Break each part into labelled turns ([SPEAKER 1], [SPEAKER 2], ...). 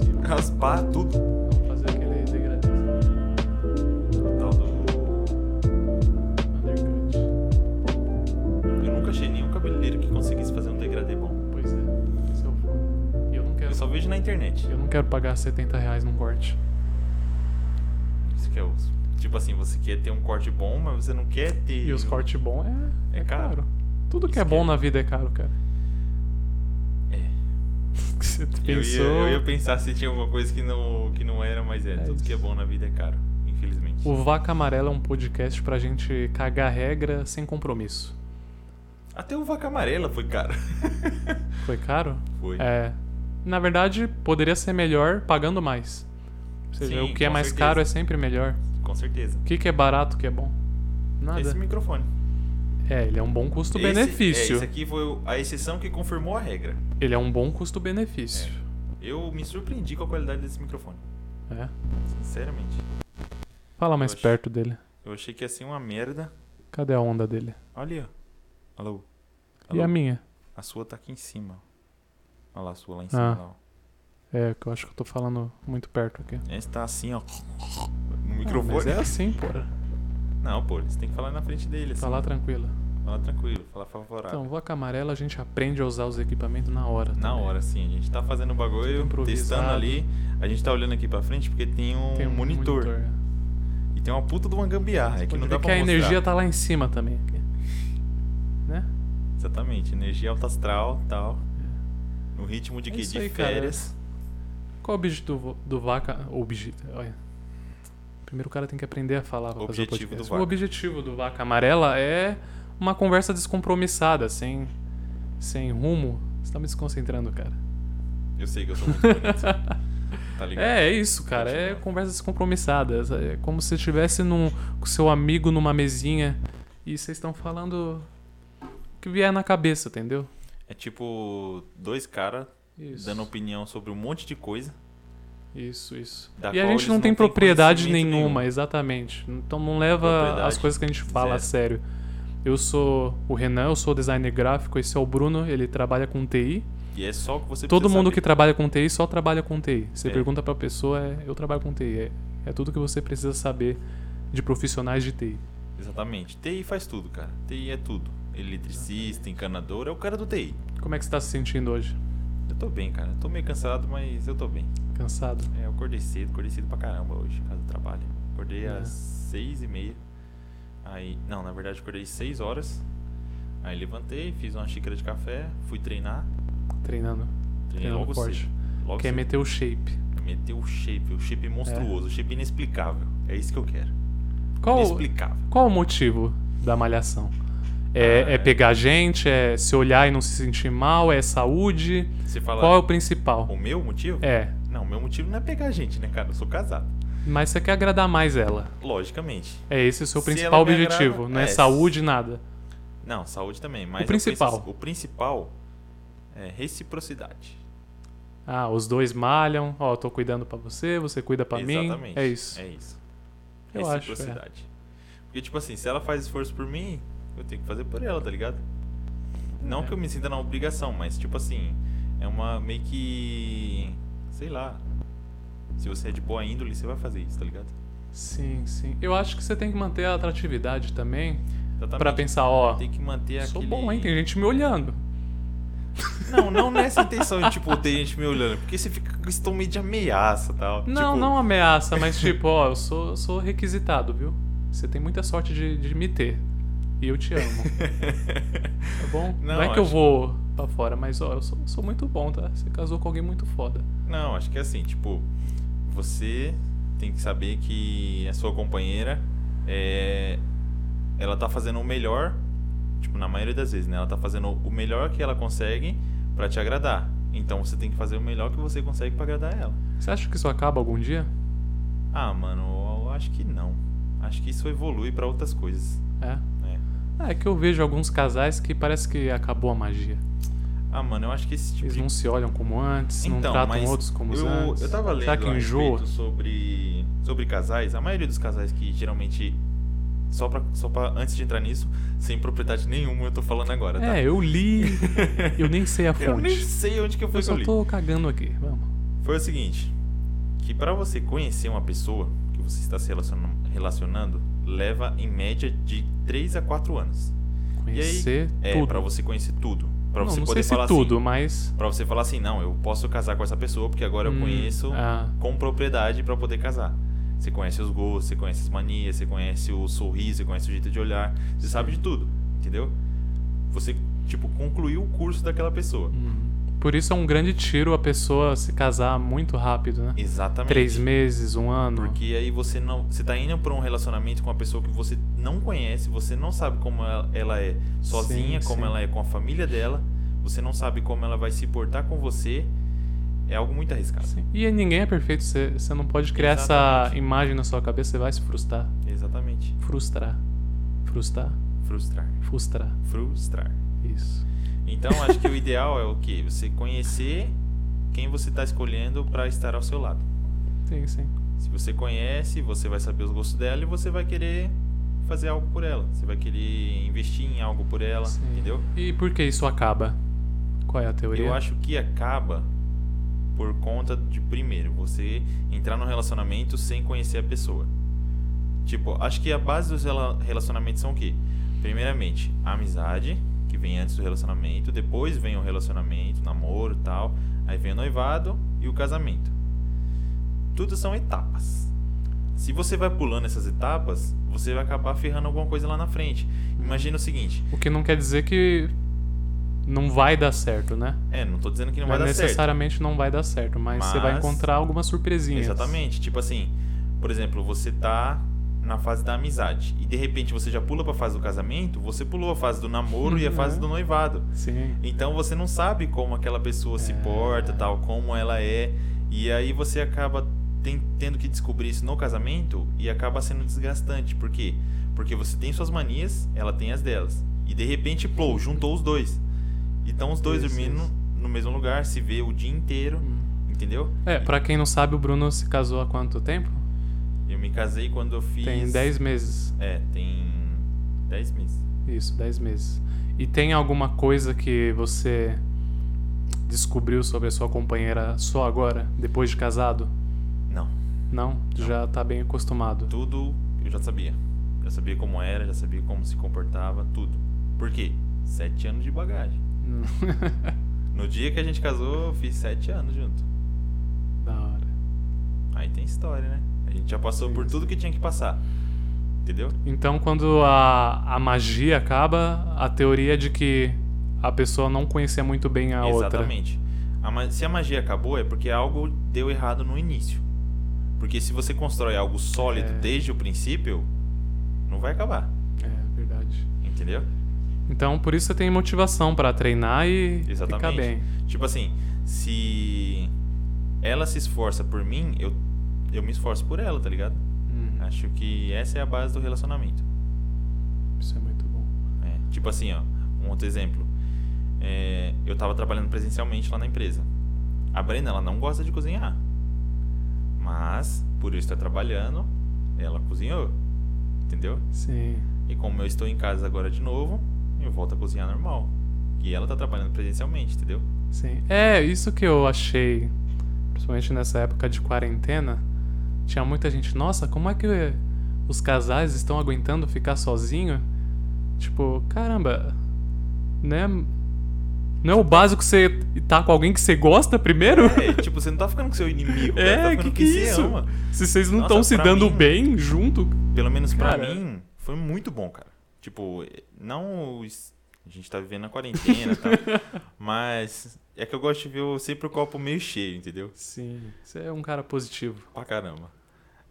[SPEAKER 1] tipo nunca achei nenhum cabeleireiro que conseguisse fazer um degradê bom.
[SPEAKER 2] Pois é. Isso é o foda. E eu não quero.
[SPEAKER 1] Eu só vejo na internet.
[SPEAKER 2] Eu não quero pagar 70 reais num corte.
[SPEAKER 1] Isso que é osso. Tipo assim, você quer ter um corte bom, mas você não quer ter.
[SPEAKER 2] E os cortes bons é,
[SPEAKER 1] É caro.
[SPEAKER 2] Tudo que é
[SPEAKER 1] Isso
[SPEAKER 2] bom
[SPEAKER 1] que é.
[SPEAKER 2] na vida é caro, cara.
[SPEAKER 1] É.
[SPEAKER 2] Que Você
[SPEAKER 1] Eu ia,
[SPEAKER 2] pensou.
[SPEAKER 1] eu ia pensar se tinha alguma coisa que não, que não era, mas é.
[SPEAKER 2] É
[SPEAKER 1] tudo que é
[SPEAKER 2] isso.
[SPEAKER 1] bom na vida é caro, infelizmente.
[SPEAKER 2] O Vaca Amarela é um podcast pra gente cagar regra sem compromisso.
[SPEAKER 1] Até o Vaca Amarela foi caro.
[SPEAKER 2] Foi caro?
[SPEAKER 1] Foi.
[SPEAKER 2] É. Na verdade, poderia ser melhor pagando mais. Ou seja,
[SPEAKER 1] Sim,
[SPEAKER 2] o que é
[SPEAKER 1] com
[SPEAKER 2] mais
[SPEAKER 1] certeza.
[SPEAKER 2] caro é sempre melhor.
[SPEAKER 1] Com certeza.
[SPEAKER 2] O que, que é barato, o que é bom? Nada.
[SPEAKER 1] Esse microfone.
[SPEAKER 2] É, ele é um bom
[SPEAKER 1] Esse- É,
[SPEAKER 2] custo-benefício.
[SPEAKER 1] esse aqui foi o- a exceção que confirmou a regra.
[SPEAKER 2] Ele é um bom custo-benefício.
[SPEAKER 1] Eu me surpreendi com a qualidade desse microfone.
[SPEAKER 2] É.
[SPEAKER 1] Sinceramente.
[SPEAKER 2] Fala mais
[SPEAKER 1] Oxe.
[SPEAKER 2] perto dele.
[SPEAKER 1] Eu achei que ia ser uma merda.
[SPEAKER 2] Cadê a onda dele?
[SPEAKER 1] Olha ali, ó. Alô.
[SPEAKER 2] E
[SPEAKER 1] Alô.
[SPEAKER 2] a minha?
[SPEAKER 1] A sua tá aqui em cima. ó. Olha lá a sua lá em cima.
[SPEAKER 2] Ah.
[SPEAKER 1] Lá, ó.
[SPEAKER 2] É, que eu acho que eu tô falando muito perto aqui.
[SPEAKER 1] Essa tá assim, ó. No
[SPEAKER 2] Ah, mas
[SPEAKER 1] microfone.
[SPEAKER 2] é assim, porra.
[SPEAKER 1] Não, pô. Você tem que falar na frente dele. Assim.
[SPEAKER 2] Falar tranquila.
[SPEAKER 1] Fala tranquilo. Falar favorável.
[SPEAKER 2] Então, vaca amarela, a gente aprende a usar os equipamentos na hora.
[SPEAKER 1] na
[SPEAKER 2] também.
[SPEAKER 1] hora, sim. A gente tá fazendo o bagulho,
[SPEAKER 2] Tudo
[SPEAKER 1] testando
[SPEAKER 2] improvisado.
[SPEAKER 1] ali. A gente tá olhando aqui pra frente porque tem um,
[SPEAKER 2] Tem um
[SPEAKER 1] monitor. E tem uma puta de uma gambiarra. É que
[SPEAKER 2] Pode
[SPEAKER 1] não
[SPEAKER 2] ver
[SPEAKER 1] dá
[SPEAKER 2] que
[SPEAKER 1] pra
[SPEAKER 2] a
[SPEAKER 1] mostrar.
[SPEAKER 2] energia tá lá em cima também. aqui. Né?
[SPEAKER 1] Exatamente, energia alta astral tal. No ritmo de
[SPEAKER 2] É
[SPEAKER 1] que?
[SPEAKER 2] isso
[SPEAKER 1] de
[SPEAKER 2] aí, cara.
[SPEAKER 1] férias.
[SPEAKER 2] Qual o objetivo do, do vaca... Objeto... Olha. Primeiro o cara tem que aprender a falar pra fazer o
[SPEAKER 1] Objetivo
[SPEAKER 2] podcast.
[SPEAKER 1] do Vaca.
[SPEAKER 2] O objetivo do vaca amarela é uma conversa descompromissada, sem, sem rumo. Você tá me desconcentrando, cara.
[SPEAKER 1] Eu sei que eu sou muito bonito. tá ligado?
[SPEAKER 2] É, é isso, cara. É
[SPEAKER 1] Continua.
[SPEAKER 2] conversas compromissada. É como se estivesse num- com seu amigo numa mesinha e vocês estão falando o que vier na cabeça, entendeu?
[SPEAKER 1] É tipo dois caras
[SPEAKER 2] Isso.
[SPEAKER 1] dando opinião sobre um monte de coisa.
[SPEAKER 2] Isso, isso.
[SPEAKER 1] da
[SPEAKER 2] E a
[SPEAKER 1] qual
[SPEAKER 2] gente
[SPEAKER 1] eles
[SPEAKER 2] não
[SPEAKER 1] não
[SPEAKER 2] tem
[SPEAKER 1] têm
[SPEAKER 2] propriedade
[SPEAKER 1] conhecimento
[SPEAKER 2] nenhuma,
[SPEAKER 1] nenhum.
[SPEAKER 2] exatamente. Então não leva
[SPEAKER 1] Propriedade,
[SPEAKER 2] as coisas que a gente fala a sério.
[SPEAKER 1] zero.
[SPEAKER 2] Eu sou o Renan, eu sou designer gráfico, esse é o Bruno, ele trabalha com TI.
[SPEAKER 1] E é só o que você
[SPEAKER 2] Todo
[SPEAKER 1] precisa
[SPEAKER 2] mundo que
[SPEAKER 1] saber.
[SPEAKER 2] trabalha com TI só trabalha com TI. Você
[SPEAKER 1] É.
[SPEAKER 2] pergunta pra pessoa, é, eu trabalho com TI. É, é tudo que você precisa saber de profissionais de TI.
[SPEAKER 1] Exatamente. TI faz tudo, cara. TI é tudo. Eletricista, encanador, é o cara do TI.
[SPEAKER 2] Como é que você tá se sentindo hoje?
[SPEAKER 1] Eu tô bem, cara. Eu tô meio cansado, mas eu tô bem.
[SPEAKER 2] Cansado?
[SPEAKER 1] É, eu acordei cedo, acordei cedo pra caramba hoje, por causa do trabalho. Acordei
[SPEAKER 2] É.
[SPEAKER 1] às seis e meia. Aí, não, na verdade acordei seis horas. Aí levantei, fiz uma xícara de café, fui treinar.
[SPEAKER 2] Treinando.
[SPEAKER 1] Treinei
[SPEAKER 2] Treinando
[SPEAKER 1] logo
[SPEAKER 2] É, forte.
[SPEAKER 1] cedo. Logo
[SPEAKER 2] Quer
[SPEAKER 1] cedo.
[SPEAKER 2] meter o shape.
[SPEAKER 1] Meteu o shape, o
[SPEAKER 2] É.
[SPEAKER 1] shape monstruoso, o shape inexplicável. É isso que eu quero.
[SPEAKER 2] Qual,
[SPEAKER 1] Inexplicável.
[SPEAKER 2] Qual o motivo da malhação? É, é pegar gente? É se olhar e não se sentir mal? É saúde?
[SPEAKER 1] Você fala
[SPEAKER 2] Qual é o principal?
[SPEAKER 1] o meu motivo?
[SPEAKER 2] É,
[SPEAKER 1] Não, o meu motivo não é pegar gente, né, cara? Eu sou casado.
[SPEAKER 2] mas você quer agradar mais ela.
[SPEAKER 1] Logicamente.
[SPEAKER 2] É esse o seu
[SPEAKER 1] Se
[SPEAKER 2] principal
[SPEAKER 1] ela me
[SPEAKER 2] objetivo,
[SPEAKER 1] agrada,
[SPEAKER 2] não é,
[SPEAKER 1] é.
[SPEAKER 2] saúde, nada.
[SPEAKER 1] Não, saúde também, mas eu
[SPEAKER 2] principal.
[SPEAKER 1] preciso- o principal é reciprocidade.
[SPEAKER 2] Ah, os dois malham, ó, eu tô cuidando pra você, você cuida pra mim.
[SPEAKER 1] Exatamente.
[SPEAKER 2] É isso.
[SPEAKER 1] É isso.
[SPEAKER 2] Eu acho, é.
[SPEAKER 1] Reciprocidade. Porque, tipo assim, se ela faz esforço por mim, eu tenho que fazer por ela, tá ligado? Não
[SPEAKER 2] É.
[SPEAKER 1] que eu me sinta na obrigação, mas, tipo assim, é uma meio que. Sei lá. Se você é de boa índole, você vai fazer isso, tá ligado?
[SPEAKER 2] Sim, sim. Eu acho que você tem que manter a atratividade também,
[SPEAKER 1] Exatamente.
[SPEAKER 2] Pra pensar, ó,
[SPEAKER 1] Então, Tem que manter
[SPEAKER 2] sou
[SPEAKER 1] aquele.
[SPEAKER 2] bom, hein? Tem gente me olhando.
[SPEAKER 1] Não, não nessa intenção de, tipo, ter gente me olhando. Porque você fica com esse tom meio de ameaça e tal.
[SPEAKER 2] Não,
[SPEAKER 1] Tipo,
[SPEAKER 2] não ameaça, mas tipo, ó, eu sou, sou requisitado, viu? Você tem muita sorte de, de me ter. E eu te amo. tá bom? Não,
[SPEAKER 1] Não,
[SPEAKER 2] é que eu
[SPEAKER 1] acho-
[SPEAKER 2] vou pra fora, mas ó, eu sou, sou muito bom, tá? Você casou com alguém muito foda.
[SPEAKER 1] Não, acho que é assim, tipo, você tem que saber que a sua companheira é ela tá fazendo o melhor, tipo, na maioria das vezes, né? Ela tá fazendo o melhor que ela consegue pra te agradar. Então você tem que fazer o melhor que você consegue pra agradar ela.
[SPEAKER 2] Você acha que isso acaba algum dia?
[SPEAKER 1] Ah, mano, eu acho que não. Acho que isso evolui pra outras coisas,
[SPEAKER 2] É.
[SPEAKER 1] né?
[SPEAKER 2] Ah, É que eu vejo alguns casais que parece que acabou a magia.
[SPEAKER 1] Ah, mano, eu acho que esse tipo
[SPEAKER 2] Eles
[SPEAKER 1] de Então,
[SPEAKER 2] não se olham como antes, não tratam outros como os
[SPEAKER 1] eu,
[SPEAKER 2] antes.
[SPEAKER 1] Eu tava lendo
[SPEAKER 2] Será que
[SPEAKER 1] a
[SPEAKER 2] enjoa?
[SPEAKER 1] respeito sobre, sobre casais. A maioria dos casais que geralmente. Só pra, só pra. Antes de entrar nisso, sem propriedade nenhuma, eu tô falando agora, tá?
[SPEAKER 2] É, eu li, eu nem sei a fonte.
[SPEAKER 1] eu nem sei onde que eu fui
[SPEAKER 2] Eu
[SPEAKER 1] que eu
[SPEAKER 2] só
[SPEAKER 1] li.
[SPEAKER 2] tô cagando aqui, vamos.
[SPEAKER 1] Foi o seguinte: que pra você conhecer uma pessoa que você está se relacionando, relacionando, leva em média de 3 a 4 anos.
[SPEAKER 2] Conhecer
[SPEAKER 1] e aí, É,
[SPEAKER 2] tudo.
[SPEAKER 1] pra você conhecer tudo. Pra
[SPEAKER 2] não,
[SPEAKER 1] você
[SPEAKER 2] não
[SPEAKER 1] poder
[SPEAKER 2] sei
[SPEAKER 1] falar
[SPEAKER 2] se tudo,
[SPEAKER 1] assim.
[SPEAKER 2] mas.
[SPEAKER 1] Pra você falar assim, não, eu posso casar com essa pessoa porque agora eu
[SPEAKER 2] Hum,
[SPEAKER 1] conheço
[SPEAKER 2] ah.
[SPEAKER 1] com propriedade pra poder casar. Você conhece os gostos, você conhece as manias, você conhece o sorriso, você conhece o jeito de olhar, você sabe de tudo, entendeu? Você, tipo, concluiu o curso daquela pessoa.
[SPEAKER 2] Hum. Por isso é um grande tiro a pessoa se casar muito rápido, né?
[SPEAKER 1] Exatamente.
[SPEAKER 2] Três meses, um ano.
[SPEAKER 1] Porque aí você não. Você tá indo pra um relacionamento com uma pessoa que você não conhece, você não sabe como ela, ela é sozinha,
[SPEAKER 2] Sim,
[SPEAKER 1] como
[SPEAKER 2] sim.
[SPEAKER 1] ela é com a família dela, você não sabe como ela vai se portar com você. É algo muito arriscado.
[SPEAKER 2] Sim. E ninguém é perfeito, você, você não pode criar essa
[SPEAKER 1] Exatamente.
[SPEAKER 2] imagem na sua cabeça, você vai se frustrar.
[SPEAKER 1] Exatamente.
[SPEAKER 2] Frustrar. Frustrar.
[SPEAKER 1] Frustrar.
[SPEAKER 2] Frustrar.
[SPEAKER 1] Frustrar.
[SPEAKER 2] Isso.
[SPEAKER 1] Então acho que o ideal é o quê? Você conhecer quem você tá escolhendo pra estar ao seu lado.
[SPEAKER 2] Sim, sim.
[SPEAKER 1] Se você conhece, você vai saber os gostos dela e você vai querer fazer algo por ela. Você vai querer investir em algo por ela,
[SPEAKER 2] Sim.
[SPEAKER 1] entendeu?
[SPEAKER 2] E por que isso acaba? Qual é a teoria?
[SPEAKER 1] Eu acho que acaba por conta de primeiro você entrar num relacionamento sem conhecer a pessoa. Tipo, acho que a base dos rela- relacionamentos são o quê? Primeiramente, a amizade, que vem antes do relacionamento, depois vem o relacionamento, namoro, tal, aí vem o noivado e o casamento. Tudo são etapas. Se você vai pulando essas etapas, você vai acabar ferrando alguma coisa lá na frente. Imagina o seguinte,
[SPEAKER 2] O que não quer dizer que não vai dar certo, né?
[SPEAKER 1] é, não tô dizendo que não vai dar certo.
[SPEAKER 2] necessariamente não vai dar certo, mas, você vai
[SPEAKER 1] Mas-
[SPEAKER 2] encontrar algumas surpresinhas.
[SPEAKER 1] Exatamente. Tipo assim, por exemplo, você tá na fase da amizade e de repente você já pula pra fase do casamento, você pulou a fase do namoro e a
[SPEAKER 2] Uhum.
[SPEAKER 1] fase do noivado.
[SPEAKER 2] Sim.
[SPEAKER 1] Então você não sabe como aquela pessoa se
[SPEAKER 2] É.
[SPEAKER 1] porta, tal, como ela é, e aí você acaba ten- tendo que descobrir isso no casamento e acaba sendo desgastante. Por quê? Porque você tem suas manias, ela tem as delas. E de repente, plou, juntou os dois. Então os dois
[SPEAKER 2] Isso,
[SPEAKER 1] dormindo
[SPEAKER 2] isso.
[SPEAKER 1] no mesmo lugar, se vê o dia inteiro,
[SPEAKER 2] Hum.
[SPEAKER 1] entendeu?
[SPEAKER 2] É, pra quem não sabe, o Bruno se casou há quanto tempo?
[SPEAKER 1] Eu me casei quando eu fiz.
[SPEAKER 2] Tem 10 meses.
[SPEAKER 1] É, tem 10 meses.
[SPEAKER 2] Isso, 10 meses. E tem alguma coisa que você descobriu sobre a sua companheira só agora, depois de casado?
[SPEAKER 1] Não,
[SPEAKER 2] Não? Já tá bem acostumado.
[SPEAKER 1] tudo eu já sabia. Já sabia como era, já sabia como se comportava, tudo. Por quê? Sete anos de bagagem.
[SPEAKER 2] Hum.
[SPEAKER 1] No dia que a gente casou, eu fiz sete anos junto.
[SPEAKER 2] da hora.
[SPEAKER 1] Aí tem história, né? A gente já passou por tudo que tinha que passar. Entendeu?
[SPEAKER 2] Então, quando a, a magia acaba, a teoria é de que a pessoa não conhecia muito bem a outra.
[SPEAKER 1] Exatamente. A ma- se a magia acabou, é porque algo deu errado no início. Porque se você constrói algo sólido
[SPEAKER 2] É.
[SPEAKER 1] desde o princípio, não vai acabar.
[SPEAKER 2] É, verdade.
[SPEAKER 1] Entendeu?
[SPEAKER 2] Então, por isso você tem motivação pra treinar e ficar
[SPEAKER 1] Exatamente.
[SPEAKER 2] bem.
[SPEAKER 1] Tipo assim, se ela se esforça por mim, eu, eu me esforço por ela, tá ligado?
[SPEAKER 2] Hum,
[SPEAKER 1] Acho que essa é a base do relacionamento.
[SPEAKER 2] isso é muito bom.
[SPEAKER 1] É, tipo assim, ó, um outro exemplo. É, eu tava trabalhando presencialmente lá na empresa. A Brenda, ela não gosta de cozinhar. Mas, por eu estar trabalhando, ela cozinhou. Entendeu?
[SPEAKER 2] Sim.
[SPEAKER 1] E como eu estou em casa agora de novo, eu volto a cozinhar normal. E ela tá trabalhando presencialmente, entendeu?
[SPEAKER 2] Sim. É, isso que eu achei, principalmente nessa época de quarentena, tinha muita gente, nossa, como é que os casais estão aguentando ficar sozinho? Tipo, caramba, né? Não é o básico você tá com alguém que você gosta primeiro?
[SPEAKER 1] É, tipo, você não tá ficando com seu inimigo,
[SPEAKER 2] É,
[SPEAKER 1] cara, tá ficando
[SPEAKER 2] que
[SPEAKER 1] com
[SPEAKER 2] que
[SPEAKER 1] quem
[SPEAKER 2] é
[SPEAKER 1] você
[SPEAKER 2] isso?
[SPEAKER 1] ama.
[SPEAKER 2] Se vocês não
[SPEAKER 1] Nossa,
[SPEAKER 2] estão se
[SPEAKER 1] pra
[SPEAKER 2] dando
[SPEAKER 1] mim-
[SPEAKER 2] bem junto.
[SPEAKER 1] Pelo menos pra
[SPEAKER 2] Cara.
[SPEAKER 1] mim, foi muito bom, cara. Tipo, não. os- A gente tá vivendo na quarentena e tal. Mas é que eu gosto de ver o- sempre o copo meio cheio, entendeu?
[SPEAKER 2] Sim, você é um cara positivo.
[SPEAKER 1] Pra caramba.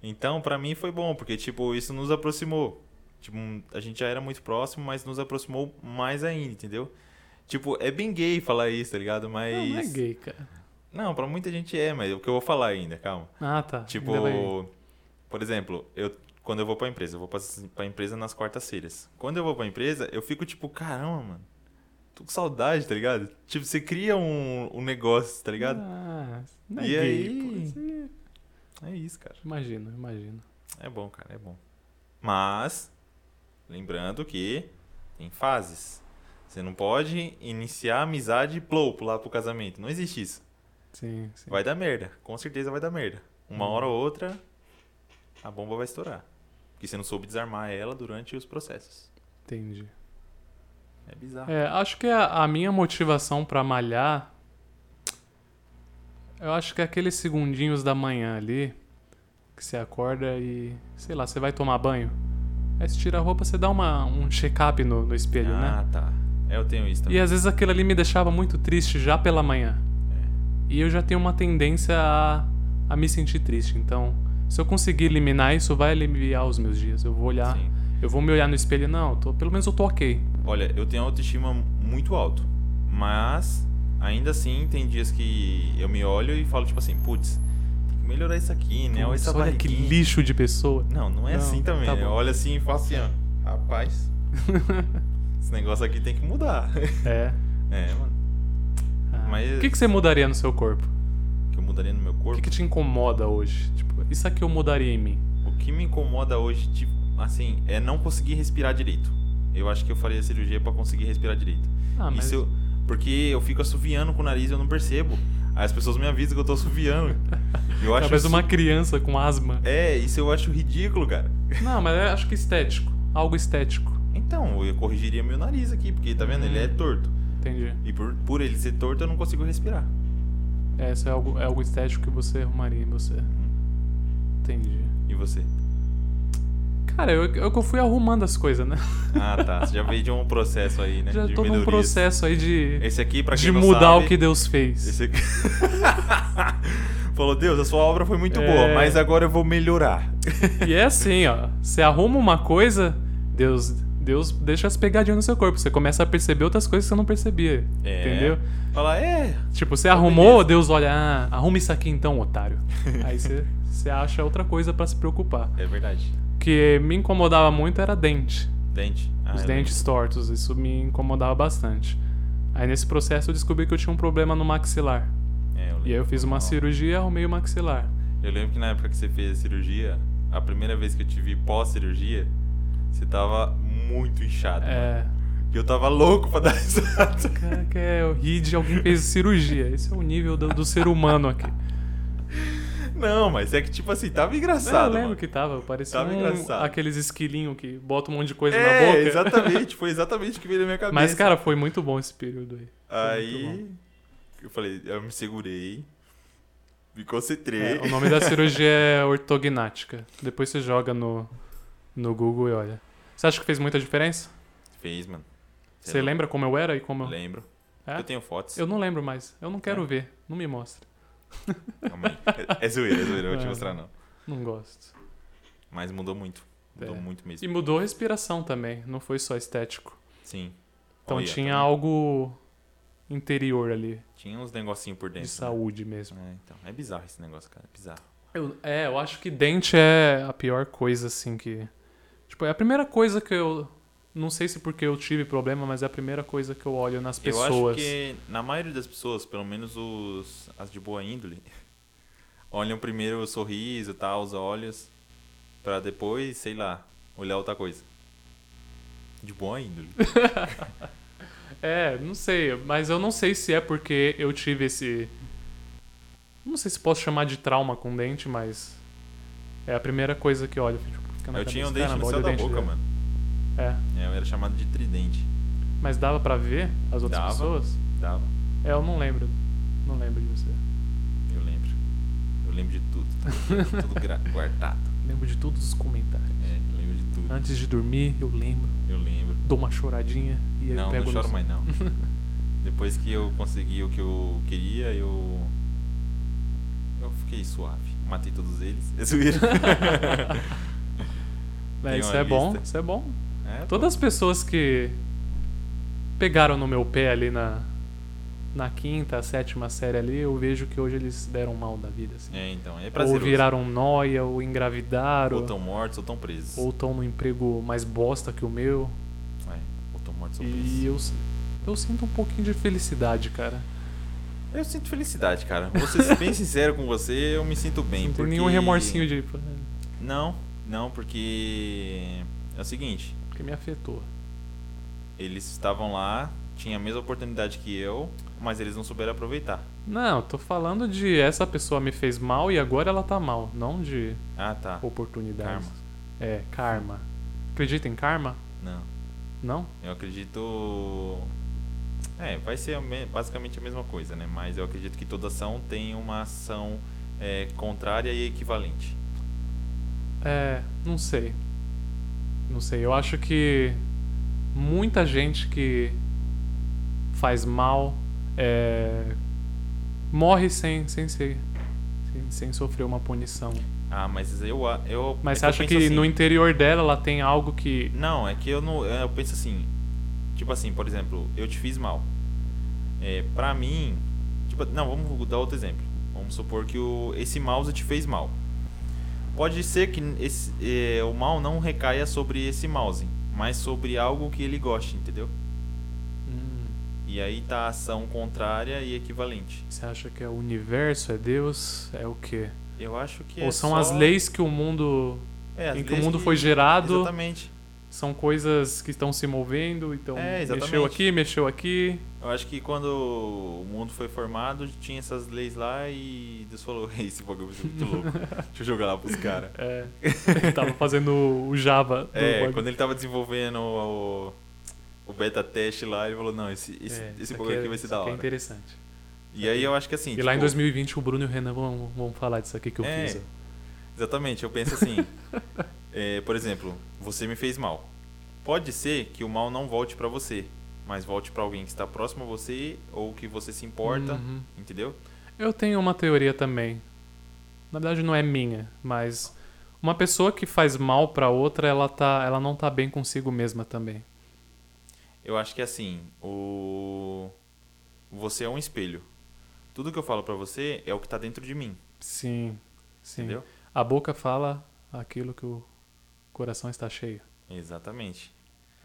[SPEAKER 1] Então, pra mim foi bom, porque, tipo, isso nos aproximou. Tipo, a gente já era muito próximo, mas nos aproximou mais ainda, entendeu? Tipo, é bem gay falar isso, tá ligado? Mas.
[SPEAKER 2] Não, não é gay, cara.
[SPEAKER 1] Não, pra muita gente é, mas é o que eu vou falar ainda, calma.
[SPEAKER 2] Ah, tá.
[SPEAKER 1] Tipo,
[SPEAKER 2] ainda vai-
[SPEAKER 1] por exemplo, eu quando eu vou pra empresa, eu vou pra, pra empresa nas quartas-feiras. Quando eu vou pra empresa, eu fico tipo, caramba, mano. Tô com saudade, tá ligado? Tipo, você cria um, um negócio, tá ligado?
[SPEAKER 2] Ah, não é
[SPEAKER 1] E
[SPEAKER 2] gay,
[SPEAKER 1] aí?
[SPEAKER 2] pô. Isso-
[SPEAKER 1] É isso, cara.
[SPEAKER 2] Imagino, imagino.
[SPEAKER 1] É bom, cara, é bom. Mas, lembrando que tem fases. Você não pode iniciar a amizade e plou, pular pro casamento. Não existe isso.
[SPEAKER 2] Sim, sim.
[SPEAKER 1] Vai dar merda, com certeza vai dar merda. Uma
[SPEAKER 2] Hum.
[SPEAKER 1] hora ou outra, a bomba vai estourar. Porque você não soube desarmar ela durante os processos.
[SPEAKER 2] Entendi.
[SPEAKER 1] É bizarro.
[SPEAKER 2] É, acho que a, a minha motivação pra malhar. Eu acho que é aqueles segundinhos da manhã ali. Que você acorda e. Sei lá, você vai tomar banho. Aí você tira a roupa, você dá uma, um check-up no, no espelho, né?
[SPEAKER 1] ah, tá. É, eu tenho isso também.
[SPEAKER 2] E às vezes aquilo ali me deixava muito triste já pela manhã.
[SPEAKER 1] É.
[SPEAKER 2] E eu já tenho uma tendência a, a me sentir triste. Então, se eu conseguir eliminar isso, vai aliviar os meus dias. Eu vou olhar,
[SPEAKER 1] Sim.
[SPEAKER 2] eu vou me olhar no espelho. Não, eu tô- pelo menos eu tô ok.
[SPEAKER 1] Olha, eu tenho autoestima muito alto, mas ainda assim tem dias que eu me olho e falo tipo assim, putz, tem que melhorar isso aqui, né? Ou
[SPEAKER 2] Putz,
[SPEAKER 1] essa
[SPEAKER 2] olha que
[SPEAKER 1] barriguinha.
[SPEAKER 2] lixo de pessoa.
[SPEAKER 1] Não, não é
[SPEAKER 2] Não,
[SPEAKER 1] assim também.
[SPEAKER 2] tá
[SPEAKER 1] né?
[SPEAKER 2] bom.
[SPEAKER 1] eu olho assim e falo assim, ó, rapaz, esse negócio aqui tem que mudar.
[SPEAKER 2] É.
[SPEAKER 1] é, mano,
[SPEAKER 2] Ah,
[SPEAKER 1] Mas-
[SPEAKER 2] O que, que você mudaria no seu corpo?
[SPEAKER 1] o que eu mudaria no meu
[SPEAKER 2] O
[SPEAKER 1] corpo.
[SPEAKER 2] que, que te incomoda hoje? Tipo, isso aqui eu mudaria em mim.
[SPEAKER 1] O que me incomoda hoje, tipo, assim, é não conseguir respirar direito. Eu acho que eu faria cirurgia pra conseguir respirar direito.
[SPEAKER 2] Ah, mas
[SPEAKER 1] Isso eu- porque eu fico assoviando com o nariz e eu não percebo. Aí as pessoas me avisam que eu tô assoviando. Eu acho
[SPEAKER 2] talvez
[SPEAKER 1] isso-
[SPEAKER 2] uma criança com asma.
[SPEAKER 1] É, isso eu acho ridículo, cara.
[SPEAKER 2] Não, mas eu acho que estético. Algo estético.
[SPEAKER 1] Então, eu corrigiria meu nariz aqui, porque tá vendo? Ele
[SPEAKER 2] Hum.
[SPEAKER 1] é torto.
[SPEAKER 2] Entendi.
[SPEAKER 1] E por, por ele ser torto, eu não consigo respirar.
[SPEAKER 2] É, isso é algo, é algo estético que você arrumaria em você. Entendi.
[SPEAKER 1] E você?
[SPEAKER 2] Cara, eu, eu que eu fui arrumando as coisas, né?
[SPEAKER 1] Ah, tá. Você já veio de um processo aí, né?
[SPEAKER 2] Já
[SPEAKER 1] de
[SPEAKER 2] tô num
[SPEAKER 1] melhorias.
[SPEAKER 2] processo aí de,
[SPEAKER 1] Esse aqui, pra quem
[SPEAKER 2] de
[SPEAKER 1] não
[SPEAKER 2] mudar
[SPEAKER 1] sabe,
[SPEAKER 2] o que Deus fez.
[SPEAKER 1] Esse aqui... Falou, Deus, a sua obra foi muito
[SPEAKER 2] É.
[SPEAKER 1] boa, mas agora eu vou melhorar.
[SPEAKER 2] E é assim, ó. Você arruma uma coisa, Deus, Deus deixa as pegadinhas no seu corpo. Você começa a perceber outras coisas que você não percebia.
[SPEAKER 1] É.
[SPEAKER 2] Entendeu?
[SPEAKER 1] Falar, é,
[SPEAKER 2] Tipo, você
[SPEAKER 1] Tá
[SPEAKER 2] arrumou,
[SPEAKER 1] beleza.
[SPEAKER 2] Deus olha, ah, arruma isso aqui então, otário. Aí você, você acha outra coisa pra se preocupar.
[SPEAKER 1] É verdade.
[SPEAKER 2] O que me incomodava muito era dente.
[SPEAKER 1] Dente. Ah,
[SPEAKER 2] Os
[SPEAKER 1] eu
[SPEAKER 2] dentes tortos, isso me incomodava bastante. Aí nesse processo eu descobri que eu tinha um problema no maxilar.
[SPEAKER 1] lembro. É, eu
[SPEAKER 2] E aí eu
[SPEAKER 1] lembro.
[SPEAKER 2] fiz uma
[SPEAKER 1] Não.
[SPEAKER 2] cirurgia e arrumei o maxilar.
[SPEAKER 1] Eu lembro que na época que você fez a cirurgia, a primeira vez que eu te vi pós-cirurgia, você tava muito inchado.
[SPEAKER 2] É.
[SPEAKER 1] E eu tava louco pra dar risada.
[SPEAKER 2] Cara, que é, eu ri de alguém que fez cirurgia. Esse é o nível do, do ser humano aqui.
[SPEAKER 1] Não, mas é que tipo assim, tava
[SPEAKER 2] eu
[SPEAKER 1] engraçado.
[SPEAKER 2] lembro
[SPEAKER 1] mano.
[SPEAKER 2] que tava, parecia
[SPEAKER 1] Tava
[SPEAKER 2] um-
[SPEAKER 1] engraçado.
[SPEAKER 2] aqueles esquilinhos que botam um monte de coisa na
[SPEAKER 1] É,
[SPEAKER 2] boca.
[SPEAKER 1] exatamente. Foi exatamente o que veio na minha cabeça.
[SPEAKER 2] Mas, cara, foi muito bom esse período aí. Foi muito bom.
[SPEAKER 1] Aí eu falei, eu me segurei, me concentrei.
[SPEAKER 2] É, o nome da cirurgia é ortognática. Depois você joga no, no Google e olha. Você acha que fez muita diferença?
[SPEAKER 1] Fez, mano. Cê
[SPEAKER 2] Você
[SPEAKER 1] é louco.
[SPEAKER 2] lembra como eu era e como eu.
[SPEAKER 1] Lembro.
[SPEAKER 2] É?
[SPEAKER 1] Eu tenho fotos.
[SPEAKER 2] Eu não lembro mais. Eu não quero
[SPEAKER 1] É?
[SPEAKER 2] ver. Não me mostra.
[SPEAKER 1] Calma aí. É, é zoeira, é zoeira, eu vou te
[SPEAKER 2] É.
[SPEAKER 1] mostrar não.
[SPEAKER 2] Não gosto.
[SPEAKER 1] Mas mudou muito. Mudou
[SPEAKER 2] É.
[SPEAKER 1] muito mesmo.
[SPEAKER 2] E mudou a respiração também. Não foi só estético.
[SPEAKER 1] Sim.
[SPEAKER 2] Então
[SPEAKER 1] Olha,
[SPEAKER 2] tinha
[SPEAKER 1] tá vendo?
[SPEAKER 2] algo interior ali,
[SPEAKER 1] Tinha uns negocinhos por dentro.
[SPEAKER 2] de
[SPEAKER 1] né?
[SPEAKER 2] saúde mesmo.
[SPEAKER 1] É, então. É bizarro esse negócio, cara. É bizarro.
[SPEAKER 2] Eu- é, eu acho que dente é a pior coisa, assim, que. Tipo, é a primeira coisa que eu. Não sei se porque eu tive problema, mas é a primeira coisa que eu olho nas pessoas.
[SPEAKER 1] Eu acho que na maioria das pessoas, pelo menos os, as de boa índole, olham primeiro o sorriso e tal, os olhos, pra depois, sei lá, olhar outra coisa. De boa índole.
[SPEAKER 2] É, não sei, mas eu não sei se é porque eu tive esse. Não sei se posso chamar de trauma com dente, mas. É a primeira coisa que olha. Tipo, fica na
[SPEAKER 1] eu tinha um
[SPEAKER 2] cabeça,
[SPEAKER 1] dente no
[SPEAKER 2] "Caramba,
[SPEAKER 1] céu
[SPEAKER 2] olha
[SPEAKER 1] da
[SPEAKER 2] o dente
[SPEAKER 1] boca,
[SPEAKER 2] dele."
[SPEAKER 1] mano.
[SPEAKER 2] É,
[SPEAKER 1] É, eu era chamado de tridente.
[SPEAKER 2] mas dava pra ver as outras
[SPEAKER 1] Dava.
[SPEAKER 2] pessoas?
[SPEAKER 1] Dava.
[SPEAKER 2] É, eu não lembro. Não lembro de você.
[SPEAKER 1] Eu lembro. Eu lembro de tudo. tá? tudo gra- guardado.
[SPEAKER 2] Lembro de todos os comentários.
[SPEAKER 1] É, eu lembro de tudo.
[SPEAKER 2] Antes de dormir, eu lembro.
[SPEAKER 1] Eu lembro.
[SPEAKER 2] Dou uma choradinha e aí
[SPEAKER 1] não,
[SPEAKER 2] pego
[SPEAKER 1] não
[SPEAKER 2] no-
[SPEAKER 1] choro mais não. Depois que eu consegui o que eu queria, eu. Eu fiquei suave. Matei todos eles. Eles subiram.
[SPEAKER 2] É,
[SPEAKER 1] Tem
[SPEAKER 2] isso
[SPEAKER 1] uma
[SPEAKER 2] é bom,
[SPEAKER 1] lista.
[SPEAKER 2] isso é bom.
[SPEAKER 1] É, pô.
[SPEAKER 2] Todas as pessoas que pegaram no meu pé ali na, na quinta, sétima série ali, eu vejo que hoje eles deram mal da vida, assim.
[SPEAKER 1] É, então. É
[SPEAKER 2] ou
[SPEAKER 1] prazeroso.
[SPEAKER 2] viraram nóia, ou engravidaram,
[SPEAKER 1] Ou tão mortos ou tão presos.
[SPEAKER 2] ou estão num emprego mais bosta que o meu.
[SPEAKER 1] É, ou tão mortos ou
[SPEAKER 2] E
[SPEAKER 1] presos.
[SPEAKER 2] eu, s- eu sinto um pouquinho de felicidade, cara.
[SPEAKER 1] Eu sinto felicidade, cara. Vou ser bem sincero com você, eu me sinto bem.
[SPEAKER 2] Não tem
[SPEAKER 1] porque...
[SPEAKER 2] nenhum remorsinho de. é,
[SPEAKER 1] Não, não, porque. É o seguinte.
[SPEAKER 2] Porque me afetou.
[SPEAKER 1] Eles estavam lá, tinham a mesma oportunidade que eu, mas eles não souberam aproveitar.
[SPEAKER 2] Não, tô falando de essa pessoa me fez mal e agora ela tá mal, não de
[SPEAKER 1] Ah, tá.
[SPEAKER 2] oportunidades.
[SPEAKER 1] Karma.
[SPEAKER 2] É, karma. Acredita em karma?
[SPEAKER 1] Não.
[SPEAKER 2] Não?
[SPEAKER 1] Eu acredito. É, vai ser a me- basicamente a mesma coisa, né? Mas eu acredito que toda ação tem uma ação é, contrária e equivalente.
[SPEAKER 2] É, não sei. Não sei. Eu acho que muita gente que faz mal é, morre sem, sem ser. Sem, sem sofrer uma punição.
[SPEAKER 1] Ah, mas eu. a- eu
[SPEAKER 2] Mas
[SPEAKER 1] é
[SPEAKER 2] você
[SPEAKER 1] eu
[SPEAKER 2] acha
[SPEAKER 1] penso
[SPEAKER 2] que no
[SPEAKER 1] assim-
[SPEAKER 2] interior dela ela tem algo que.
[SPEAKER 1] Não, é que eu não. Eu penso assim. Tipo assim, por exemplo, eu te fiz mal. É, pra mim. Tipo, não, vamos dar outro exemplo. Vamos supor que o, esse mouse te fez mal. Pode ser que esse, é, o mal não recaia sobre esse mouse, mas sobre algo que ele goste, entendeu?
[SPEAKER 2] Hum,
[SPEAKER 1] E aí tá a ação contrária e equivalente.
[SPEAKER 2] você acha que é o universo? É Deus? É o quê?
[SPEAKER 1] Eu acho que é
[SPEAKER 2] Ou são
[SPEAKER 1] só-
[SPEAKER 2] as leis que o mundo.
[SPEAKER 1] É, as
[SPEAKER 2] em que o
[SPEAKER 1] leis
[SPEAKER 2] mundo foi gerado.
[SPEAKER 1] Exatamente.
[SPEAKER 2] São coisas que estão se movendo, então
[SPEAKER 1] É,
[SPEAKER 2] mexeu
[SPEAKER 1] exatamente.
[SPEAKER 2] aqui, mexeu aqui.
[SPEAKER 1] Eu acho que quando o mundo foi formado, tinha essas leis lá e Deus falou, ei, esse bagulho é muito louco. Deixa eu jogar lá pros caras.
[SPEAKER 2] É, ele tava fazendo o Java. do
[SPEAKER 1] É,
[SPEAKER 2] bagulho.
[SPEAKER 1] quando ele tava desenvolvendo o, o beta test lá, ele falou, não, esse, esse,
[SPEAKER 2] É, isso
[SPEAKER 1] esse bagulho aqui
[SPEAKER 2] é-
[SPEAKER 1] vai ser
[SPEAKER 2] isso
[SPEAKER 1] da
[SPEAKER 2] aqui
[SPEAKER 1] hora.
[SPEAKER 2] É interessante.
[SPEAKER 1] e aí eu acho que assim.
[SPEAKER 2] e lá em
[SPEAKER 1] tipo,
[SPEAKER 2] 2020 o Bruno e o Renan vão, vão falar disso aqui que eu
[SPEAKER 1] É.
[SPEAKER 2] fiz. ó.
[SPEAKER 1] Exatamente, eu penso assim. é, por exemplo, você me fez mal. Pode ser que o mal não volte pra você, mas volte pra alguém que está próximo a você ou que você se importa,
[SPEAKER 2] Uhum.
[SPEAKER 1] entendeu?
[SPEAKER 2] Eu tenho uma teoria também. Na verdade não é minha, mas uma pessoa que faz mal pra outra, ela tá, ela não tá bem consigo mesma também.
[SPEAKER 1] Eu acho que assim, o você é um espelho. Tudo que eu falo pra você é o que tá dentro de mim,
[SPEAKER 2] Sim. Sim.
[SPEAKER 1] entendeu?
[SPEAKER 2] A boca fala aquilo que o coração está cheio.
[SPEAKER 1] Exatamente.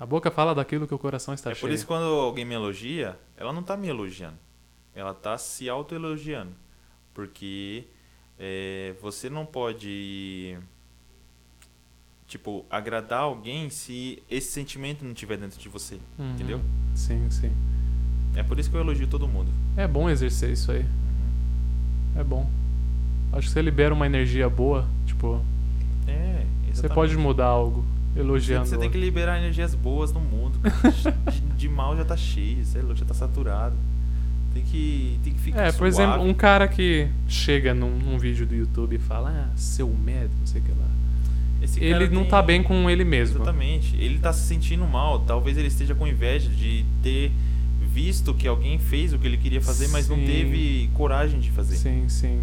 [SPEAKER 2] A boca fala daquilo que o coração está
[SPEAKER 1] é
[SPEAKER 2] cheio.
[SPEAKER 1] por isso que quando alguém me elogia, ela não tá me elogiando. Ela tá se autoelogiando. Porque é, você não pode, tipo, agradar alguém se esse sentimento não estiver dentro de você.
[SPEAKER 2] Uhum.
[SPEAKER 1] Entendeu?
[SPEAKER 2] Sim, sim.
[SPEAKER 1] É por isso que eu elogio todo mundo.
[SPEAKER 2] É bom exercer isso aí.
[SPEAKER 1] Uhum.
[SPEAKER 2] É bom. Acho que você libera uma energia boa, tipo,
[SPEAKER 1] É,
[SPEAKER 2] você
[SPEAKER 1] exatamente.
[SPEAKER 2] pode mudar algo elogiando.
[SPEAKER 1] Você tem que liberar energias boas no mundo. cara. de, de mal já tá cheio, sei lá, já tá saturado. Tem que, tem que ficar
[SPEAKER 2] É, por
[SPEAKER 1] suave.
[SPEAKER 2] exemplo, um cara que chega num, num vídeo do YouTube e fala, ah, seu médico, não sei o que lá.
[SPEAKER 1] Esse cara
[SPEAKER 2] ele não
[SPEAKER 1] tem-
[SPEAKER 2] tá bem com ele mesmo.
[SPEAKER 1] Exatamente. Ele tá se sentindo mal. Talvez ele esteja com inveja de ter visto que alguém fez o que ele queria fazer, mas não
[SPEAKER 2] Sim.
[SPEAKER 1] teve coragem de fazer.
[SPEAKER 2] Sim, sim,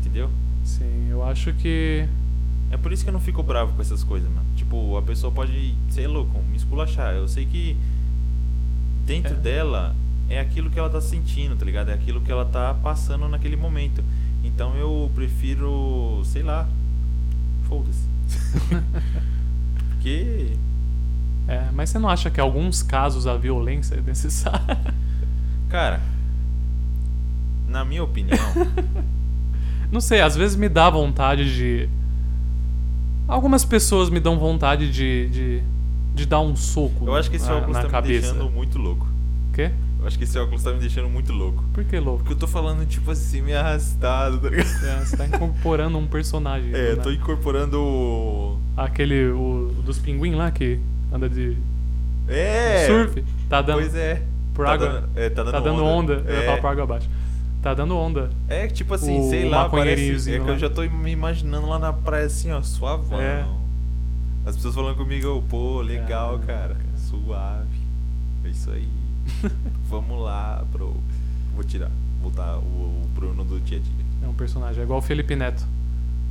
[SPEAKER 1] Entendeu?
[SPEAKER 2] sim. Eu acho que.
[SPEAKER 1] É por isso que eu não fico bravo com essas coisas, mano. Tipo, a pessoa pode ser louco, me esculachar. Eu sei que dentro
[SPEAKER 2] É.
[SPEAKER 1] dela é aquilo que ela tá sentindo, tá ligado? É aquilo que ela tá passando naquele momento. Então eu prefiro, sei lá, foda-se. Porque
[SPEAKER 2] É, mas você não acha que em alguns casos a violência é necessária?
[SPEAKER 1] Cara, na minha opinião,
[SPEAKER 2] Não sei, às vezes me dá vontade de. Algumas pessoas me dão vontade de. de, de dar um soco
[SPEAKER 1] eu acho que esse
[SPEAKER 2] na,
[SPEAKER 1] óculos
[SPEAKER 2] na
[SPEAKER 1] tá me
[SPEAKER 2] cabeça.
[SPEAKER 1] deixando muito louco.
[SPEAKER 2] Quê?
[SPEAKER 1] Eu acho que esse óculos tá me deixando muito louco.
[SPEAKER 2] Por que louco?
[SPEAKER 1] Porque eu tô falando, tipo assim, me arrastado, tá ligado?
[SPEAKER 2] É, você tá incorporando um personagem.
[SPEAKER 1] É,
[SPEAKER 2] né?
[SPEAKER 1] eu tô incorporando o.
[SPEAKER 2] Aquele. O, o dos pinguim lá que anda de
[SPEAKER 1] É!
[SPEAKER 2] surf. Tá dando.
[SPEAKER 1] Pois é.
[SPEAKER 2] Por
[SPEAKER 1] tá
[SPEAKER 2] água.
[SPEAKER 1] Dando, é, tá dando
[SPEAKER 2] tá dando onda.
[SPEAKER 1] onda.
[SPEAKER 2] Eu ia
[SPEAKER 1] É.
[SPEAKER 2] falar por água abaixo. Tá dando onda.
[SPEAKER 1] É que, tipo assim,
[SPEAKER 2] O
[SPEAKER 1] sei lá, parece.
[SPEAKER 2] maconheirinhozinho
[SPEAKER 1] É que
[SPEAKER 2] lá.
[SPEAKER 1] eu já tô me imaginando lá na praia assim, ó, suavão.
[SPEAKER 2] É.
[SPEAKER 1] As pessoas falando comigo, eu, pô, legal,
[SPEAKER 2] Caraca.
[SPEAKER 1] cara. Suave. É isso aí. Vamos lá, bro. Vou tirar. Botar o, o Bruno do dia a dia.
[SPEAKER 2] É um personagem. É igual o Felipe Neto.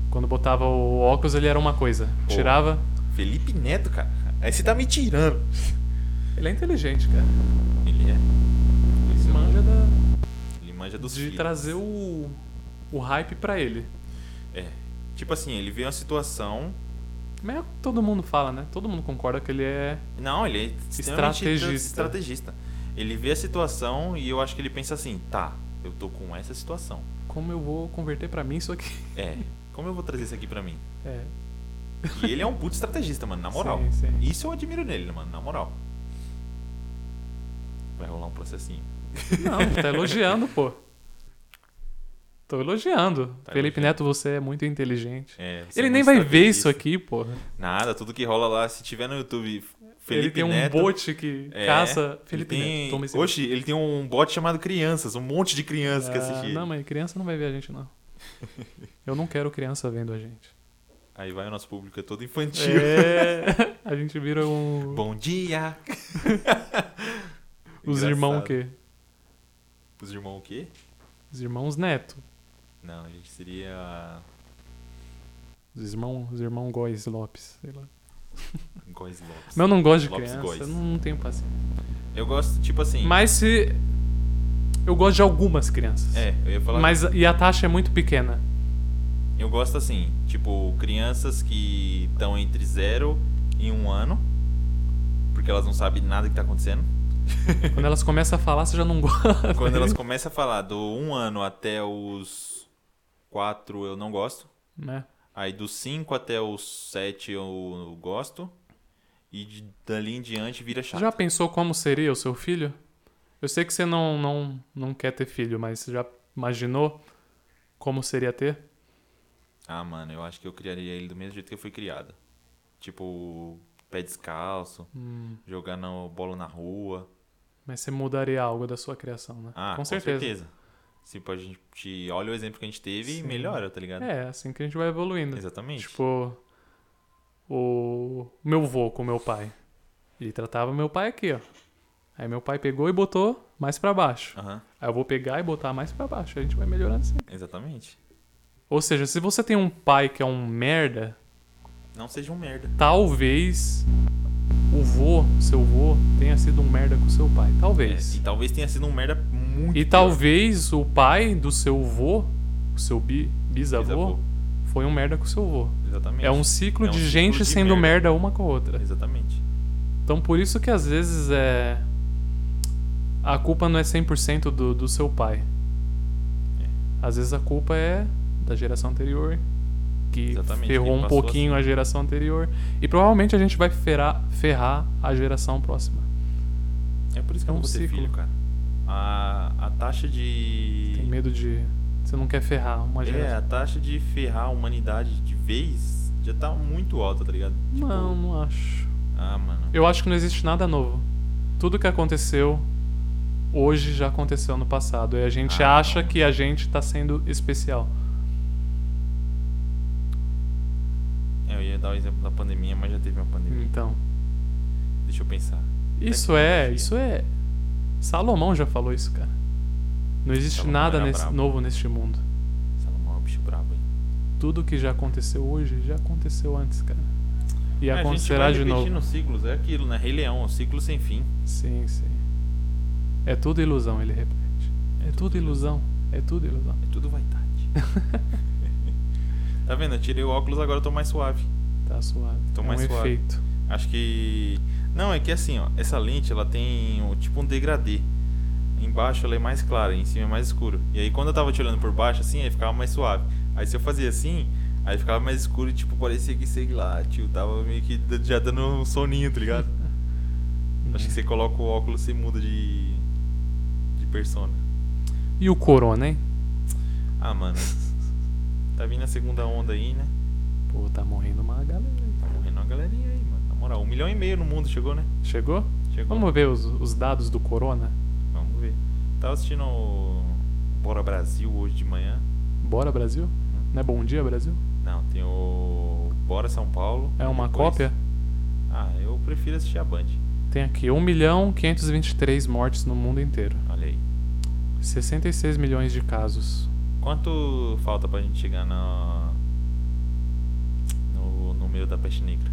[SPEAKER 2] Quando botava o óculos, ele era uma coisa.
[SPEAKER 1] Pô.
[SPEAKER 2] Tirava.
[SPEAKER 1] Felipe Neto, cara. Aí você tá me tirando.
[SPEAKER 2] Ele é inteligente, cara.
[SPEAKER 1] Ele é. Esse
[SPEAKER 2] Ele
[SPEAKER 1] é um-
[SPEAKER 2] manja da-
[SPEAKER 1] Ele manja dos
[SPEAKER 2] de
[SPEAKER 1] filhos.
[SPEAKER 2] trazer o, o hype pra ele.
[SPEAKER 1] É. Tipo assim, ele vê uma situação.
[SPEAKER 2] Mas é o que todo mundo fala, né? Todo mundo concorda que ele é.
[SPEAKER 1] Não, ele é extremamente
[SPEAKER 2] Estrategista.
[SPEAKER 1] estrategista. Ele vê a situação e eu acho que ele pensa assim, tá, eu tô com essa situação.
[SPEAKER 2] Como eu vou converter pra mim isso aqui?
[SPEAKER 1] É, como eu vou trazer isso aqui pra mim?
[SPEAKER 2] É.
[SPEAKER 1] E ele é um puto estrategista, mano, na moral.
[SPEAKER 2] Sim, sim.
[SPEAKER 1] Isso eu admiro nele, mano, na moral. Vai rolar um processinho.
[SPEAKER 2] Não, tá elogiando, pô. Tô elogiando.
[SPEAKER 1] Tá
[SPEAKER 2] Felipe
[SPEAKER 1] elogiando.
[SPEAKER 2] Neto, você é muito inteligente.
[SPEAKER 1] É, você
[SPEAKER 2] Ele nem
[SPEAKER 1] mostra
[SPEAKER 2] vai ver isso
[SPEAKER 1] isso.
[SPEAKER 2] aqui, porra.
[SPEAKER 1] Nada, tudo que rola lá, se tiver no YouTube, Felipe
[SPEAKER 2] ele tem um
[SPEAKER 1] Neto.
[SPEAKER 2] bote que
[SPEAKER 1] É,
[SPEAKER 2] caça. Felipe
[SPEAKER 1] ele tem...
[SPEAKER 2] Neto, toma esse
[SPEAKER 1] Oxe, ele tem um bot chamado Crianças, um monte de crianças que
[SPEAKER 2] Ah,
[SPEAKER 1] assistir.
[SPEAKER 2] Não, mas criança não vai ver a gente, não. Eu não quero criança vendo a gente.
[SPEAKER 1] Aí vai o nosso público é todo infantil.
[SPEAKER 2] É, a gente vira um,
[SPEAKER 1] Bom dia!
[SPEAKER 2] os
[SPEAKER 1] Engraçado.
[SPEAKER 2] irmãos o quê?
[SPEAKER 1] Os irmãos o quê?
[SPEAKER 2] Os irmãos neto.
[SPEAKER 1] Não, a gente seria.
[SPEAKER 2] Os irmãos os irmão Góis Lopes, sei lá.
[SPEAKER 1] Góis Lopes.
[SPEAKER 2] Mas eu não gosto de
[SPEAKER 1] Lopes
[SPEAKER 2] criança,
[SPEAKER 1] Góes.
[SPEAKER 2] eu não tenho paciência.
[SPEAKER 1] Eu gosto, tipo assim.
[SPEAKER 2] Mas se... Eu gosto de algumas crianças.
[SPEAKER 1] É, eu ia falar.
[SPEAKER 2] Mas, e a taxa é muito pequena.
[SPEAKER 1] Eu gosto assim, tipo, crianças que estão entre 0 e 1 um ano, porque elas não sabem nada que tá acontecendo.
[SPEAKER 2] Quando elas começam a falar, você já não gosta.
[SPEAKER 1] Quando elas começam a falar do 1 um ano até os 4, eu não gosto.
[SPEAKER 2] Né?
[SPEAKER 1] Aí dos 5 até os 7 eu gosto. E de, dali em diante vira
[SPEAKER 2] Você
[SPEAKER 1] chato.
[SPEAKER 2] já pensou como seria o seu filho? Eu sei que você não, não, não quer ter filho, mas você já imaginou como seria ter?
[SPEAKER 1] Ah, mano, eu acho que eu criaria ele do mesmo jeito que eu fui criado. Tipo, pé descalço,
[SPEAKER 2] Hum,
[SPEAKER 1] jogar na bola na rua.
[SPEAKER 2] mas você mudaria algo da sua criação, né?
[SPEAKER 1] Ah, com certeza. Tipo, a gente olha o exemplo que a gente teve e
[SPEAKER 2] Sim.
[SPEAKER 1] melhora, tá ligado?
[SPEAKER 2] É, assim que a gente vai evoluindo.
[SPEAKER 1] Exatamente.
[SPEAKER 2] Tipo, o meu vô com meu pai. Ele tratava meu pai aqui, ó. Aí meu pai pegou e botou mais pra baixo.
[SPEAKER 1] Aham,
[SPEAKER 2] Aí eu vou pegar e botar mais pra baixo. A gente vai melhorando assim.
[SPEAKER 1] exatamente.
[SPEAKER 2] Ou seja, se você tem um pai que é um merda,
[SPEAKER 1] Não seja um merda.
[SPEAKER 2] talvez o vô, seu vô, tenha sido um merda com seu pai.
[SPEAKER 1] É,
[SPEAKER 2] Talvez.
[SPEAKER 1] e talvez tenha sido um merda muito
[SPEAKER 2] e
[SPEAKER 1] pior.
[SPEAKER 2] talvez o pai do seu vô, o seu bi, bisavô,
[SPEAKER 1] Bisavô.
[SPEAKER 2] foi um merda com seu vô.
[SPEAKER 1] Exatamente.
[SPEAKER 2] É um ciclo
[SPEAKER 1] É um
[SPEAKER 2] de
[SPEAKER 1] ciclo
[SPEAKER 2] gente
[SPEAKER 1] de
[SPEAKER 2] sendo merda.
[SPEAKER 1] merda.
[SPEAKER 2] uma com a outra.
[SPEAKER 1] Exatamente.
[SPEAKER 2] Então por isso que às vezes é. A culpa não é 100% do, do seu pai. Às vezes a culpa é da geração anterior, que
[SPEAKER 1] Exatamente, que
[SPEAKER 2] ferrou um
[SPEAKER 1] passou
[SPEAKER 2] pouquinho a geração anterior. E provavelmente a gente vai ferrar, ferrar a geração próxima.
[SPEAKER 1] É por isso que
[SPEAKER 2] É
[SPEAKER 1] eu
[SPEAKER 2] um
[SPEAKER 1] não vou ter
[SPEAKER 2] ciclo.
[SPEAKER 1] filho, cara. A, a taxa de.
[SPEAKER 2] Tem medo de. Você não quer ferrar uma
[SPEAKER 1] É,
[SPEAKER 2] geração.
[SPEAKER 1] a taxa de ferrar a humanidade de vez já tá muito alta, tá ligado? Tipo,
[SPEAKER 2] Não, não acho.
[SPEAKER 1] Ah, mano.
[SPEAKER 2] Eu acho que não existe nada novo. Tudo que aconteceu hoje já aconteceu no passado. E a gente
[SPEAKER 1] Ah,
[SPEAKER 2] acha
[SPEAKER 1] não.
[SPEAKER 2] que a gente tá sendo especial.
[SPEAKER 1] É, Eu ia dar o exemplo da pandemia, mas já teve uma pandemia.
[SPEAKER 2] Então.
[SPEAKER 1] Deixa eu pensar.
[SPEAKER 2] Isso é,
[SPEAKER 1] Tecnologia.
[SPEAKER 2] isso é. Salomão já falou isso, cara. Não existe
[SPEAKER 1] Salomão
[SPEAKER 2] nada
[SPEAKER 1] era
[SPEAKER 2] nesse-
[SPEAKER 1] brabo.
[SPEAKER 2] novo neste mundo.
[SPEAKER 1] Salomão é um bicho brabo, hein?
[SPEAKER 2] Tudo que já aconteceu hoje já aconteceu antes, cara. E
[SPEAKER 1] É,
[SPEAKER 2] acontecerá
[SPEAKER 1] a gente
[SPEAKER 2] de
[SPEAKER 1] vai
[SPEAKER 2] novo.
[SPEAKER 1] repetindo ciclos, é aquilo, né? Rei Leão, um ciclo sem fim.
[SPEAKER 2] Sim, sim. É tudo ilusão, ele repete. É, tudo, ilusão. É tudo ilusão.
[SPEAKER 1] É tudo vaidade. tá vendo? Eu tirei o óculos, agora eu tô mais suave.
[SPEAKER 2] Tá suave.
[SPEAKER 1] Tô
[SPEAKER 2] é
[SPEAKER 1] mais
[SPEAKER 2] um
[SPEAKER 1] suave.
[SPEAKER 2] efeito.
[SPEAKER 1] Acho que. Não, é que assim, ó, essa lente ela tem um- tipo um degradê. Embaixo ela é mais clara, em cima é mais escuro. E aí quando eu tava te olhando por baixo, assim, aí ficava mais suave. Aí se eu fazia assim, aí ficava mais escuro e tipo, parecia que, sei lá, tio, tava meio que d- já dando um soninho, tá ligado? Acho
[SPEAKER 2] Uhum.
[SPEAKER 1] que você coloca o óculos e muda de. de persona.
[SPEAKER 2] E o corona, hein?
[SPEAKER 1] Ah, mano. Tá vindo a segunda onda aí, né?
[SPEAKER 2] Pô, tá morrendo uma galera
[SPEAKER 1] Tá
[SPEAKER 2] aí.
[SPEAKER 1] morrendo uma galerinha aí, mano. Na moral, um milhão e meio no mundo chegou, né?
[SPEAKER 2] Chegou?
[SPEAKER 1] Chegou.
[SPEAKER 2] Vamos ver os, os dados do corona?
[SPEAKER 1] Vamos ver. Tava assistindo o Bora Brasil hoje de manhã.
[SPEAKER 2] Bora, Brasil?
[SPEAKER 1] Uhum.
[SPEAKER 2] Não é bom dia, Brasil?
[SPEAKER 1] Não, tem o Bora São Paulo.
[SPEAKER 2] É uma
[SPEAKER 1] Depois-
[SPEAKER 2] cópia?
[SPEAKER 1] Ah, eu prefiro assistir a Band.
[SPEAKER 2] Tem aqui 1 milhão 523 mortes no mundo inteiro.
[SPEAKER 1] Olha aí.
[SPEAKER 2] 66 milhões de casos.
[SPEAKER 1] Quanto falta pra gente chegar na... no... no meio da peste negra?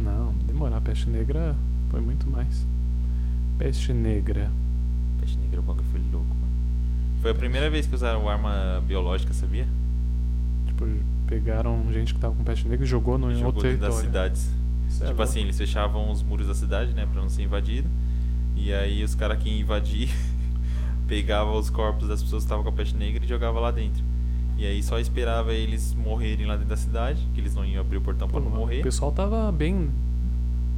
[SPEAKER 2] Não, demorar. Peste negra foi muito mais. Peste negra.
[SPEAKER 1] Peste negra, o bagulho foi louco, mano. Foi a primeira vez que usaram arma biológica, sabia?
[SPEAKER 2] Tipo, pegaram gente que tava com peste negra e jogou no
[SPEAKER 1] Jogou
[SPEAKER 2] outro
[SPEAKER 1] dentro
[SPEAKER 2] um território.
[SPEAKER 1] das cidades.
[SPEAKER 2] Isso é
[SPEAKER 1] tipo
[SPEAKER 2] louco.
[SPEAKER 1] assim, eles fechavam os muros da cidade, né, pra não ser invadido. E aí os caras que iam invadir pegavam os corpos das pessoas que estavam com a peste negra e jogava lá dentro. E aí só esperava eles morrerem lá dentro da cidade, que eles não iam abrir o portão pra
[SPEAKER 2] Pô,
[SPEAKER 1] não
[SPEAKER 2] O
[SPEAKER 1] morrer.
[SPEAKER 2] pessoal tava bem.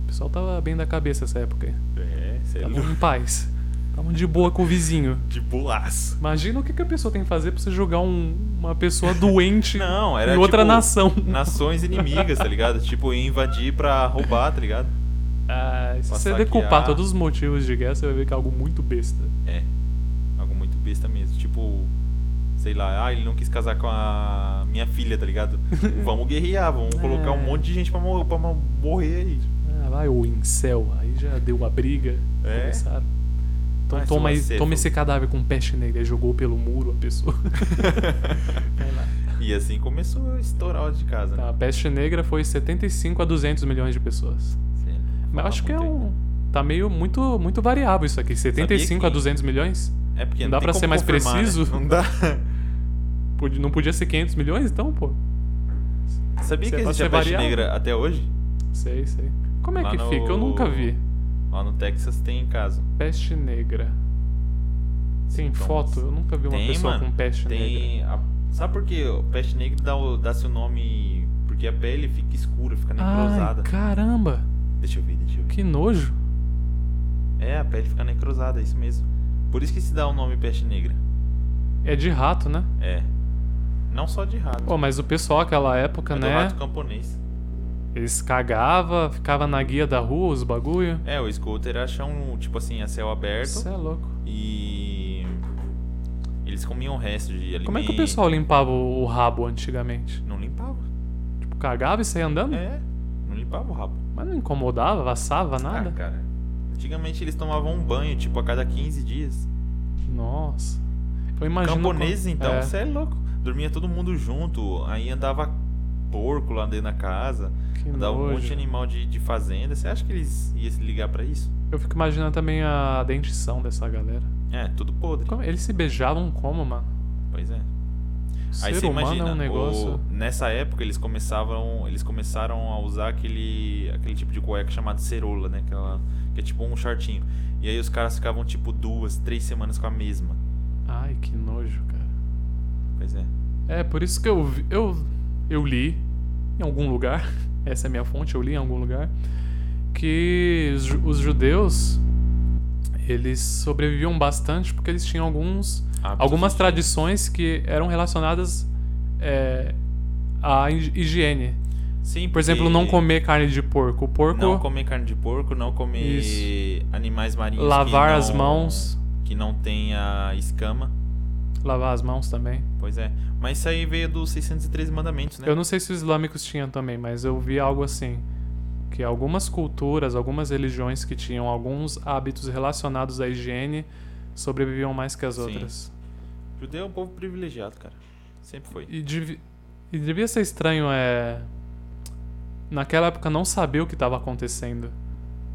[SPEAKER 2] O pessoal tava bem da cabeça essa época aí.
[SPEAKER 1] É, sei
[SPEAKER 2] Tava
[SPEAKER 1] lá.
[SPEAKER 2] em paz. Estavam de boa com o vizinho.
[SPEAKER 1] De boaço.
[SPEAKER 2] Imagina o que, que a pessoa tem que fazer pra você jogar um- uma pessoa doente
[SPEAKER 1] Não, era
[SPEAKER 2] em outra
[SPEAKER 1] tipo,
[SPEAKER 2] nação.
[SPEAKER 1] Nações inimigas, tá ligado? Tipo, ia invadir pra roubar, tá ligado?
[SPEAKER 2] Ah, se
[SPEAKER 1] Pra
[SPEAKER 2] você
[SPEAKER 1] saquear.
[SPEAKER 2] decupar todos os motivos de guerra, você vai ver que é algo muito besta.
[SPEAKER 1] É. Algo muito besta mesmo. Tipo, sei lá, ah, ele não quis casar com a minha filha, tá ligado? vamos guerrear, vamos
[SPEAKER 2] É.
[SPEAKER 1] colocar um monte de gente pra, mor pra mo- morrer aí.
[SPEAKER 2] Ah, vai, o incel. Aí já deu uma briga.
[SPEAKER 1] É?
[SPEAKER 2] Começaram. Então
[SPEAKER 1] Ah,
[SPEAKER 2] toma, aí-
[SPEAKER 1] seu
[SPEAKER 2] toma esse
[SPEAKER 1] acéfalo.
[SPEAKER 2] cadáver com peste negra. Aí Jogou pelo muro a pessoa. Vai lá.
[SPEAKER 1] E assim começou a estourar de casa,
[SPEAKER 2] Tá, a
[SPEAKER 1] né?
[SPEAKER 2] peste negra foi 75 a 200 milhões de pessoas.
[SPEAKER 1] Sei lá,
[SPEAKER 2] Tá. Mas
[SPEAKER 1] falar
[SPEAKER 2] eu acho que é
[SPEAKER 1] muito aí.
[SPEAKER 2] um. Tá meio muito, muito variável isso aqui. 75 a
[SPEAKER 1] que-
[SPEAKER 2] 200 milhões?
[SPEAKER 1] É porque
[SPEAKER 2] Não
[SPEAKER 1] não
[SPEAKER 2] dá
[SPEAKER 1] tem
[SPEAKER 2] pra
[SPEAKER 1] como
[SPEAKER 2] ser mais
[SPEAKER 1] confirmar, né?
[SPEAKER 2] preciso?
[SPEAKER 1] Não dá.
[SPEAKER 2] Pod- Não podia ser 500 milhões, então, pô?
[SPEAKER 1] Sabia
[SPEAKER 2] Você
[SPEAKER 1] que existe
[SPEAKER 2] pode
[SPEAKER 1] a peste
[SPEAKER 2] variar.
[SPEAKER 1] negra até hoje?
[SPEAKER 2] Sei, sei. Como é
[SPEAKER 1] Lá
[SPEAKER 2] que
[SPEAKER 1] no-
[SPEAKER 2] fica? Eu nunca vi.
[SPEAKER 1] Lá no Texas tem em casa.
[SPEAKER 2] Peste negra. Tem
[SPEAKER 1] Sintomas.
[SPEAKER 2] foto? Eu nunca vi uma
[SPEAKER 1] Tem,
[SPEAKER 2] pessoa
[SPEAKER 1] mano.
[SPEAKER 2] com peste negra.
[SPEAKER 1] Tem. A... Sabe por que o peste negra dá o- dá-se o nome. Porque a pele fica escura, fica
[SPEAKER 2] Ai,
[SPEAKER 1] necrosada.
[SPEAKER 2] caramba!
[SPEAKER 1] Deixa eu ver, deixa eu ver.
[SPEAKER 2] Que nojo.
[SPEAKER 1] É, a pele fica necrosada, é isso mesmo. Por isso que se dá o nome peste negra.
[SPEAKER 2] É de rato, né?
[SPEAKER 1] É. Não só de rato.
[SPEAKER 2] Pô, mas o pessoal naquela época,
[SPEAKER 1] é do
[SPEAKER 2] né?
[SPEAKER 1] rato camponês.
[SPEAKER 2] Eles cagava, ficava na guia da rua, os bagulho.
[SPEAKER 1] É, o scooter acha um, tipo assim, a céu aberto
[SPEAKER 2] Isso é louco.
[SPEAKER 1] e. Eles comiam o resto de alimento.
[SPEAKER 2] Como é que o pessoal limpava o o rabo antigamente?
[SPEAKER 1] Não limpava.
[SPEAKER 2] Tipo, cagava e saía andando?
[SPEAKER 1] É, não limpava o rabo.
[SPEAKER 2] Mas não incomodava, vassava,
[SPEAKER 1] Ah,
[SPEAKER 2] nada?
[SPEAKER 1] cara. Antigamente eles tomavam um banho, tipo, a cada 15 dias.
[SPEAKER 2] Nossa. Eu imagino.
[SPEAKER 1] Camponeses,
[SPEAKER 2] quando-
[SPEAKER 1] então,
[SPEAKER 2] É.
[SPEAKER 1] você é. louco. Dormia todo mundo junto, aí andava porco lá dentro da casa,
[SPEAKER 2] Que
[SPEAKER 1] andava um monte de
[SPEAKER 2] nojo.
[SPEAKER 1] animal de, de fazenda. Você acha que eles iam se ligar pra isso?
[SPEAKER 2] Eu fico imaginando também a dentição dessa galera.
[SPEAKER 1] É, tudo podre.
[SPEAKER 2] Como- Eles se beijavam como, mano?
[SPEAKER 1] Pois é.
[SPEAKER 2] O
[SPEAKER 1] Aí
[SPEAKER 2] ser
[SPEAKER 1] você
[SPEAKER 2] humano
[SPEAKER 1] imagina,
[SPEAKER 2] é um negócio.
[SPEAKER 1] o- nessa época eles começavam, eles começaram a usar aquele, aquele tipo de cueca chamado cerola, né? Aquela, que é tipo um shortinho. E aí os caras ficavam tipo duas, três semanas com a mesma.
[SPEAKER 2] Ai, que nojo, cara.
[SPEAKER 1] Pois é.
[SPEAKER 2] É, por isso que eu, vi- eu, eu li em algum lugar, essa é a minha fonte, eu li em algum lugar, que os, ju- os judeus, eles sobreviviam bastante porque eles tinham alguns,
[SPEAKER 1] Hábitos
[SPEAKER 2] algumas
[SPEAKER 1] de-
[SPEAKER 2] tradições que eram relacionadas é, à hi- higiene.
[SPEAKER 1] Sim,
[SPEAKER 2] Por exemplo, não comer carne de porco. O porco,
[SPEAKER 1] Não comer carne de porco, não comer
[SPEAKER 2] Isso.
[SPEAKER 1] animais marinhos. que
[SPEAKER 2] lavar as
[SPEAKER 1] não-
[SPEAKER 2] mãos,
[SPEAKER 1] Que não tenha escama.
[SPEAKER 2] lavar as mãos também.
[SPEAKER 1] Pois é. Mas isso aí veio dos 613 mandamentos, né?
[SPEAKER 2] Eu não sei se os islâmicos tinham também, mas eu vi algo assim. Que algumas culturas, algumas religiões que tinham alguns hábitos relacionados à higiene sobreviviam mais que as
[SPEAKER 1] Sim.
[SPEAKER 2] outras.
[SPEAKER 1] Judeu é um povo privilegiado, cara. Sempre foi.
[SPEAKER 2] E, devi- e devia ser estranho, é. Naquela época não saber o que estava acontecendo.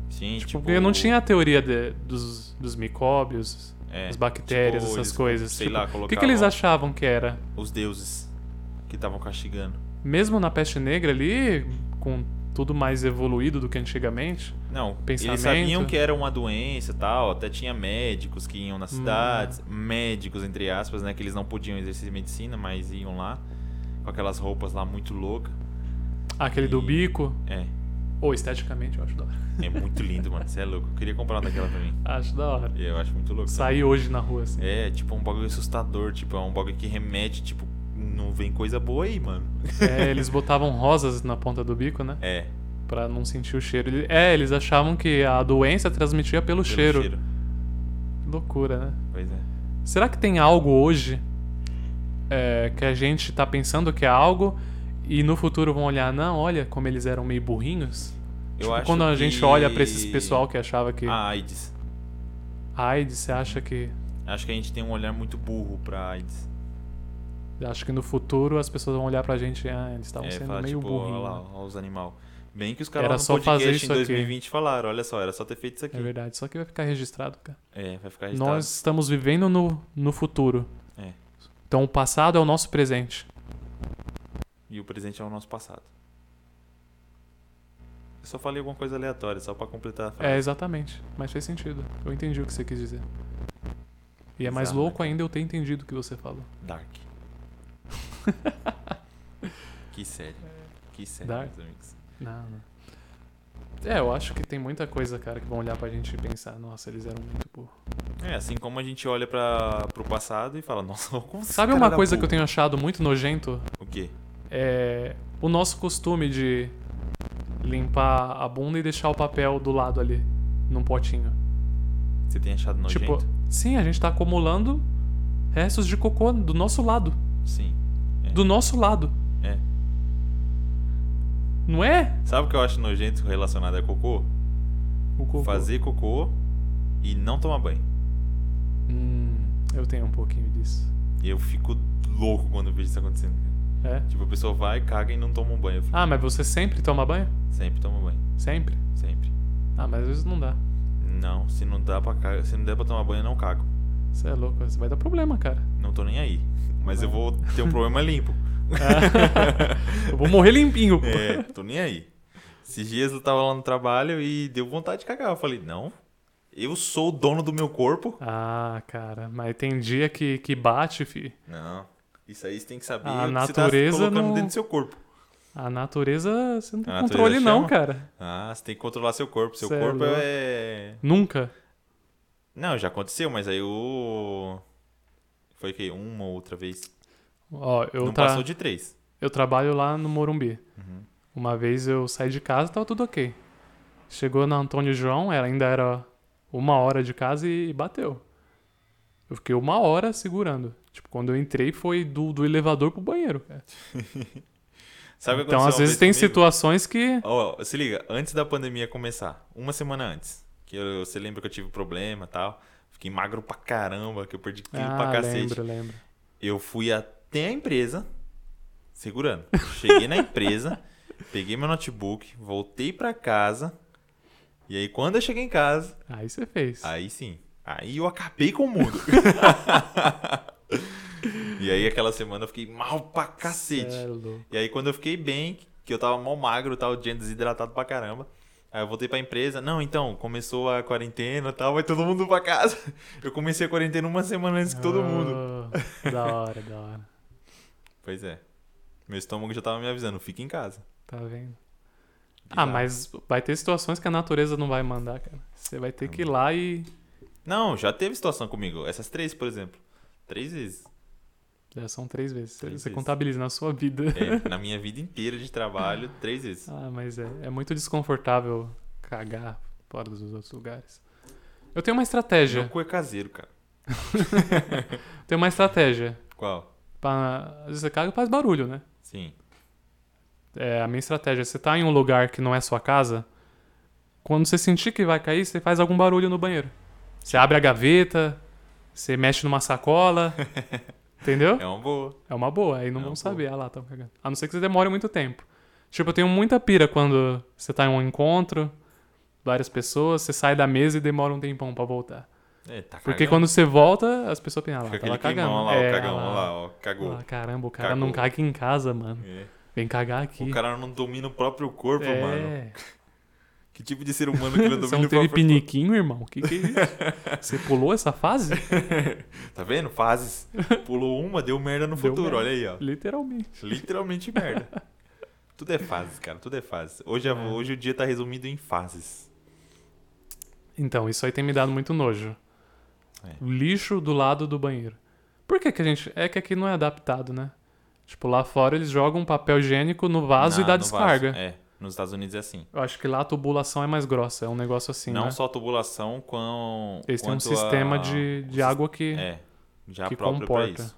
[SPEAKER 1] Sim,
[SPEAKER 2] Tipo,
[SPEAKER 1] tipo...
[SPEAKER 2] porque não tinha a teoria de- dos, dos micróbios,
[SPEAKER 1] É,
[SPEAKER 2] das bactérias,
[SPEAKER 1] tipo,
[SPEAKER 2] essas
[SPEAKER 1] eles-
[SPEAKER 2] coisas.
[SPEAKER 1] sei
[SPEAKER 2] Tipo,
[SPEAKER 1] lá,
[SPEAKER 2] o que, que eles
[SPEAKER 1] colocavam-
[SPEAKER 2] achavam que era?
[SPEAKER 1] Os deuses que estavam castigando.
[SPEAKER 2] Mesmo na peste negra ali, com tudo mais evoluído do que antigamente,
[SPEAKER 1] Não,
[SPEAKER 2] Pensamento.
[SPEAKER 1] eles sabiam que era uma doença e tal, até tinha médicos que iam
[SPEAKER 2] Hum.
[SPEAKER 1] nas cidades, médicos entre aspas, né, que eles não podiam exercer medicina, mas iam lá com aquelas roupas lá muito louca.
[SPEAKER 2] aquele do
[SPEAKER 1] E-
[SPEAKER 2] bico,
[SPEAKER 1] É,
[SPEAKER 2] Ou esteticamente, eu acho da hora.
[SPEAKER 1] é muito lindo, mano, você é louco. Eu queria comprar uma daquela pra mim.
[SPEAKER 2] Acho da hora.
[SPEAKER 1] Eu acho muito louco.
[SPEAKER 2] Sair hoje na rua, assim.
[SPEAKER 1] É, tipo um bagulho assustador, tipo, é um bagulho que remete, tipo, não vem coisa boa aí, mano.
[SPEAKER 2] É, eles botavam rosas na ponta do bico, né?
[SPEAKER 1] É,
[SPEAKER 2] Pra não sentir o cheiro. Ele- É, eles achavam que a doença transmitia pelo,
[SPEAKER 1] pelo
[SPEAKER 2] cheiro. Loucura, né?
[SPEAKER 1] Pois é.
[SPEAKER 2] Será que tem algo hoje é, que a gente tá pensando que é algo e no futuro vão olhar, não, olha como eles eram meio burrinhos?
[SPEAKER 1] Eu
[SPEAKER 2] tipo,
[SPEAKER 1] acho
[SPEAKER 2] quando a gente
[SPEAKER 1] que- Ah.
[SPEAKER 2] olha pra esses pessoal que achava que
[SPEAKER 1] A AIDS.
[SPEAKER 2] a AIDS, você acha que.
[SPEAKER 1] Acho que a gente tem um olhar muito burro pra AIDS.
[SPEAKER 2] Acho que no futuro as pessoas vão olhar pra gente, ah, eles estavam
[SPEAKER 1] É,
[SPEAKER 2] sendo
[SPEAKER 1] fala,
[SPEAKER 2] meio
[SPEAKER 1] tipo,
[SPEAKER 2] burrinhos.
[SPEAKER 1] olha lá, olha os animal. Bem que os caras
[SPEAKER 2] Era
[SPEAKER 1] lá no
[SPEAKER 2] só
[SPEAKER 1] podcast
[SPEAKER 2] fazer isso
[SPEAKER 1] em
[SPEAKER 2] aqui.
[SPEAKER 1] 2020 falaram, olha só, era só ter feito isso aqui.
[SPEAKER 2] É verdade, só que vai ficar registrado, cara.
[SPEAKER 1] É, vai ficar registrado.
[SPEAKER 2] Nós estamos vivendo no, no futuro.
[SPEAKER 1] É.
[SPEAKER 2] Então o passado é o nosso presente.
[SPEAKER 1] E o presente é o nosso passado. Eu só falei alguma coisa aleatória, só pra completar a frase.
[SPEAKER 2] É, exatamente. Mas fez sentido. Eu entendi o que você quis dizer. E é mais
[SPEAKER 1] Bizarro,
[SPEAKER 2] louco
[SPEAKER 1] né?
[SPEAKER 2] ainda eu ter entendido o que você falou.
[SPEAKER 1] Dark. que série. Que série,
[SPEAKER 2] É. Dark.
[SPEAKER 1] meus amigos.
[SPEAKER 2] Não, não. É, eu acho que tem muita coisa, cara, que vão olhar pra gente e pensar, nossa, eles eram muito burros.
[SPEAKER 1] É, assim como a gente olha para pro passado e fala, nossa, como esse
[SPEAKER 2] Sabe
[SPEAKER 1] cara
[SPEAKER 2] uma
[SPEAKER 1] era
[SPEAKER 2] coisa que eu
[SPEAKER 1] burro?
[SPEAKER 2] tenho achado muito nojento?
[SPEAKER 1] O quê?
[SPEAKER 2] É o nosso costume de limpar a bunda e deixar o papel do lado ali, num potinho.
[SPEAKER 1] Você tem achado nojento?
[SPEAKER 2] Tipo, sim, a gente tá acumulando restos de cocô do nosso lado.
[SPEAKER 1] Sim. É.
[SPEAKER 2] Do nosso lado.
[SPEAKER 1] É.
[SPEAKER 2] Não é?
[SPEAKER 1] Sabe o que eu acho nojento relacionado a cocô?
[SPEAKER 2] O cocô.
[SPEAKER 1] Fazer cocô e não tomar banho.
[SPEAKER 2] Hum, eu tenho um pouquinho disso.
[SPEAKER 1] Eu fico louco quando eu vejo isso acontecendo. cara.
[SPEAKER 2] É.
[SPEAKER 1] Tipo, a pessoa vai, caga e não toma um banho. Eu fico,
[SPEAKER 2] Ah, mas você sempre toma banho?
[SPEAKER 1] sempre toma banho.
[SPEAKER 2] Sempre?
[SPEAKER 1] Sempre.
[SPEAKER 2] Ah, mas às vezes não dá.
[SPEAKER 1] Não, se não dá pra cagar, se não der pra tomar banho, eu não cago.
[SPEAKER 2] Você é louco, você vai dar problema, cara.
[SPEAKER 1] Não tô nem aí. Mas eu vou ter um problema limpo.
[SPEAKER 2] Eu vou morrer limpinho. pô.
[SPEAKER 1] É, tô nem aí. Esses dias eu tava lá no trabalho e deu vontade de cagar. Eu falei, não, eu sou o dono do meu corpo.
[SPEAKER 2] Ah, cara, mas tem dia que, que bate, fi.
[SPEAKER 1] Não, isso aí você tem que saber
[SPEAKER 2] A
[SPEAKER 1] o que
[SPEAKER 2] natureza
[SPEAKER 1] você tá colocando
[SPEAKER 2] não-
[SPEAKER 1] dentro do seu corpo.
[SPEAKER 2] A natureza, você não
[SPEAKER 1] A
[SPEAKER 2] tem
[SPEAKER 1] natureza
[SPEAKER 2] controle não,
[SPEAKER 1] chama?
[SPEAKER 2] cara.
[SPEAKER 1] Ah, você tem que controlar seu corpo. Seu
[SPEAKER 2] Cê é
[SPEAKER 1] corpo
[SPEAKER 2] louco.
[SPEAKER 1] é...
[SPEAKER 2] Nunca.
[SPEAKER 1] Não, já aconteceu, mas aí o... Foi que uma ou outra vez.
[SPEAKER 2] Ó, eu, tá-
[SPEAKER 1] não
[SPEAKER 2] tra-
[SPEAKER 1] passou de três.
[SPEAKER 2] eu trabalho lá no Morumbi.
[SPEAKER 1] Uhum.
[SPEAKER 2] Uma vez eu saí de casa, tava tudo ok. Chegou na Antônio João, ela ainda era uma hora de casa e bateu. Eu fiquei uma hora segurando. Tipo, quando eu entrei foi do, do elevador pro banheiro. cara.
[SPEAKER 1] É. Sabe o que aconteceu
[SPEAKER 2] Então, às
[SPEAKER 1] uma
[SPEAKER 2] vezes
[SPEAKER 1] vez
[SPEAKER 2] tem
[SPEAKER 1] comigo?
[SPEAKER 2] situações que.
[SPEAKER 1] Ó, ó, se liga, antes da pandemia começar, uma semana antes, que eu, você lembra que eu tive problema e tal, fiquei magro pra caramba, que eu perdi quilo pra
[SPEAKER 2] Ah,
[SPEAKER 1] cacete.
[SPEAKER 2] lembro, lembro.
[SPEAKER 1] Eu fui até a empresa, segurando. Cheguei na empresa, peguei meu notebook, voltei pra casa, e aí quando eu cheguei em casa,
[SPEAKER 2] Aí você fez.
[SPEAKER 1] aí sim, aí eu acabei com o mundo. e aí aquela semana eu fiquei mal pra cacete.
[SPEAKER 2] Cê é louco.
[SPEAKER 1] E aí quando eu fiquei bem, que eu tava mal magro, tal, dia desidratado pra caramba. Aí eu voltei pra empresa. Não, então, começou a quarentena e tal, vai todo mundo pra casa. Eu comecei a quarentena uma semana antes que todo mundo.
[SPEAKER 2] Ah, da hora, da hora.
[SPEAKER 1] Pois é. Meu estômago já tava me avisando, fica em casa.
[SPEAKER 2] Tá vendo? Ah,
[SPEAKER 1] Bizarro.
[SPEAKER 2] mas vai ter situações que a natureza não vai mandar, cara. Você vai ter que ir lá e.
[SPEAKER 1] Não, já teve situação comigo. Essas três, por exemplo. Três vezes.
[SPEAKER 2] Já É, são três vezes. Você-
[SPEAKER 1] Três
[SPEAKER 2] você
[SPEAKER 1] vezes.
[SPEAKER 2] contabiliza na sua vida.
[SPEAKER 1] É, na minha vida inteira de trabalho, três vezes.
[SPEAKER 2] Ah, mas é, é muito desconfortável cagar fora dos outros lugares. Eu tenho uma
[SPEAKER 1] Meu
[SPEAKER 2] estratégia.
[SPEAKER 1] cu é caseiro, cara.
[SPEAKER 2] Tenho uma estratégia.
[SPEAKER 1] Qual?
[SPEAKER 2] Pra... Às vezes você caga e faz barulho, né?
[SPEAKER 1] Sim.
[SPEAKER 2] É, a minha estratégia é você tá em um lugar que não é sua casa, quando você sentir que vai cair, você faz algum barulho no banheiro. Você abre a gaveta, você mexe numa sacola, entendeu?
[SPEAKER 1] É uma boa.
[SPEAKER 2] É uma boa, aí não
[SPEAKER 1] É
[SPEAKER 2] vão
[SPEAKER 1] uma
[SPEAKER 2] saber, ah lá, tão cagando. A não ser que você demore muito tempo. Tipo, eu tenho muita pira quando você tá em um encontro, várias pessoas, você sai da mesa e demora um tempão pra voltar.
[SPEAKER 1] É, tá
[SPEAKER 2] Porque
[SPEAKER 1] cagando.
[SPEAKER 2] quando você volta, as pessoas pensam, ah lá,
[SPEAKER 1] Fica
[SPEAKER 2] tava
[SPEAKER 1] aquele
[SPEAKER 2] cagando.
[SPEAKER 1] queimão lá,
[SPEAKER 2] É,
[SPEAKER 1] ó, cagão,
[SPEAKER 2] ah
[SPEAKER 1] ó lá, ó, cagou.
[SPEAKER 2] Ah, caramba, o cara não
[SPEAKER 1] Cagou.
[SPEAKER 2] caga em casa, mano.
[SPEAKER 1] É.
[SPEAKER 2] Vem cagar aqui.
[SPEAKER 1] O cara não domina o próprio corpo,
[SPEAKER 2] é... um
[SPEAKER 1] mano. Que tipo de ser humano que ele
[SPEAKER 2] Você
[SPEAKER 1] domina
[SPEAKER 2] não
[SPEAKER 1] o próprio
[SPEAKER 2] teve
[SPEAKER 1] corpo?
[SPEAKER 2] piniquinho, irmão? Que que é isso? Você pulou essa fase?
[SPEAKER 1] Tá vendo? Fases. Pulou uma, deu merda no
[SPEAKER 2] Deu
[SPEAKER 1] futuro.
[SPEAKER 2] merda.
[SPEAKER 1] Olha aí, ó.
[SPEAKER 2] Literalmente.
[SPEAKER 1] Literalmente merda. Tudo é fases, cara. Tudo é fases. Hoje, a-
[SPEAKER 2] É.
[SPEAKER 1] hoje o dia tá resumido em fases.
[SPEAKER 2] Então, isso aí tem me dado muito nojo.
[SPEAKER 1] É.
[SPEAKER 2] Lixo do lado do banheiro. Por que que a gente... É que aqui não é adaptado, né? Tipo, lá fora eles jogam papel higiênico no vaso
[SPEAKER 1] Na-
[SPEAKER 2] e dá
[SPEAKER 1] no vaso.
[SPEAKER 2] descarga.
[SPEAKER 1] É. Nos Estados Unidos é assim.
[SPEAKER 2] Eu acho que lá a tubulação é mais grossa, é um negócio assim,
[SPEAKER 1] não
[SPEAKER 2] né?
[SPEAKER 1] só a tubulação, com.
[SPEAKER 2] Eles têm um
[SPEAKER 1] quanto a-
[SPEAKER 2] sistema de, de água que...
[SPEAKER 1] É. Já
[SPEAKER 2] que
[SPEAKER 1] próprio
[SPEAKER 2] comporta.
[SPEAKER 1] pra isso.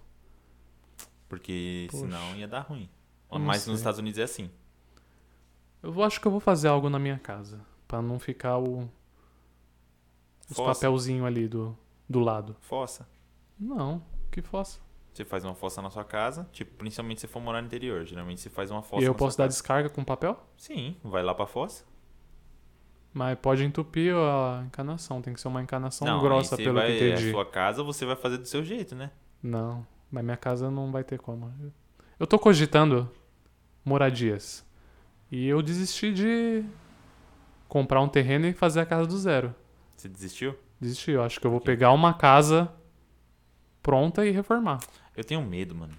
[SPEAKER 1] Porque
[SPEAKER 2] Poxa.
[SPEAKER 1] senão ia dar ruim.
[SPEAKER 2] Eu não
[SPEAKER 1] Mas
[SPEAKER 2] sei.
[SPEAKER 1] nos Estados Unidos é assim.
[SPEAKER 2] Eu vou- acho que eu vou fazer algo na minha casa. Pra não ficar o... Os
[SPEAKER 1] Fossa.
[SPEAKER 2] papelzinhos ali do, do lado.
[SPEAKER 1] Fossa.
[SPEAKER 2] Não, que fossa.
[SPEAKER 1] Você faz uma fossa na sua casa, tipo, principalmente se você for morar no interior. Geralmente você faz uma fossa
[SPEAKER 2] E eu
[SPEAKER 1] na
[SPEAKER 2] posso
[SPEAKER 1] sua
[SPEAKER 2] dar
[SPEAKER 1] casa.
[SPEAKER 2] descarga com papel?
[SPEAKER 1] Sim, vai lá pra fossa.
[SPEAKER 2] Mas pode entupir a encanação, tem que ser uma encanação
[SPEAKER 1] aí
[SPEAKER 2] grossa,
[SPEAKER 1] você
[SPEAKER 2] pelo
[SPEAKER 1] vai,
[SPEAKER 2] que entendi.
[SPEAKER 1] É a sua casa, você vai fazer do seu jeito, né?
[SPEAKER 2] Não, mas minha casa não vai ter como. Eu tô cogitando moradias. E eu desisti de comprar um terreno e fazer a casa do zero.
[SPEAKER 1] Você desistiu?
[SPEAKER 2] Desisti, eu acho que eu vou pegar uma casa pronta e reformar.
[SPEAKER 1] Eu tenho medo, mano.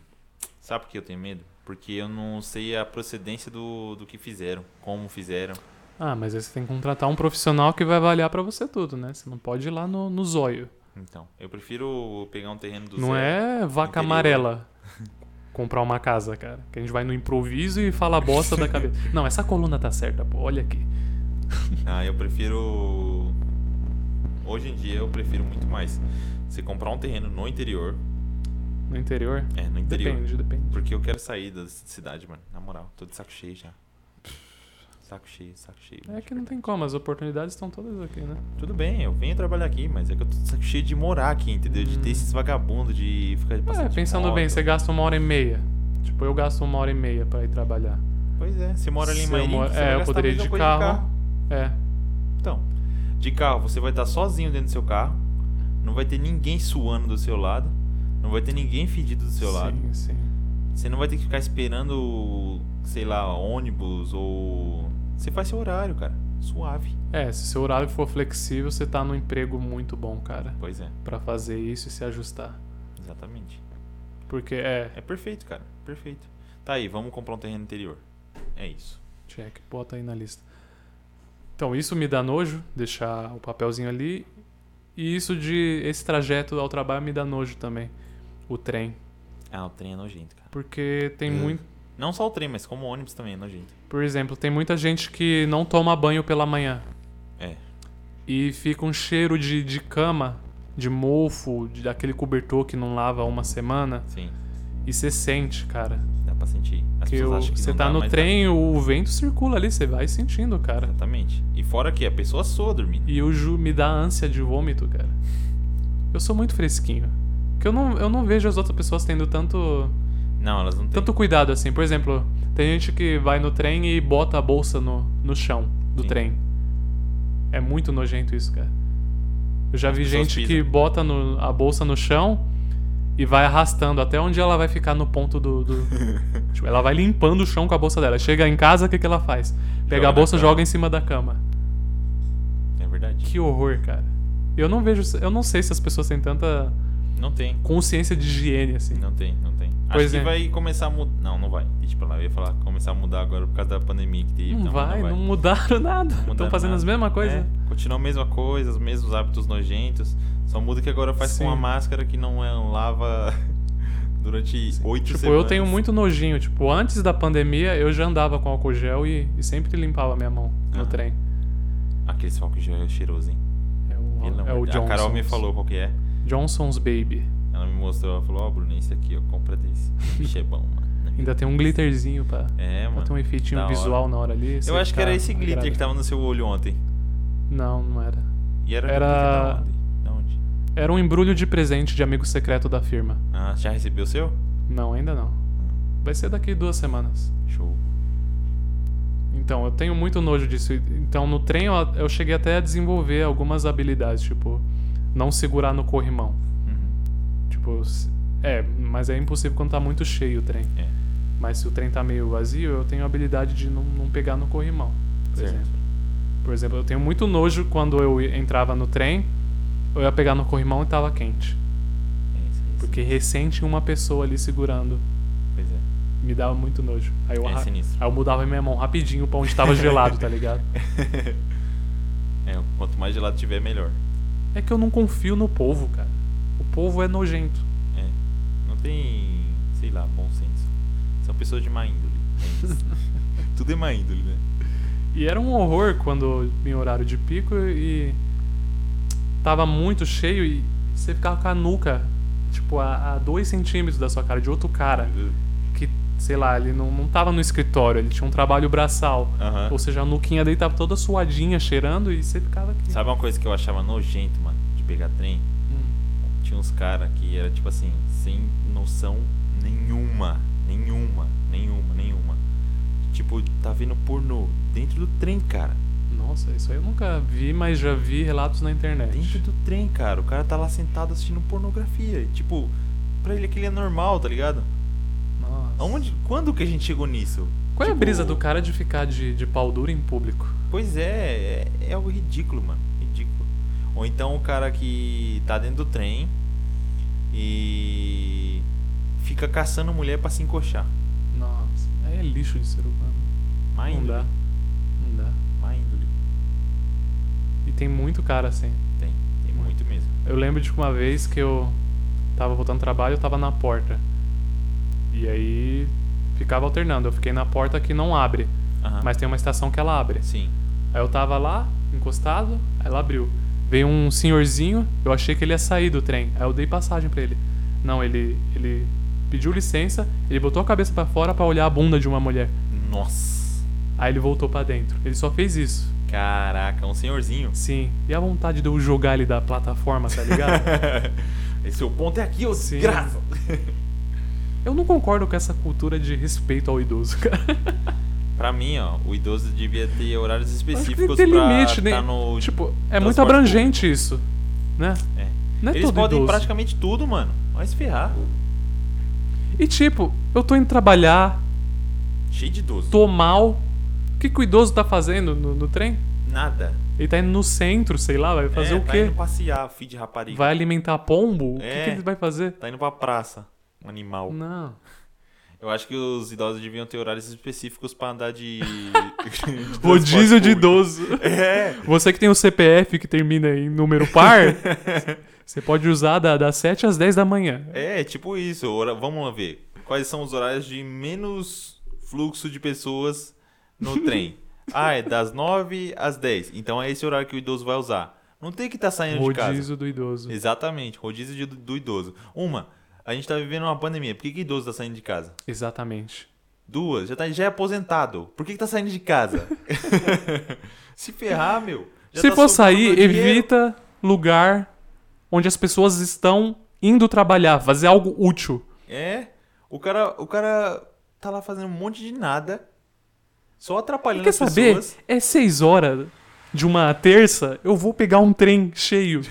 [SPEAKER 1] Sabe por que eu tenho medo? Porque eu não sei a procedência do, do que fizeram, como fizeram.
[SPEAKER 2] Ah, mas aí você tem que contratar um profissional que vai avaliar pra você tudo, né? Você não pode ir lá no, no zóio.
[SPEAKER 1] Então, eu prefiro pegar um terreno do
[SPEAKER 2] Não
[SPEAKER 1] zero.
[SPEAKER 2] é vaca
[SPEAKER 1] interior.
[SPEAKER 2] amarela comprar uma casa, cara. Que a gente vai no improviso e fala a bosta da cabeça. Não, essa coluna tá certa, pô. Olha aqui.
[SPEAKER 1] Ah, eu prefiro. Hoje em dia eu prefiro muito mais. Você comprar um terreno no interior.
[SPEAKER 2] No interior.
[SPEAKER 1] É, no interior.
[SPEAKER 2] Depende, depende.
[SPEAKER 1] Porque eu quero sair da cidade, mano. Na moral, tô de saco cheio já. Saco cheio, saco cheio.
[SPEAKER 2] É que não tem como, as oportunidades estão todas aqui, né?
[SPEAKER 1] Tudo bem, eu venho trabalhar aqui, mas é que eu tô de saco cheio de morar aqui, entendeu? De ter
[SPEAKER 2] Hum.
[SPEAKER 1] esses vagabundos, de ficar
[SPEAKER 2] É,
[SPEAKER 1] passando de
[SPEAKER 2] pensando
[SPEAKER 1] moto.
[SPEAKER 2] bem, você gasta uma hora e meia. Tipo, eu gasto uma hora e meia pra ir trabalhar.
[SPEAKER 1] Pois é, você mora ali em
[SPEAKER 2] Se eu
[SPEAKER 1] Maíra,
[SPEAKER 2] moro-
[SPEAKER 1] você
[SPEAKER 2] é,
[SPEAKER 1] vai
[SPEAKER 2] eu
[SPEAKER 1] gastar a
[SPEAKER 2] poderia ir
[SPEAKER 1] mesma
[SPEAKER 2] de
[SPEAKER 1] coisa
[SPEAKER 2] carro. É.
[SPEAKER 1] Então, de carro, você vai estar sozinho dentro do seu carro, não vai ter ninguém suando do seu lado, não vai ter ninguém fedido do seu
[SPEAKER 2] sim,
[SPEAKER 1] lado.
[SPEAKER 2] Sim,
[SPEAKER 1] Você não vai ter que ficar esperando, sei lá, ônibus ou. Você faz seu horário, cara. Suave.
[SPEAKER 2] É, se seu horário for flexível, você tá num emprego muito bom, cara.
[SPEAKER 1] Pois é,
[SPEAKER 2] Pra fazer isso e se ajustar.
[SPEAKER 1] exatamente.
[SPEAKER 2] Porque, é,
[SPEAKER 1] É perfeito, cara. Perfeito. Tá aí, vamos comprar um terreno interior. É isso.
[SPEAKER 2] Check, bota aí na lista. Então, isso me dá nojo, deixar o papelzinho ali. E isso de esse trajeto ao trabalho me dá nojo também, o trem,
[SPEAKER 1] Ah, o trem é nojento, cara.
[SPEAKER 2] porque tem
[SPEAKER 1] Hum.
[SPEAKER 2] muito,
[SPEAKER 1] Não só o trem, mas como o ônibus também é nojento.
[SPEAKER 2] por exemplo, tem muita gente que não toma banho pela manhã
[SPEAKER 1] É.
[SPEAKER 2] e fica um cheiro de, de cama, de mofo, de aquele cobertor que não lava há uma semana
[SPEAKER 1] Sim,
[SPEAKER 2] e você sente, cara.
[SPEAKER 1] dá pra sentir. As
[SPEAKER 2] que
[SPEAKER 1] pessoas
[SPEAKER 2] o-
[SPEAKER 1] acham que
[SPEAKER 2] você
[SPEAKER 1] não
[SPEAKER 2] tá
[SPEAKER 1] dá,
[SPEAKER 2] no
[SPEAKER 1] mas dá.
[SPEAKER 2] trem, o vento circula ali, você vai sentindo, cara.
[SPEAKER 1] Exatamente. E fora que a pessoa soa dormindo.
[SPEAKER 2] E o Ju me dá ânsia de vômito, cara. Eu sou muito fresquinho. Porque eu não, eu não vejo as outras pessoas tendo tanto,
[SPEAKER 1] Não, elas não têm.
[SPEAKER 2] tanto cuidado assim. Por exemplo, tem gente que vai no trem e bota a bolsa no, no chão do
[SPEAKER 1] Sim.
[SPEAKER 2] trem. É muito nojento isso, cara. Eu já
[SPEAKER 1] As
[SPEAKER 2] vi
[SPEAKER 1] pessoas
[SPEAKER 2] gente
[SPEAKER 1] pisam.
[SPEAKER 2] que bota no- a bolsa no chão e vai arrastando até onde ela vai ficar no ponto do. do- tipo, ela vai limpando o chão com a bolsa dela. Chega em casa, o que, que ela faz? Pega
[SPEAKER 1] Joga
[SPEAKER 2] a
[SPEAKER 1] na
[SPEAKER 2] bolsa,
[SPEAKER 1] cama.
[SPEAKER 2] joga em cima da cama.
[SPEAKER 1] É verdade.
[SPEAKER 2] Que horror, cara. Eu não vejo. Eu não sei se as pessoas têm tanta
[SPEAKER 1] Não tem.
[SPEAKER 2] consciência de higiene, assim.
[SPEAKER 1] Não tem, não tem.
[SPEAKER 2] Pois
[SPEAKER 1] Acho
[SPEAKER 2] é.
[SPEAKER 1] que vai começar a mudar. Não, não vai. Deixa pra lá. Eu ia falar começar a mudar agora por causa da pandemia que teve. então
[SPEAKER 2] Não, vai, não, mudaram nada. Estão
[SPEAKER 1] mudaram
[SPEAKER 2] fazendo
[SPEAKER 1] nada.
[SPEAKER 2] as mesmas coisas.
[SPEAKER 1] É, continua a mesma coisa, os mesmos hábitos nojentos. Só muda que agora faz
[SPEAKER 2] Sim.
[SPEAKER 1] com uma máscara que não é um lava durante oito
[SPEAKER 2] Tipo,
[SPEAKER 1] semanas.
[SPEAKER 2] eu tenho muito nojinho. Tipo, antes da pandemia, eu já andava com álcool gel e, e sempre limpava minha mão no
[SPEAKER 1] Ah.
[SPEAKER 2] trem.
[SPEAKER 1] Aquele álcool gel é cheiroso, hein?
[SPEAKER 2] É
[SPEAKER 1] Pelo
[SPEAKER 2] o, é
[SPEAKER 1] amor
[SPEAKER 2] o
[SPEAKER 1] de Deus.
[SPEAKER 2] Johnson's.
[SPEAKER 1] A Carol me falou qual que é.
[SPEAKER 2] Johnson's Baby.
[SPEAKER 1] Ela me mostrou, ela falou, ó, Bruno, esse aqui, ó, compra desse. Bicho é bom, mano.
[SPEAKER 2] Ainda tem um glitterzinho pra,
[SPEAKER 1] É,
[SPEAKER 2] pra
[SPEAKER 1] mano.
[SPEAKER 2] ter um efeitinho
[SPEAKER 1] da hora.
[SPEAKER 2] visual na hora ali.
[SPEAKER 1] Eu acho que era esse glitter que
[SPEAKER 2] tá.
[SPEAKER 1] tava no seu olho ontem.
[SPEAKER 2] Não, não era.
[SPEAKER 1] E era,
[SPEAKER 2] Era-
[SPEAKER 1] glitter da onde? Da onde?
[SPEAKER 2] Era um embrulho de presente de amigo secreto da firma.
[SPEAKER 1] Ah, já recebeu o seu?
[SPEAKER 2] Não, ainda não. Vai ser daqui duas semanas.
[SPEAKER 1] Show.
[SPEAKER 2] Então, eu tenho muito nojo disso. Então, no trem eu, eu cheguei até a desenvolver algumas habilidades, tipo, não segurar no corrimão.
[SPEAKER 1] Uhum.
[SPEAKER 2] Tipo, s- é, mas é impossível quando tá muito cheio o trem.
[SPEAKER 1] É.
[SPEAKER 2] Mas se o trem tá meio vazio, eu tenho a habilidade de não, não pegar no corrimão, por
[SPEAKER 1] Certo.
[SPEAKER 2] exemplo. Por exemplo, eu tenho muito nojo quando eu i- entrava no trem, eu ia pegar no corrimão e tava quente.
[SPEAKER 1] É isso aí.
[SPEAKER 2] Porque recente uma pessoa ali segurando
[SPEAKER 1] Pois é.
[SPEAKER 2] me dava muito nojo. Aí eu,
[SPEAKER 1] É
[SPEAKER 2] arra-
[SPEAKER 1] sinistro.
[SPEAKER 2] aí eu mudava minha mão rapidinho pra onde tava gelado, tá ligado?
[SPEAKER 1] É, quanto mais gelado tiver, melhor.
[SPEAKER 2] É que eu não confio no povo, cara. O povo é nojento.
[SPEAKER 1] É. Não tem, sei lá, bom senso. São pessoas de má índole. É isso. Tudo é má índole, né?
[SPEAKER 2] E era um horror quando em horário de pico e tava muito cheio e você ficava com a nuca, tipo, a, a dois centímetros da sua cara, de outro cara.
[SPEAKER 1] Uhum.
[SPEAKER 2] Que, sei lá, ele não, não tava no escritório, ele tinha um trabalho braçal.
[SPEAKER 1] Aham.
[SPEAKER 2] Ou seja, a nuquinha dele tava toda suadinha, cheirando, e você ficava aqui.
[SPEAKER 1] Sabe uma coisa que eu achava nojento, mano, de pegar trem?
[SPEAKER 2] Hum.
[SPEAKER 1] Tinha uns caras que era tipo assim, sem noção nenhuma. Nenhuma, nenhuma, nenhuma. Tipo, tá vendo pornô dentro do trem, cara.
[SPEAKER 2] Nossa, isso aí eu nunca vi, mas já vi relatos na internet.
[SPEAKER 1] Dentro do trem, cara. O cara tá lá sentado assistindo pornografia. E, tipo, pra ele aquilo é normal, tá ligado?
[SPEAKER 2] Nossa.
[SPEAKER 1] Aonde, quando que a gente chegou nisso?
[SPEAKER 2] Qual é a
[SPEAKER 1] Tipo,
[SPEAKER 2] brisa do cara de ficar de, de pau duro em público?
[SPEAKER 1] Pois é, é, é algo ridículo, mano. Ridículo. Ou então o cara que tá dentro do trem e fica caçando mulher pra se encoxar.
[SPEAKER 2] Nossa, aí é lixo de ser humano.
[SPEAKER 1] Má
[SPEAKER 2] Não
[SPEAKER 1] índole.
[SPEAKER 2] dá. Não dá.
[SPEAKER 1] Má índole.
[SPEAKER 2] E tem muito cara assim.
[SPEAKER 1] Tem. Tem muito mesmo.
[SPEAKER 2] Eu lembro de uma vez que eu tava voltando do trabalho, eu tava na porta. E aí ficava alternando. Eu fiquei na porta que não abre,
[SPEAKER 1] Aham.
[SPEAKER 2] mas tem uma estação que ela abre.
[SPEAKER 1] Sim.
[SPEAKER 2] Aí eu tava lá, encostado, aí ela abriu. Veio um senhorzinho, eu achei que ele ia sair do trem. Aí eu dei passagem pra ele. Não, ele ele pediu licença, ele botou a cabeça pra fora pra olhar a bunda de uma mulher.
[SPEAKER 1] Nossa.
[SPEAKER 2] Aí ele voltou pra dentro. Ele só fez isso.
[SPEAKER 1] Caraca, um senhorzinho.
[SPEAKER 2] Sim. E a vontade de eu jogar ele da plataforma, tá ligado?
[SPEAKER 1] Esse é o ponto é aqui, ô
[SPEAKER 2] Sim.
[SPEAKER 1] desgraça.
[SPEAKER 2] eu não concordo com essa cultura de respeito ao idoso, cara.
[SPEAKER 1] Pra mim, ó, o idoso devia ter horários
[SPEAKER 2] Acho que
[SPEAKER 1] específicos
[SPEAKER 2] tem
[SPEAKER 1] pra
[SPEAKER 2] limite, né?
[SPEAKER 1] tá no
[SPEAKER 2] Tipo, é muito
[SPEAKER 1] transporte
[SPEAKER 2] abrangente isso, né?
[SPEAKER 1] público. É.
[SPEAKER 2] Não é
[SPEAKER 1] Eles
[SPEAKER 2] todo
[SPEAKER 1] podem
[SPEAKER 2] idoso.
[SPEAKER 1] praticamente tudo, mano. Vai se ferrar.
[SPEAKER 2] E tipo, eu tô indo trabalhar,
[SPEAKER 1] Cheio de idoso.
[SPEAKER 2] tô mal. O que, que o idoso tá fazendo no, no trem?
[SPEAKER 1] Nada.
[SPEAKER 2] Ele tá indo no centro, sei lá, vai fazer
[SPEAKER 1] É,
[SPEAKER 2] o
[SPEAKER 1] tá
[SPEAKER 2] quê?
[SPEAKER 1] indo passear, filho de rapariga.
[SPEAKER 2] Vai alimentar pombo? O que
[SPEAKER 1] É.
[SPEAKER 2] que, ele vai fazer?
[SPEAKER 1] Tá indo pra praça. Um animal.
[SPEAKER 2] Não.
[SPEAKER 1] Eu acho que os idosos deviam ter horários específicos pra andar de... de
[SPEAKER 2] Rodízio
[SPEAKER 1] transporte
[SPEAKER 2] de idoso.
[SPEAKER 1] público. É.
[SPEAKER 2] Você que tem o CPF que termina em número par, você pode usar da, das 7 às 10 da manhã.
[SPEAKER 1] É, tipo isso. Ora- Vamos lá ver. Quais são os horários de menos fluxo de pessoas no trem? ah, é das 9 às 10. Então é esse horário que o idoso vai usar. Não tem que estar saindo de casa.
[SPEAKER 2] Rodízio do idoso.
[SPEAKER 1] Exatamente, rodízio de- do idoso. Uma, a gente tá vivendo uma pandemia. Por que, que idoso tá saindo de casa?
[SPEAKER 2] Exatamente.
[SPEAKER 1] Duas, já, tá, já é aposentado. Por que, que tá saindo de casa? Se ferrar, meu. Já
[SPEAKER 2] Se
[SPEAKER 1] tá
[SPEAKER 2] for
[SPEAKER 1] sobrando
[SPEAKER 2] sair,
[SPEAKER 1] dinheiro.
[SPEAKER 2] evita lugar onde as pessoas estão indo trabalhar, fazer algo útil.
[SPEAKER 1] É. O cara, o cara tá lá fazendo um monte de nada. Só atrapalhando
[SPEAKER 2] Quer
[SPEAKER 1] as
[SPEAKER 2] saber?
[SPEAKER 1] pessoas.
[SPEAKER 2] É 6 horas de uma terça, eu vou pegar um trem cheio.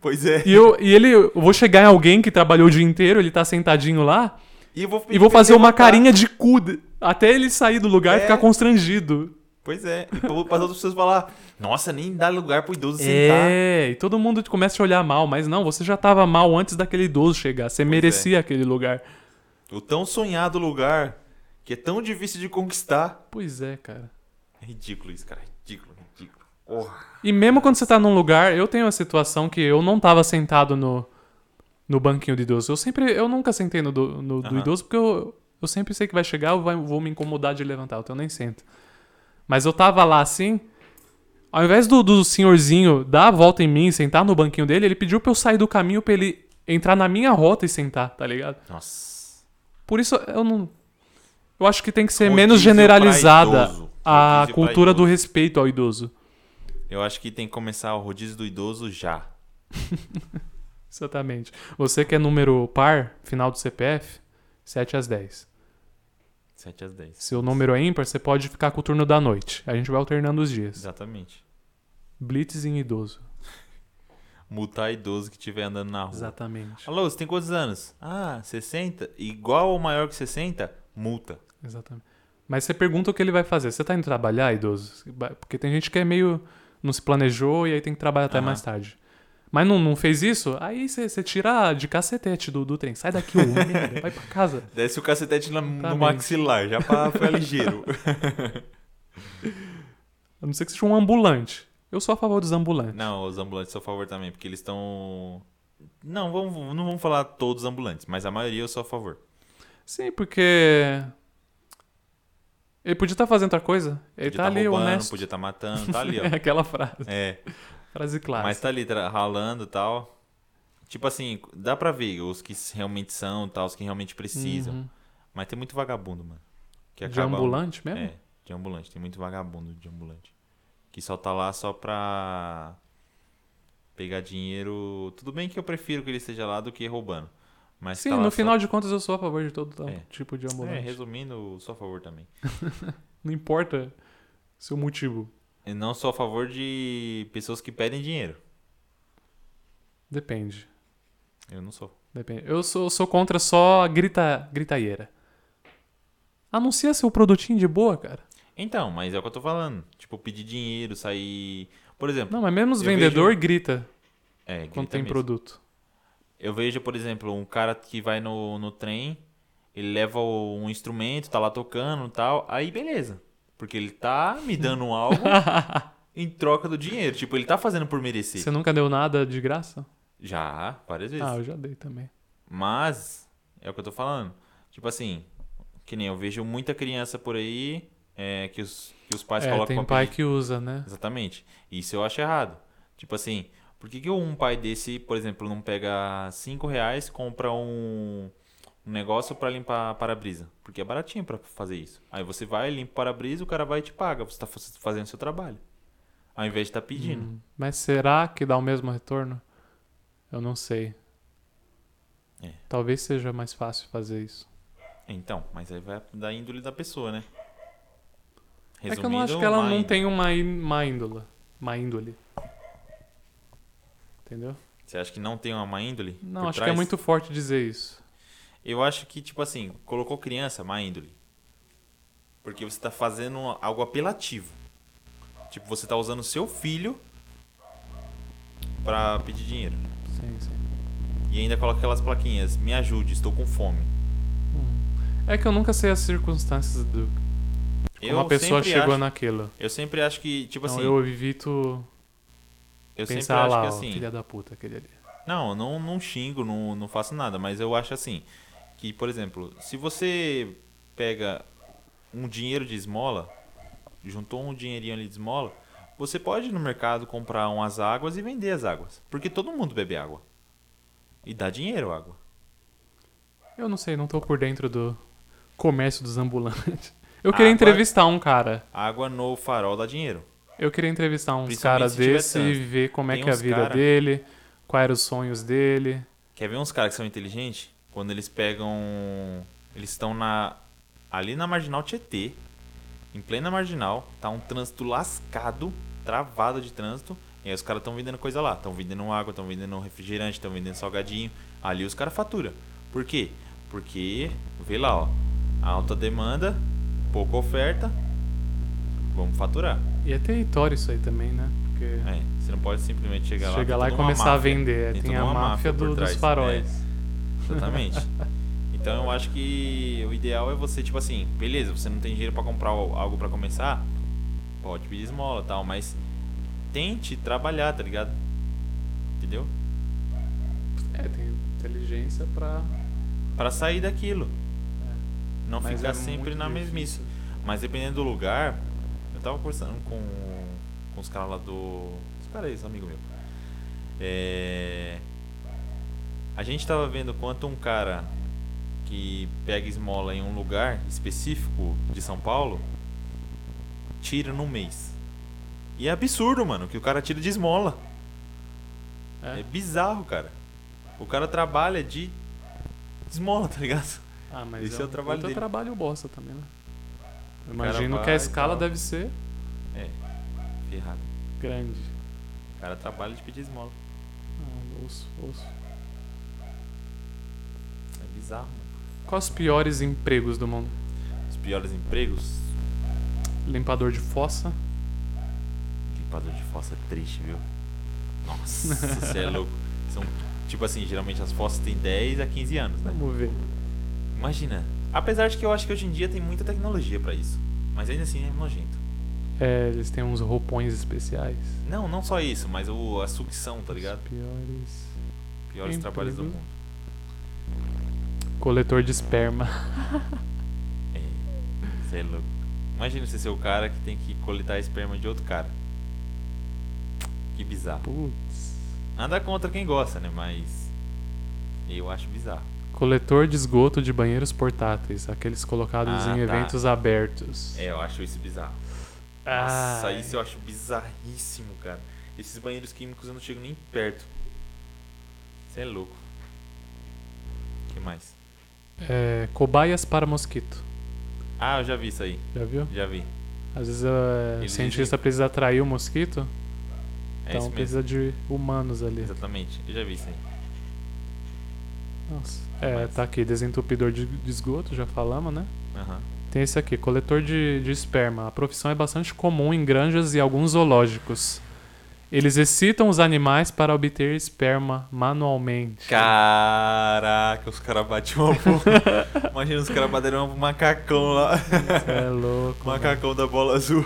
[SPEAKER 1] Pois é.
[SPEAKER 2] E, eu, e ele, eu vou chegar em alguém que trabalhou o dia inteiro, ele tá sentadinho lá,
[SPEAKER 1] E eu vou, pedir
[SPEAKER 2] e vou
[SPEAKER 1] pra ele
[SPEAKER 2] fazer uma
[SPEAKER 1] levantar.
[SPEAKER 2] carinha de cu de- até ele sair do lugar
[SPEAKER 1] Tá.
[SPEAKER 2] e
[SPEAKER 1] É.
[SPEAKER 2] ficar constrangido.
[SPEAKER 1] Pois é. E vou para as outras pessoas falar: Nossa, nem dá lugar pro idoso sentar.
[SPEAKER 2] É, e todo mundo começa a te olhar mal, mas não, você já tava mal antes daquele idoso chegar, você merecia aquele lugar.
[SPEAKER 1] O tão sonhado lugar que é tão difícil de conquistar.
[SPEAKER 2] Pois é, cara.
[SPEAKER 1] É ridículo isso, cara. Ridículo, ridículo. Porra.
[SPEAKER 2] E mesmo quando você tá num lugar, eu tenho a situação que eu não tava sentado no, no banquinho do idoso. Eu sempre, eu nunca sentei no, do, no do
[SPEAKER 1] Aham.
[SPEAKER 2] idoso porque eu, eu sempre sei que vai chegar, eu vai- vou me incomodar de levantar, então eu nem sento. Mas eu tava lá assim, ao invés do, do senhorzinho dar a volta em mim, e sentar no banquinho dele, ele pediu pra eu sair do caminho pra ele entrar na minha rota e sentar, tá ligado?
[SPEAKER 1] Nossa.
[SPEAKER 2] Por isso eu não eu acho que tem que ser
[SPEAKER 1] Rodízio
[SPEAKER 2] menos
[SPEAKER 1] pra
[SPEAKER 2] generalizada
[SPEAKER 1] idoso.
[SPEAKER 2] a
[SPEAKER 1] Rodízio pra
[SPEAKER 2] cultura do
[SPEAKER 1] idoso.
[SPEAKER 2] respeito ao idoso.
[SPEAKER 1] Eu acho que tem que começar o rodízio do idoso já.
[SPEAKER 2] Exatamente. Você que é número par, final do CPF, 7 às 10.
[SPEAKER 1] 7 às 10.
[SPEAKER 2] Se o número é ímpar, você pode ficar com o turno da noite. A gente vai alternando os dias.
[SPEAKER 1] Exatamente.
[SPEAKER 2] Blitz em idoso.
[SPEAKER 1] Multar idoso que estiver andando na rua.
[SPEAKER 2] Exatamente.
[SPEAKER 1] Alô, você tem quantos anos? Ah, 60? Igual ou maior que 60? Multa.
[SPEAKER 2] Exatamente. Mas você pergunta o que ele vai fazer. Você tá indo trabalhar, idoso? Porque tem gente que é meio. não se planejou e aí tem que trabalhar até
[SPEAKER 1] Aham.
[SPEAKER 2] mais tarde. Mas não, não fez isso? Aí você você tira de cacetete do, do trem. Sai daqui, ô, merda, vai pra casa.
[SPEAKER 1] Desce o cacetete na- no
[SPEAKER 2] Exatamente.
[SPEAKER 1] maxilar, já pra ficar ligeiro.
[SPEAKER 2] A não ser que seja um ambulante. Eu sou a favor dos ambulantes.
[SPEAKER 1] Não, os ambulantes sou a favor também, porque eles estão. Não, vamos, não vamos falar todos os ambulantes, mas a maioria eu sou a favor.
[SPEAKER 2] Sim, porque. Ele podia estar fazendo outra coisa. Ele
[SPEAKER 1] podia
[SPEAKER 2] tá, ali
[SPEAKER 1] roubando,
[SPEAKER 2] honesto.
[SPEAKER 1] podia estar matando, tá ali, ó.
[SPEAKER 2] É aquela frase.
[SPEAKER 1] É,
[SPEAKER 2] Frase clássica.
[SPEAKER 1] mas tá ali tra- ralando e tal. Tipo assim, dá pra ver os que realmente são, tal, os que realmente precisam.
[SPEAKER 2] Uhum.
[SPEAKER 1] Mas tem muito vagabundo, mano. Que
[SPEAKER 2] De
[SPEAKER 1] acaba-
[SPEAKER 2] ambulante mesmo?
[SPEAKER 1] É, de ambulante. Tem muito vagabundo de ambulante. Que só tá lá só pra pegar dinheiro. Tudo bem que eu prefiro que ele esteja lá do que roubando. Mas
[SPEAKER 2] Sim,
[SPEAKER 1] tá lá
[SPEAKER 2] no
[SPEAKER 1] só-
[SPEAKER 2] final de contas eu sou a favor de todo tam-
[SPEAKER 1] É.
[SPEAKER 2] tipo de
[SPEAKER 1] É,
[SPEAKER 2] ambulante.
[SPEAKER 1] resumindo, sou a favor também.
[SPEAKER 2] Não importa seu motivo.
[SPEAKER 1] E não sou a favor de pessoas que pedem dinheiro.
[SPEAKER 2] Depende.
[SPEAKER 1] Eu não sou.
[SPEAKER 2] Depende. Eu sou, sou contra só a grita, gritaieira. Anuncia seu produtinho de boa, cara.
[SPEAKER 1] Então, mas é o que eu tô falando. Tipo, pedir dinheiro, sair. Por exemplo.
[SPEAKER 2] Não, mas mesmo os
[SPEAKER 1] É. Eu
[SPEAKER 2] vendedor grita
[SPEAKER 1] é, grita
[SPEAKER 2] quando tem
[SPEAKER 1] mesmo.
[SPEAKER 2] produto.
[SPEAKER 1] Eu vejo, por exemplo, um cara que vai no, no trem, ele leva o- um instrumento, tá lá tocando e tal, aí beleza. Porque ele tá me dando algo em troca do dinheiro. Tipo, ele tá fazendo por merecer.
[SPEAKER 2] Você nunca deu nada de graça?
[SPEAKER 1] Já, várias vezes.
[SPEAKER 2] Ah, eu já dei também.
[SPEAKER 1] Mas, é o que eu tô falando. Tipo assim, que nem eu vejo muita criança por aí é, que, os, que os pais
[SPEAKER 2] é,
[SPEAKER 1] colocam
[SPEAKER 2] tem
[SPEAKER 1] apelido.
[SPEAKER 2] pai que usa, né?
[SPEAKER 1] Exatamente. Isso eu acho errado. Tipo assim, por que, que um pai desse, por exemplo, não pega 5 reais, compra um, um negócio pra limpar para-brisa? Porque é baratinho pra fazer isso. Aí você vai, limpa o para-brisa, o cara vai e te paga. Você tá fa- fazendo seu trabalho. Ao invés de estar pedindo.
[SPEAKER 2] Hum, Mas será que dá o mesmo retorno? Eu não sei.
[SPEAKER 1] É.
[SPEAKER 2] Talvez seja mais fácil fazer isso.
[SPEAKER 1] Então, mas aí vai da índole da pessoa, né?
[SPEAKER 2] é que eu não acho que ela não tem uma, í- má índola. Má índole. Entendeu?
[SPEAKER 1] Você acha que não tem uma má índole?
[SPEAKER 2] Não,
[SPEAKER 1] por
[SPEAKER 2] acho que é
[SPEAKER 1] trás?
[SPEAKER 2] muito forte dizer isso.
[SPEAKER 1] Eu acho que, tipo assim, colocou criança, má índole. Porque você tá fazendo algo apelativo. Tipo, você tá usando seu filho pra pedir dinheiro.
[SPEAKER 2] Sim, sim.
[SPEAKER 1] E ainda coloca aquelas plaquinhas, me ajude, estou com fome.
[SPEAKER 2] Hum. É que eu nunca sei as circunstâncias do como
[SPEAKER 1] eu
[SPEAKER 2] a pessoa
[SPEAKER 1] sempre
[SPEAKER 2] chegou
[SPEAKER 1] acho,
[SPEAKER 2] naquilo.
[SPEAKER 1] Eu sempre acho que, tipo
[SPEAKER 2] então
[SPEAKER 1] assim, eu,
[SPEAKER 2] eu evito
[SPEAKER 1] sempre
[SPEAKER 2] pensar "Ah
[SPEAKER 1] acho
[SPEAKER 2] lá,
[SPEAKER 1] que
[SPEAKER 2] ó,
[SPEAKER 1] assim.
[SPEAKER 2] filha da puta, aquele ali.
[SPEAKER 1] Não, eu não, não xingo, não, não faço nada, mas eu acho assim, que, por exemplo, se você pega um dinheiro de esmola, juntou um dinheirinho ali de esmola, você pode ir no mercado comprar umas águas e vender as águas. Porque todo mundo bebe água. E dá dinheiro a água.
[SPEAKER 2] Eu não sei, não tô por dentro do comércio dos ambulantes. Eu
[SPEAKER 1] Ah, agora-
[SPEAKER 2] queria entrevistar um cara.
[SPEAKER 1] Água no farol dá dinheiro.
[SPEAKER 2] Eu queria entrevistar uns
[SPEAKER 1] Principalmente
[SPEAKER 2] caras
[SPEAKER 1] se tiver
[SPEAKER 2] desse e
[SPEAKER 1] trânsito.
[SPEAKER 2] ver como é
[SPEAKER 1] Tem
[SPEAKER 2] que é a
[SPEAKER 1] uns
[SPEAKER 2] vida
[SPEAKER 1] cara-
[SPEAKER 2] dele, quais eram os sonhos dele.
[SPEAKER 1] Quer ver uns caras que são inteligentes? Quando eles pegam. Eles estão na. Ali na marginal Tietê. Em plena marginal. Tá um trânsito lascado. Travado de trânsito. E aí os caras estão vendendo coisa lá. Estão vendendo água, estão vendendo refrigerante, estão vendendo salgadinho. Ali os caras faturam. Por quê? Porque. Vê lá, ó. Alta demanda, pouca oferta. Vamos faturar.
[SPEAKER 2] E é território isso aí também, né? Porque
[SPEAKER 1] É, você não pode simplesmente chegar lá.
[SPEAKER 2] chegar
[SPEAKER 1] tem
[SPEAKER 2] lá e
[SPEAKER 1] toda uma
[SPEAKER 2] começar a
[SPEAKER 1] máfia.
[SPEAKER 2] vender. Tem,
[SPEAKER 1] toda
[SPEAKER 2] a
[SPEAKER 1] uma
[SPEAKER 2] máfia,
[SPEAKER 1] por
[SPEAKER 2] do- dos
[SPEAKER 1] trás,
[SPEAKER 2] faróis.
[SPEAKER 1] né? Exatamente. Então eu acho que o ideal é você, tipo assim, beleza, você não tem dinheiro pra comprar o- algo pra começar, pode pedir esmola e tal, mas tente trabalhar, tá ligado? Entendeu?
[SPEAKER 2] É, tem inteligência pra.
[SPEAKER 1] Pra sair daquilo. Não
[SPEAKER 2] Mas
[SPEAKER 1] ficar
[SPEAKER 2] é
[SPEAKER 1] sempre
[SPEAKER 2] muito
[SPEAKER 1] na
[SPEAKER 2] difícil.
[SPEAKER 1] mesmice. Mas dependendo do lugar, eu tava conversando com, com os caras lá do. Os caras aí, esse amigo meu. É, A gente tava vendo quanto um cara que pega esmola em um lugar específico de São Paulo tira num mês. E é absurdo, mano, o que o cara tira de esmola.
[SPEAKER 2] É.
[SPEAKER 1] É bizarro, cara. O cara trabalha de esmola, tá ligado?
[SPEAKER 2] Ah, mas
[SPEAKER 1] Esse é o
[SPEAKER 2] um
[SPEAKER 1] trabalho
[SPEAKER 2] puta
[SPEAKER 1] dele.
[SPEAKER 2] trabalho bosta também, né? Eu
[SPEAKER 1] cara
[SPEAKER 2] imagino que
[SPEAKER 1] vai
[SPEAKER 2] a
[SPEAKER 1] e
[SPEAKER 2] escala
[SPEAKER 1] tal.
[SPEAKER 2] deve ser
[SPEAKER 1] Ferrado.
[SPEAKER 2] grande.
[SPEAKER 1] O cara trabalha de pedir esmola.
[SPEAKER 2] Ah, ouço, ouço.
[SPEAKER 1] É bizarro, mano.
[SPEAKER 2] Quais os piores empregos do mundo?
[SPEAKER 1] Os piores empregos,
[SPEAKER 2] Limpador de fossa?
[SPEAKER 1] limpador de fossa é triste, viu? Nossa, você é louco. São, tipo assim, geralmente as fossas têm 10 a 15 anos, né?
[SPEAKER 2] Vamos ver.
[SPEAKER 1] Imagina. Apesar de que eu acho que hoje em dia tem muita tecnologia pra isso. Mas ainda assim é nojento.
[SPEAKER 2] É, eles têm uns roupões especiais.
[SPEAKER 1] Não, não só isso, mas o, a sucção, tá ligado?
[SPEAKER 2] Os piores.
[SPEAKER 1] Piores trabalhos do
[SPEAKER 2] Emprego.
[SPEAKER 1] mundo.
[SPEAKER 2] Coletor de esperma.
[SPEAKER 1] É, você é louco. Imagina você ser o cara que tem que coletar esperma de outro cara. Que bizarro.
[SPEAKER 2] Putz.
[SPEAKER 1] Nada contra quem gosta, né? Mas. Eu acho bizarro.
[SPEAKER 2] Coletor de esgoto de banheiros portáteis, aqueles colocados
[SPEAKER 1] Ah,
[SPEAKER 2] em
[SPEAKER 1] tá.
[SPEAKER 2] eventos abertos.
[SPEAKER 1] É, eu acho isso bizarro. Nossa,
[SPEAKER 2] Ai.
[SPEAKER 1] isso eu acho bizarríssimo, cara. Esses banheiros químicos eu não chego nem perto. Você é louco. O que mais?
[SPEAKER 2] É, cobaias para mosquito.
[SPEAKER 1] Ah, eu já vi isso aí.
[SPEAKER 2] Já viu?
[SPEAKER 1] Já vi.
[SPEAKER 2] Às vezes é, o
[SPEAKER 1] Eles
[SPEAKER 2] cientista
[SPEAKER 1] dizem-
[SPEAKER 2] precisa atrair o mosquito,
[SPEAKER 1] É isso
[SPEAKER 2] então
[SPEAKER 1] mesmo.
[SPEAKER 2] precisa de humanos ali.
[SPEAKER 1] Exatamente. Eu já vi isso aí.
[SPEAKER 2] Nossa. É,
[SPEAKER 1] Mas-
[SPEAKER 2] tá aqui, desentupidor de, de esgoto, já falamos, né?
[SPEAKER 1] Aham.
[SPEAKER 2] Tem esse aqui, coletor de, de esperma. A profissão é bastante comum em granjas e alguns zoológicos. Eles excitam os animais para obter esperma manualmente.
[SPEAKER 1] Caraca, os caras batiam uma porra. Imagina os caras bateram um macacão lá.
[SPEAKER 2] Cê é louco. mano.
[SPEAKER 1] macacão da bola azul.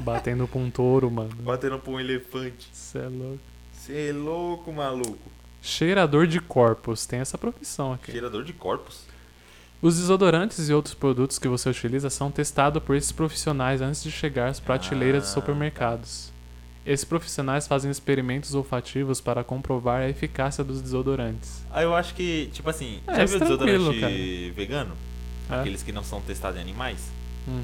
[SPEAKER 2] Batendo com um touro, mano.
[SPEAKER 1] Bateram pra um elefante.
[SPEAKER 2] Cê é louco.
[SPEAKER 1] Você é louco, maluco.
[SPEAKER 2] Cheirador de corpos. Tem essa profissão aqui.
[SPEAKER 1] Cheirador de corpos.
[SPEAKER 2] Os desodorantes e outros produtos que você utiliza são testados por esses profissionais antes de chegar às prateleiras dos
[SPEAKER 1] Ah, tá.
[SPEAKER 2] supermercados. Esses profissionais fazem experimentos olfativos para comprovar a eficácia dos desodorantes.
[SPEAKER 1] Ah, eu acho que, tipo assim,
[SPEAKER 2] É,
[SPEAKER 1] já
[SPEAKER 2] isso
[SPEAKER 1] viu
[SPEAKER 2] tranquilo,
[SPEAKER 1] desodorante vegano?
[SPEAKER 2] É.
[SPEAKER 1] Aqueles Ah, que não são testados em animais?
[SPEAKER 2] Hum.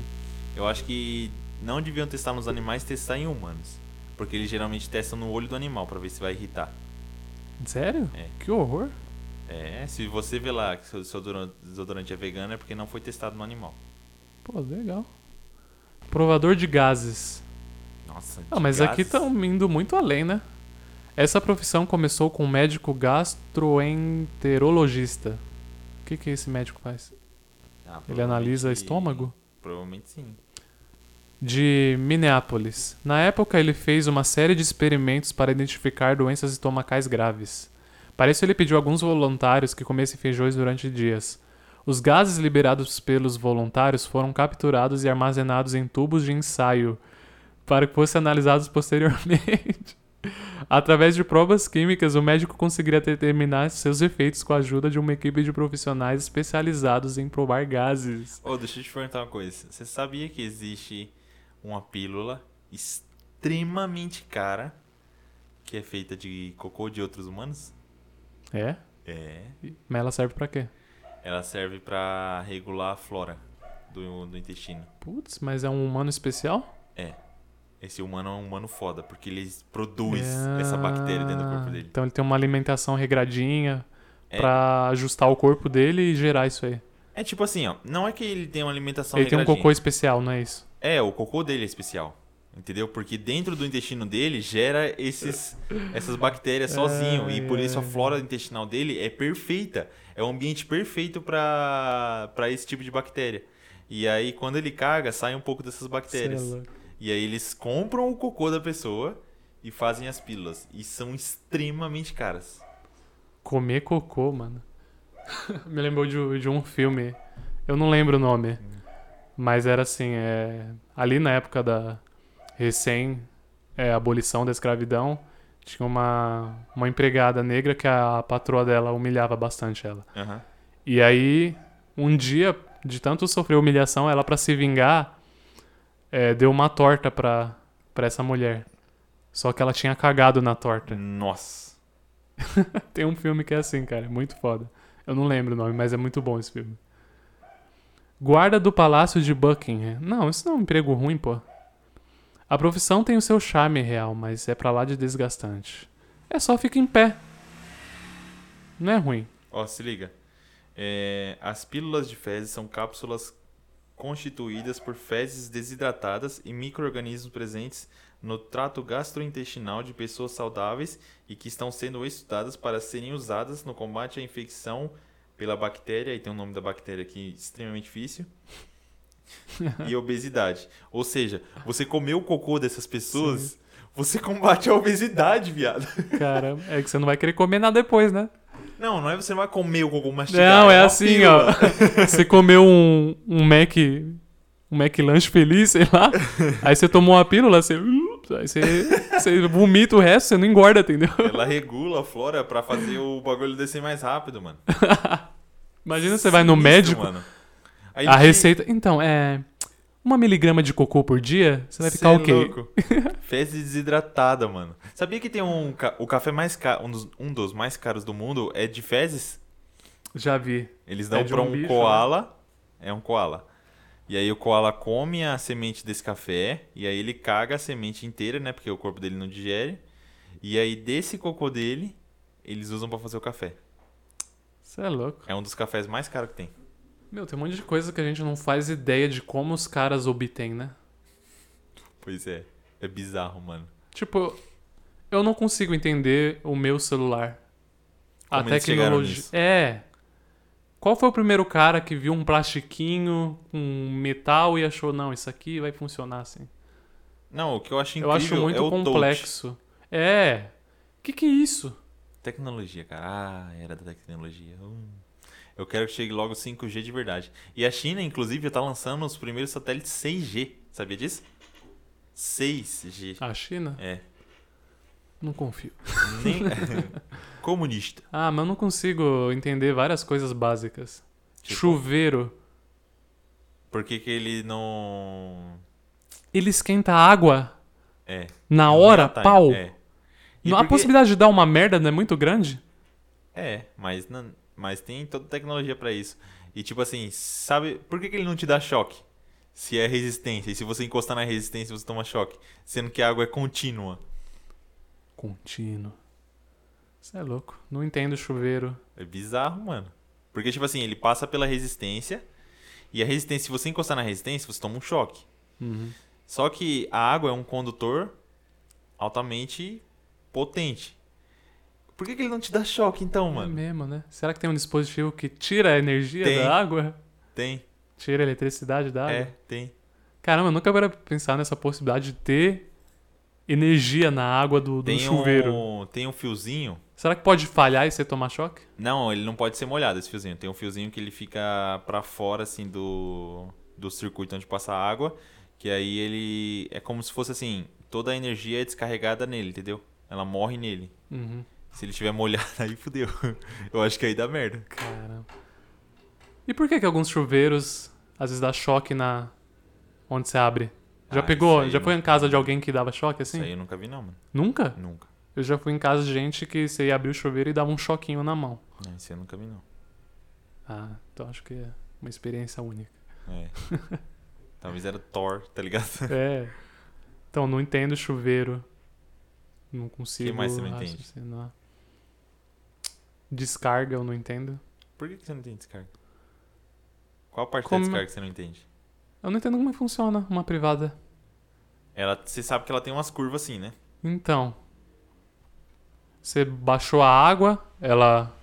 [SPEAKER 1] Eu acho que não deviam testar nos animais, testar em humanos. Porque eles geralmente testam no olho do animal pra ver se vai irritar.
[SPEAKER 2] Sério?
[SPEAKER 1] É.
[SPEAKER 2] Que horror.
[SPEAKER 1] É, se você vê lá que seu seu desodoran- desodorante é vegano, é porque não foi testado no animal.
[SPEAKER 2] Pô, legal. Provador de gases.
[SPEAKER 1] Nossa,
[SPEAKER 2] Ah,
[SPEAKER 1] de
[SPEAKER 2] mas aqui
[SPEAKER 1] gases.
[SPEAKER 2] estão indo muito além, né? Essa profissão começou com um médico gastroenterologista. O que, que esse médico faz?
[SPEAKER 1] Ah,
[SPEAKER 2] Ele analisa
[SPEAKER 1] provavelmente-
[SPEAKER 2] estômago?
[SPEAKER 1] Provavelmente sim.
[SPEAKER 2] de Minneapolis. Na época, ele fez uma série de experimentos para identificar doenças estomacais graves. Para isso, ele pediu a alguns voluntários que comessem feijões durante dias. Os gases liberados pelos voluntários foram capturados e armazenados em tubos de ensaio para que fossem analisados posteriormente. Através de provas químicas, o médico conseguiria determinar seus efeitos com a ajuda de uma equipe de profissionais especializados em provar gases.
[SPEAKER 1] Ô, deixa eu te perguntar uma coisa. Você sabia que existe uma pílula extremamente cara que é feita de cocô de outros humanos?
[SPEAKER 2] É?
[SPEAKER 1] É.
[SPEAKER 2] Mas ela serve pra quê?
[SPEAKER 1] Ela serve pra regular a flora do, do intestino.
[SPEAKER 2] Putz, mas é um humano especial?
[SPEAKER 1] Esse humano é um humano foda, porque ele produz essa bactéria dentro do corpo
[SPEAKER 2] Ah,
[SPEAKER 1] dele.
[SPEAKER 2] Então ele tem uma alimentação regradinha
[SPEAKER 1] É.
[SPEAKER 2] pra ajustar o corpo dele e gerar isso aí.
[SPEAKER 1] É tipo assim, ó. Não é que ele tem uma alimentação
[SPEAKER 2] ele tem um
[SPEAKER 1] regradinha.
[SPEAKER 2] cocô especial, não é isso?
[SPEAKER 1] É, o cocô dele é especial. Entendeu? Porque dentro do intestino dele gera esses, essas bactérias sozinho. E por isso a flora intestinal dele é perfeita. É um ambiente perfeito pra pra esse tipo de bactéria. E aí, quando ele caga, sai um pouco dessas
[SPEAKER 2] Sei
[SPEAKER 1] bactérias.
[SPEAKER 2] lá.
[SPEAKER 1] E aí, eles compram o cocô da pessoa e fazem as pílulas. E são extremamente caras.
[SPEAKER 2] Comer cocô, mano. Me lembrou de, de um filme. Eu não lembro o nome. Mas era assim, é, ali na época da recém é, abolição da escravidão, tinha uma, uma empregada negra que a patroa dela humilhava bastante ela.
[SPEAKER 1] Aham.
[SPEAKER 2] E aí, um dia, de tanto sofrer humilhação, ela, pra se vingar, é, deu uma torta pra, pra essa mulher. Só que ela tinha cagado na torta.
[SPEAKER 1] Nossa.
[SPEAKER 2] Tem um filme que é assim, cara, é muito foda. Eu não lembro o nome, mas é muito bom esse filme. Guarda do Palácio de Buckingham. Não, isso não é um emprego ruim, pô. A profissão tem o seu charme real, mas é pra lá de desgastante. É só fica em pé. Não é ruim.
[SPEAKER 1] Ó, se liga. É, as pílulas de fezes são cápsulas constituídas por fezes desidratadas e micro-organismos presentes no trato gastrointestinal de pessoas saudáveis e que estão sendo estudadas para serem usadas no combate à infecção pela bactéria, e tem o nome da bactéria aqui extremamente difícil, e obesidade. Ou seja, você comeu o cocô dessas pessoas, você combate a obesidade, viado.
[SPEAKER 2] Cara, é que você não vai querer comer nada depois, né?
[SPEAKER 1] Não, não é você não vai comer o cocô mastigado.
[SPEAKER 2] Não, é
[SPEAKER 1] uma
[SPEAKER 2] assim,
[SPEAKER 1] pílula.
[SPEAKER 2] ó. Você comeu um, um Mac. Um Mac lanche feliz, sei lá. Aí você tomou uma pílula, você. Aí você, você vomita o resto, você não engorda, entendeu?
[SPEAKER 1] Ela regula a flora pra fazer o bagulho descer mais rápido, mano.
[SPEAKER 2] Imagina você vai no
[SPEAKER 1] Sinistro,
[SPEAKER 2] médico,
[SPEAKER 1] mano. Aí
[SPEAKER 2] a
[SPEAKER 1] ele-
[SPEAKER 2] receita. Então, é. Uma miligrama de cocô por dia, você vai
[SPEAKER 1] Cê
[SPEAKER 2] ficar
[SPEAKER 1] é
[SPEAKER 2] ok.
[SPEAKER 1] louco. Fezes desidratada, mano. Sabia que tem um. ca- O café mais caro. Um dos, um dos mais caros do mundo é de fezes?
[SPEAKER 2] Já vi.
[SPEAKER 1] Eles dão
[SPEAKER 2] É de
[SPEAKER 1] pra
[SPEAKER 2] um
[SPEAKER 1] um
[SPEAKER 2] bicho,
[SPEAKER 1] koala. É um koala. E aí o koala come a semente desse café. E aí ele caga a semente inteira, né? Porque o corpo dele não digere. E aí desse cocô dele, eles usam pra fazer o café.
[SPEAKER 2] Você é louco.
[SPEAKER 1] É um dos cafés mais caros que tem.
[SPEAKER 2] Meu, tem um monte de coisa que a gente não faz ideia de como os caras obtêm, né?
[SPEAKER 1] Pois é. É bizarro, mano.
[SPEAKER 2] Tipo, eu não consigo entender o meu celular. a
[SPEAKER 1] Como eles chegaram
[SPEAKER 2] tecnologia.
[SPEAKER 1] nisso?
[SPEAKER 2] É. Qual foi o primeiro cara que viu um plastiquinho com metal e achou, não, isso aqui vai funcionar assim?
[SPEAKER 1] Não, o que eu acho
[SPEAKER 2] eu
[SPEAKER 1] incrível
[SPEAKER 2] acho muito
[SPEAKER 1] é o touch.
[SPEAKER 2] complexo. É. Que que é isso?
[SPEAKER 1] Tecnologia, cara. Ah, era da tecnologia. Hum. Eu quero que chegue logo 5G de verdade. E a China, inclusive, tá lançando os primeiros satélites 6G. Sabia disso? 6G.
[SPEAKER 2] Ah, A China?
[SPEAKER 1] É.
[SPEAKER 2] Não confio.
[SPEAKER 1] Nem... Comunista.
[SPEAKER 2] Ah, mas eu não consigo entender várias coisas básicas.
[SPEAKER 1] Tipo?
[SPEAKER 2] Chuveiro.
[SPEAKER 1] Por que, que ele não.
[SPEAKER 2] Ele esquenta a água
[SPEAKER 1] É.
[SPEAKER 2] na
[SPEAKER 1] não
[SPEAKER 2] hora,
[SPEAKER 1] reatime,
[SPEAKER 2] pau.
[SPEAKER 1] É. E
[SPEAKER 2] A
[SPEAKER 1] porque-
[SPEAKER 2] possibilidade de dar uma merda não é muito grande?
[SPEAKER 1] É, mas, não- mas tem toda tecnologia pra isso. E tipo assim, sabe. Por que, que ele não te dá choque? Se é resistência. E se você encostar na resistência, você toma choque. Sendo que a água é contínua.
[SPEAKER 2] Contínuo. Você é louco. Não entendo chuveiro.
[SPEAKER 1] É bizarro, mano. Porque, tipo assim, ele passa pela resistência. E a resistência, se você encostar na resistência, você toma um choque.
[SPEAKER 2] Uhum.
[SPEAKER 1] Só que a água é um condutor altamente potente. Por que, que ele não te dá choque, então,
[SPEAKER 2] É
[SPEAKER 1] mano?
[SPEAKER 2] mesmo, né? Será que tem um dispositivo que tira a energia
[SPEAKER 1] Tem.
[SPEAKER 2] da água?
[SPEAKER 1] Tem,
[SPEAKER 2] Tira a eletricidade da água?
[SPEAKER 1] é, tem.
[SPEAKER 2] Caramba, eu nunca para pensar nessa possibilidade de ter energia na água do, do
[SPEAKER 1] Tem
[SPEAKER 2] chuveiro.
[SPEAKER 1] um, tem um fiozinho.
[SPEAKER 2] Será que pode falhar e você tomar choque?
[SPEAKER 1] Não, ele não pode ser molhado, esse fiozinho. Tem um fiozinho que ele fica pra fora, assim, do, do circuito onde passa a água. Que aí ele. É como se fosse assim: toda a energia é descarregada nele, entendeu? Ela morre nele.
[SPEAKER 2] Uhum.
[SPEAKER 1] Se ele tiver molhado, aí fudeu. Eu acho que aí dá merda.
[SPEAKER 2] Caramba. E por que que alguns chuveiros às vezes dá choque na onde você abre?
[SPEAKER 1] Ah,
[SPEAKER 2] Já
[SPEAKER 1] isso
[SPEAKER 2] pegou?
[SPEAKER 1] aí
[SPEAKER 2] Já
[SPEAKER 1] eu
[SPEAKER 2] foi em casa de alguém que dava choque assim?
[SPEAKER 1] Isso aí eu nunca vi, não, mano.
[SPEAKER 2] Nunca?
[SPEAKER 1] Nunca.
[SPEAKER 2] Eu já fui em casa de gente que você ia abrir o chuveiro e dava um choquinho na mão.
[SPEAKER 1] Não, isso aí eu nunca vi, não.
[SPEAKER 2] Ah, então acho que é uma experiência única.
[SPEAKER 1] É. Talvez era Thor, tá ligado?
[SPEAKER 2] É. Então, não entendo chuveiro. Não consigo.
[SPEAKER 1] mais você não entende?
[SPEAKER 2] raciocinar. Descarga, eu não entendo.
[SPEAKER 1] Por que que você não tem descarga? Qual parte
[SPEAKER 2] Como-
[SPEAKER 1] da descarga que você não entende?
[SPEAKER 2] Eu não entendo como é funciona uma privada.
[SPEAKER 1] Ela, você sabe que ela tem umas curvas assim, né?
[SPEAKER 2] Então. Você baixou a água, ela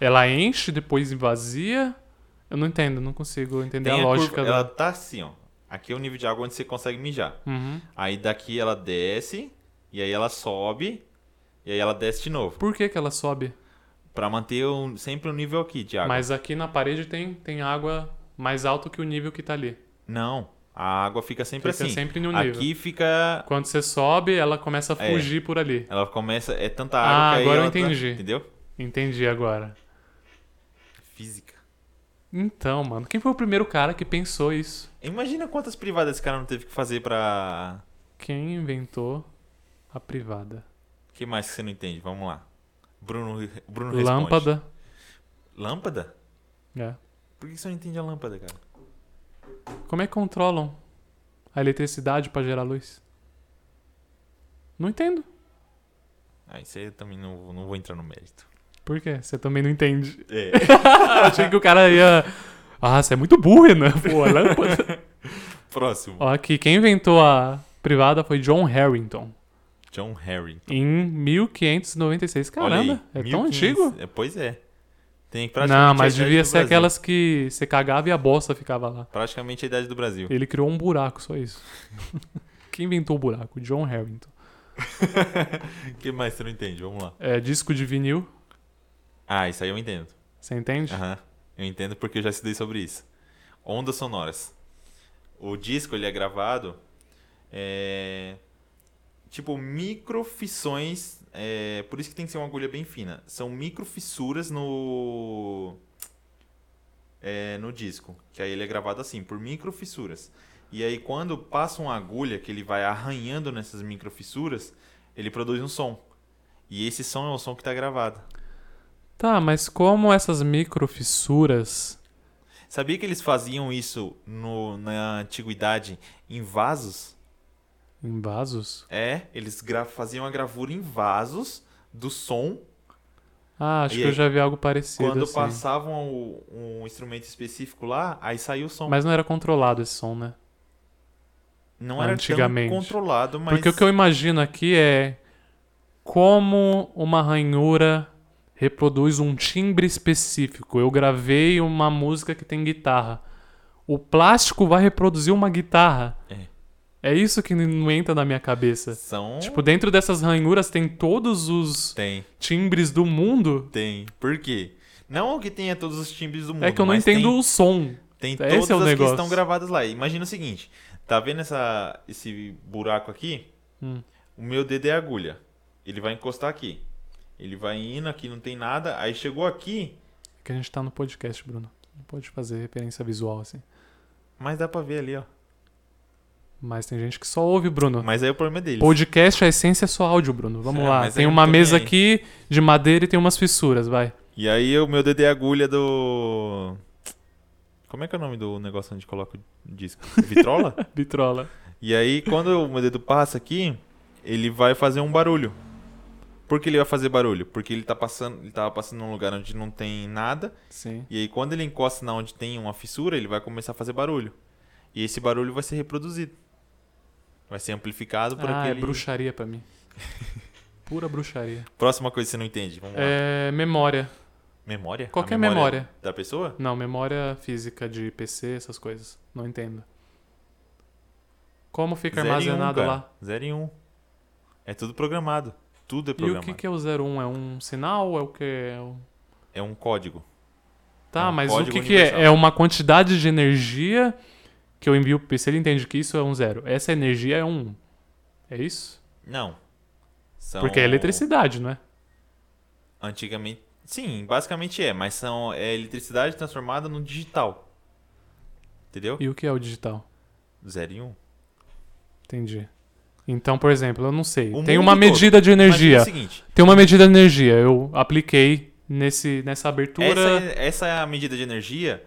[SPEAKER 2] ela enche, depois vazia. Eu não entendo, não consigo entender a,
[SPEAKER 1] Tem
[SPEAKER 2] lógica
[SPEAKER 1] curva,
[SPEAKER 2] da.
[SPEAKER 1] Ela tá assim, ó. Aqui é o nível de água onde você consegue mijar.
[SPEAKER 2] Uhum.
[SPEAKER 1] Aí daqui ela desce, e aí ela sobe, e aí ela desce de novo.
[SPEAKER 2] Por que, que ela sobe?
[SPEAKER 1] Pra manter um- sempre o nível aqui de água.
[SPEAKER 2] Mas aqui na parede tem, tem água mais alto que o nível que tá ali.
[SPEAKER 1] Não, a água fica sempre
[SPEAKER 2] Fica
[SPEAKER 1] assim.
[SPEAKER 2] sempre no nível.
[SPEAKER 1] Aqui fica
[SPEAKER 2] Quando você sobe, ela começa a
[SPEAKER 1] É.
[SPEAKER 2] fugir por ali.
[SPEAKER 1] Ela começa. É tanta
[SPEAKER 2] Ah,
[SPEAKER 1] água que aí
[SPEAKER 2] agora eu
[SPEAKER 1] ela tá-
[SPEAKER 2] entendi.
[SPEAKER 1] entendeu?
[SPEAKER 2] Entendi agora.
[SPEAKER 1] Física.
[SPEAKER 2] Então, mano, quem foi o primeiro cara que pensou isso?
[SPEAKER 1] Imagina quantas privadas esse cara não teve que fazer pra.
[SPEAKER 2] Quem inventou a privada?
[SPEAKER 1] O que mais que você não entende? Vamos lá. Bruno, Bruno responde.
[SPEAKER 2] Lâmpada.
[SPEAKER 1] Lâmpada?
[SPEAKER 2] É.
[SPEAKER 1] Por que você não entende a lâmpada, cara?
[SPEAKER 2] Como é que controlam a eletricidade pra gerar luz? Não entendo.
[SPEAKER 1] Ah, isso aí eu também não, não vou entrar no mérito.
[SPEAKER 2] Por quê? Você também não entende.
[SPEAKER 1] É.
[SPEAKER 2] Eu achei que o cara ia. Ah, você é muito burro, Renan. Pô, a lâmpada.
[SPEAKER 1] Próximo.
[SPEAKER 2] Ó, aqui, quem inventou a privada foi John Harrington.
[SPEAKER 1] John Harry.
[SPEAKER 2] Em 1596.
[SPEAKER 1] Olha aí.
[SPEAKER 2] Caramba, é tão
[SPEAKER 1] 1500.
[SPEAKER 2] antigo.
[SPEAKER 1] É, pois é. Tem
[SPEAKER 2] Não,
[SPEAKER 1] praticamente
[SPEAKER 2] mas
[SPEAKER 1] a idade
[SPEAKER 2] devia
[SPEAKER 1] do
[SPEAKER 2] ser
[SPEAKER 1] Brasil.
[SPEAKER 2] aquelas que você cagava e a bosta ficava lá.
[SPEAKER 1] Praticamente a idade do Brasil.
[SPEAKER 2] Ele criou um buraco, só isso. Quem inventou o buraco? John Harrington.
[SPEAKER 1] O que mais você não entende? Vamos lá.
[SPEAKER 2] É, disco de vinil,
[SPEAKER 1] Ah, isso aí eu entendo.
[SPEAKER 2] você entende?
[SPEAKER 1] Aham. Eu entendo porque eu já estudei sobre isso. Ondas sonoras. O disco ele é gravado é, tipo microfissões, é, por isso que tem que ser uma agulha bem fina. São microfissuras no é, no disco, que aí ele é gravado assim por microfissuras. E aí quando passa uma agulha que ele vai arranhando nessas microfissuras, ele produz um som. E esse som é o som que está gravado.
[SPEAKER 2] Tá, mas como essas microfissuras.
[SPEAKER 1] Sabia que eles faziam isso no- na antiguidade em vasos?
[SPEAKER 2] em vasos?
[SPEAKER 1] É, eles gra- faziam a gravura em vasos do som.
[SPEAKER 2] Ah, acho
[SPEAKER 1] E
[SPEAKER 2] que
[SPEAKER 1] aí,
[SPEAKER 2] eu já vi algo parecido.
[SPEAKER 1] Quando
[SPEAKER 2] assim.
[SPEAKER 1] passavam o- um instrumento específico lá, aí saía o som.
[SPEAKER 2] Mas não era controlado esse som, né?
[SPEAKER 1] Não era
[SPEAKER 2] antigamente.
[SPEAKER 1] tão controlado, mas
[SPEAKER 2] Porque o que eu imagino aqui é como uma ranhura reproduz um timbre específico. Eu gravei uma música que tem guitarra. O plástico vai reproduzir uma guitarra.
[SPEAKER 1] É.
[SPEAKER 2] É isso que não entra na minha cabeça.
[SPEAKER 1] São.
[SPEAKER 2] Tipo, dentro dessas ranhuras tem todos os
[SPEAKER 1] Tem,
[SPEAKER 2] timbres do mundo.
[SPEAKER 1] tem. Por quê? Não que tenha todos os timbres do mundo.
[SPEAKER 2] É que eu não
[SPEAKER 1] mas
[SPEAKER 2] entendo
[SPEAKER 1] tem-
[SPEAKER 2] o som.
[SPEAKER 1] Tem
[SPEAKER 2] Esse
[SPEAKER 1] todas
[SPEAKER 2] é o
[SPEAKER 1] as que
[SPEAKER 2] negócio.
[SPEAKER 1] estão gravadas lá. Imagina o seguinte: tá vendo essa, esse buraco aqui?
[SPEAKER 2] Hum.
[SPEAKER 1] O meu dedo é agulha. Ele vai encostar aqui. Ele vai indo aqui, não tem nada. Aí chegou aqui,
[SPEAKER 2] É que a gente tá no podcast, Bruno. Não pode fazer referência visual assim.
[SPEAKER 1] mas dá pra ver ali, ó.
[SPEAKER 2] Mas tem gente que só ouve, Bruno.
[SPEAKER 1] Mas aí o problema é deles.
[SPEAKER 2] Podcast, a essência é só áudio, Bruno. Vamos
[SPEAKER 1] É,
[SPEAKER 2] lá.
[SPEAKER 1] mas
[SPEAKER 2] Tem
[SPEAKER 1] eu não
[SPEAKER 2] uma
[SPEAKER 1] tô nem
[SPEAKER 2] mesa
[SPEAKER 1] aí.
[SPEAKER 2] aqui de madeira e tem umas fissuras, vai.
[SPEAKER 1] E aí o meu dedo é agulha do. Como é que é o nome do negócio onde coloca o disco? Vitrola?
[SPEAKER 2] Bitrola.
[SPEAKER 1] E aí, quando o meu dedo passa aqui, ele vai fazer um barulho. Por que ele vai fazer barulho? Porque ele tá passando, ele tava passando num lugar onde não tem nada,
[SPEAKER 2] Sim.
[SPEAKER 1] e aí quando ele encosta na onde tem uma fissura, ele vai começar a fazer barulho. E esse barulho vai ser reproduzido. Vai ser amplificado por
[SPEAKER 2] ah,
[SPEAKER 1] aquele...
[SPEAKER 2] é bruxaria pra mim. Pura bruxaria.
[SPEAKER 1] Próxima coisa que você não entende, vamos lá.
[SPEAKER 2] É memória.
[SPEAKER 1] Memória? é A
[SPEAKER 2] Qualquer memória.
[SPEAKER 1] Da pessoa?
[SPEAKER 2] Não, memória física de PC, essas coisas. Não entendo. Como fica
[SPEAKER 1] Zero em um,
[SPEAKER 2] armazenado
[SPEAKER 1] cara.
[SPEAKER 2] lá?
[SPEAKER 1] Zero em um. É tudo programado. Tudo é
[SPEAKER 2] E o
[SPEAKER 1] programado.
[SPEAKER 2] que, que é o 01? É um sinal? É o que? É o-
[SPEAKER 1] É um código.
[SPEAKER 2] Tá,
[SPEAKER 1] É um
[SPEAKER 2] mas o
[SPEAKER 1] código
[SPEAKER 2] que, que é?
[SPEAKER 1] universal.
[SPEAKER 2] É uma quantidade de energia que eu envio pro PC, ele entende que isso é um zero. Essa energia é um. É isso?
[SPEAKER 1] Não. São-
[SPEAKER 2] Porque é eletricidade, não é?
[SPEAKER 1] Antigamente. Sim, basicamente é, mas são é eletricidade transformada no digital. Entendeu?
[SPEAKER 2] E o que é o digital?
[SPEAKER 1] Zero e um.
[SPEAKER 2] Entendi. Então, por exemplo, eu não sei.
[SPEAKER 1] O
[SPEAKER 2] Tem
[SPEAKER 1] mundo
[SPEAKER 2] uma
[SPEAKER 1] todo. assim-
[SPEAKER 2] medida de
[SPEAKER 1] Imagina
[SPEAKER 2] energia.
[SPEAKER 1] é o seguinte:
[SPEAKER 2] Tem uma medida de energia. Eu apliquei nesse, nessa abertura.
[SPEAKER 1] essa, é essa medida de energia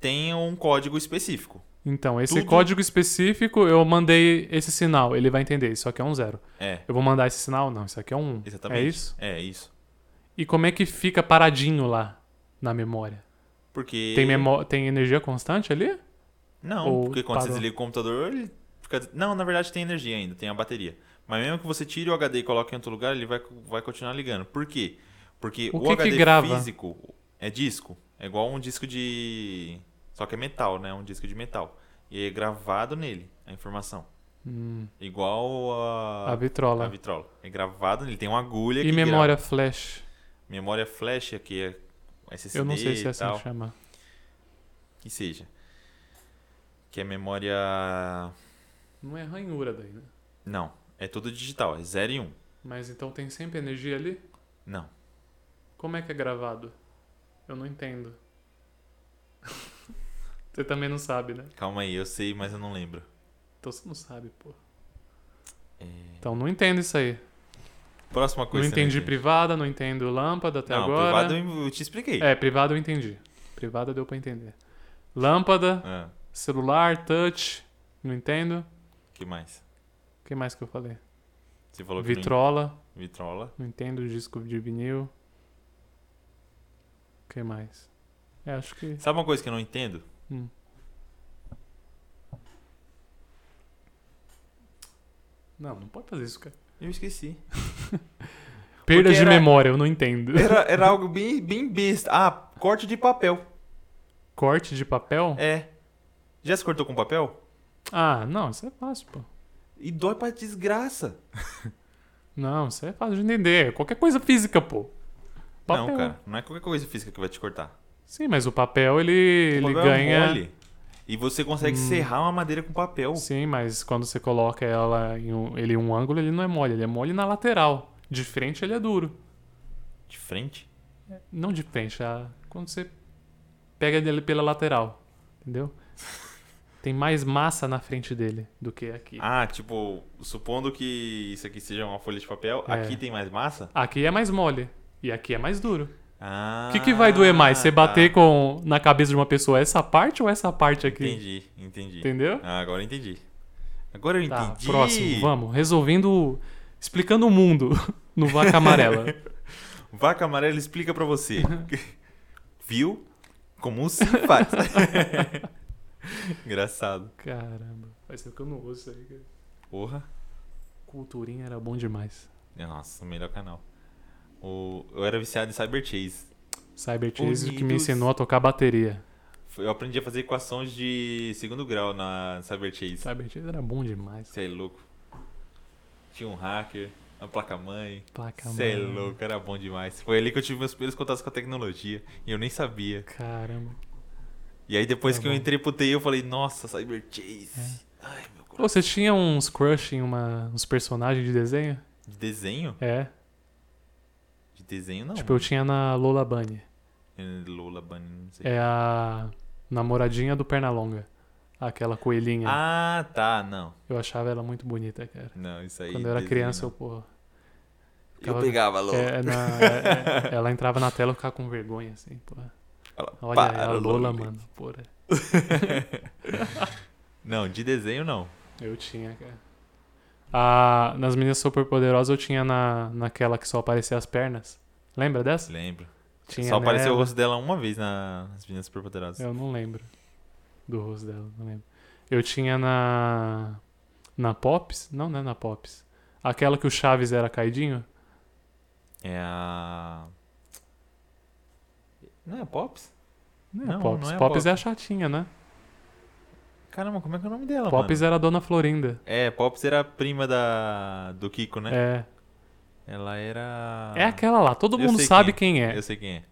[SPEAKER 1] tem um código específico.
[SPEAKER 2] Então, esse
[SPEAKER 1] Tudo-
[SPEAKER 2] código específico, eu mandei esse sinal. Ele vai entender. Isso aqui é um zero.
[SPEAKER 1] É,
[SPEAKER 2] Eu vou mandar esse sinal? Não, isso aqui é um.
[SPEAKER 1] exatamente.
[SPEAKER 2] É isso?
[SPEAKER 1] É isso.
[SPEAKER 2] E como é que fica paradinho lá na memória?
[SPEAKER 1] Porque.
[SPEAKER 2] Tem, memó... tem energia constante ali?
[SPEAKER 1] Não,
[SPEAKER 2] Ou
[SPEAKER 1] porque quando
[SPEAKER 2] parou?
[SPEAKER 1] você desliga o computador, ele fica. Não, na verdade tem energia ainda, tem a bateria. Mas mesmo que você tire o HD e coloque em outro lugar, ele vai, vai continuar ligando. Por quê? Porque
[SPEAKER 2] O
[SPEAKER 1] o,
[SPEAKER 2] que que
[SPEAKER 1] HD
[SPEAKER 2] grava?
[SPEAKER 1] físico é disco. É igual um disco de. Só que é metal, né? Um disco de metal. E é gravado nele a informação.
[SPEAKER 2] Hum,
[SPEAKER 1] Igual a.
[SPEAKER 2] a vitrola.
[SPEAKER 1] a vitrola. É gravado nele. Tem uma agulha
[SPEAKER 2] E
[SPEAKER 1] que
[SPEAKER 2] memória
[SPEAKER 1] grava.
[SPEAKER 2] flash.
[SPEAKER 1] Memória flash, que é SSD
[SPEAKER 2] eu não sei se é
[SPEAKER 1] e
[SPEAKER 2] assim
[SPEAKER 1] tal.
[SPEAKER 2] que chama.
[SPEAKER 1] Que seja. Que é memória.
[SPEAKER 2] Não é ranhura daí, né?
[SPEAKER 1] Não, é tudo digital, é 0 e 1. Um.
[SPEAKER 2] Mas então tem sempre energia ali?
[SPEAKER 1] Não.
[SPEAKER 2] Como é que é gravado? Eu não entendo. Você também não sabe, né?
[SPEAKER 1] Calma aí, eu sei, mas eu não lembro.
[SPEAKER 2] Então você não sabe, pô.
[SPEAKER 1] É,
[SPEAKER 2] Então não entendo isso aí.
[SPEAKER 1] Próxima coisa.
[SPEAKER 2] não
[SPEAKER 1] que você
[SPEAKER 2] entendi
[SPEAKER 1] entende.
[SPEAKER 2] privada, não entendo lâmpada até
[SPEAKER 1] Não,
[SPEAKER 2] agora.
[SPEAKER 1] privado eu eu te expliquei.
[SPEAKER 2] É, privada eu entendi. Privada deu pra entender. Lâmpada,
[SPEAKER 1] Ah,
[SPEAKER 2] celular, touch, não entendo.
[SPEAKER 1] que mais?
[SPEAKER 2] O que mais que eu falei?
[SPEAKER 1] Você falou que
[SPEAKER 2] Vitrola,
[SPEAKER 1] nem- Vitrola.
[SPEAKER 2] não entendo. Disco de vinil. O que mais? É, acho que.
[SPEAKER 1] Sabe uma coisa que eu não entendo?
[SPEAKER 2] Hum. Não, não pode fazer isso, cara.
[SPEAKER 1] Eu esqueci.
[SPEAKER 2] Perda de
[SPEAKER 1] era-
[SPEAKER 2] memória, eu não entendo.
[SPEAKER 1] Era, era algo bem, bem besta. Ah, corte de papel.
[SPEAKER 2] Corte de papel?
[SPEAKER 1] É. Já se cortou com papel?
[SPEAKER 2] Ah, não, isso é fácil, pô.
[SPEAKER 1] E dói pra desgraça.
[SPEAKER 2] Não, isso é fácil de entender. Qualquer coisa física, pô. Papel.
[SPEAKER 1] Não, cara. Não é qualquer coisa física que vai te cortar.
[SPEAKER 2] Sim, mas o papel ele,
[SPEAKER 1] O
[SPEAKER 2] ele
[SPEAKER 1] papel
[SPEAKER 2] ganha. Hum.
[SPEAKER 1] É mole. E você consegue serrar uma madeira com papel.
[SPEAKER 2] Sim, mas quando você coloca ela em um, ele em um ângulo, ele não é mole, ele é mole na lateral. De frente ele é duro.
[SPEAKER 1] De frente?
[SPEAKER 2] Não de frente, é quando você pega ele pela lateral, entendeu? Tem mais massa na frente dele do que aqui.
[SPEAKER 1] Ah, tipo, supondo que isso aqui seja uma folha de papel,
[SPEAKER 2] É.
[SPEAKER 1] aqui tem mais massa?
[SPEAKER 2] Aqui é mais mole e aqui é mais duro.
[SPEAKER 1] Ah.
[SPEAKER 2] O que, que vai doer mais? Você
[SPEAKER 1] tá.
[SPEAKER 2] bater com na cabeça de uma pessoa essa parte ou essa parte aqui?
[SPEAKER 1] Entendi, entendi.
[SPEAKER 2] Entendeu?
[SPEAKER 1] Ah, agora eu entendi. Agora eu
[SPEAKER 2] Tá,
[SPEAKER 1] entendi.
[SPEAKER 2] próximo, vamos. Resolvendo. Explicando o mundo no Vaca Amarela.
[SPEAKER 1] Vaca amarela explica pra você. Viu? Como se faz. Engraçado.
[SPEAKER 2] Caramba, faz tempo que eu não ouço isso aí. cara.
[SPEAKER 1] Porra.
[SPEAKER 2] Culturinha era bom demais.
[SPEAKER 1] Nossa, melhor canal. O... Eu era viciado em Cyber Chase.
[SPEAKER 2] Cyber Chase que me
[SPEAKER 1] Unidos.
[SPEAKER 2] ensinou a tocar bateria.
[SPEAKER 1] Eu aprendi a fazer equações de segundo grau na Cyber Chase.
[SPEAKER 2] Cyber Chase era bom demais.
[SPEAKER 1] Você é louco. Tinha um hacker, uma placa-mãe.
[SPEAKER 2] Placa
[SPEAKER 1] Você é louco, era bom demais. Foi ali que eu tive meus primeiros contatos com a tecnologia. E eu nem sabia.
[SPEAKER 2] Caramba.
[SPEAKER 1] E aí depois
[SPEAKER 2] Tá
[SPEAKER 1] que eu
[SPEAKER 2] bom. É.
[SPEAKER 1] entrei pro TI, eu falei, nossa, Cyber Chase. Ai, meu
[SPEAKER 2] Ô, Você tinha uns crush em uma, uns personagens de desenho?
[SPEAKER 1] De desenho?
[SPEAKER 2] É.
[SPEAKER 1] De desenho não.
[SPEAKER 2] Tipo, eu tinha na Lola Bunny.
[SPEAKER 1] Eh, Lola Bunny, não sei.
[SPEAKER 2] É a namoradinha do Pernalonga. Aquela coelhinha.
[SPEAKER 1] Ah, tá, não.
[SPEAKER 2] Eu achava ela muito bonita, cara.
[SPEAKER 1] Não, isso aí.
[SPEAKER 2] Quando eu era
[SPEAKER 1] desenho, né?
[SPEAKER 2] criança, eu,
[SPEAKER 1] não.
[SPEAKER 2] porra.
[SPEAKER 1] eu,
[SPEAKER 2] ficava-
[SPEAKER 1] pegava Lola.
[SPEAKER 2] É, é na- é- é- ela entrava na tela e eu ficava com vergonha, assim, porra.
[SPEAKER 1] Ela,
[SPEAKER 2] Olha é
[SPEAKER 1] "Para,
[SPEAKER 2] a Lola,
[SPEAKER 1] Bunny."
[SPEAKER 2] mano, porra.
[SPEAKER 1] Não, de desenho não.
[SPEAKER 2] Eu tinha, cara. Ah, nas meninas superpoderosas eu tinha na, naquela que só aparecia as pernas. Lembra dessa?
[SPEAKER 1] Lembro.
[SPEAKER 2] Tinha né?
[SPEAKER 1] Só apareceu o
[SPEAKER 2] nela.
[SPEAKER 1] rosto dela uma vez na- nas meninas superpoderosas.
[SPEAKER 2] Eu não lembro do rosto dela, não lembro. Eu tinha na. Na Pops? Não, não é na Pops. Aquela que o Chaves era caidinho?
[SPEAKER 1] É a. Não é a Pops?
[SPEAKER 2] Não,
[SPEAKER 1] Não,
[SPEAKER 2] é Pops.
[SPEAKER 1] não é a
[SPEAKER 2] Pops
[SPEAKER 1] Pops.
[SPEAKER 2] é a chatinha, né?
[SPEAKER 1] Caramba, como é que é o nome dela,
[SPEAKER 2] Pops
[SPEAKER 1] mano?
[SPEAKER 2] era a Dona Florinda.
[SPEAKER 1] É, Pops era a prima da... do Kiko, né?
[SPEAKER 2] É.
[SPEAKER 1] Ela era.
[SPEAKER 2] É aquela lá, todo
[SPEAKER 1] Eu
[SPEAKER 2] mundo
[SPEAKER 1] sei
[SPEAKER 2] sabe quem, é.
[SPEAKER 1] Eu sei quem é.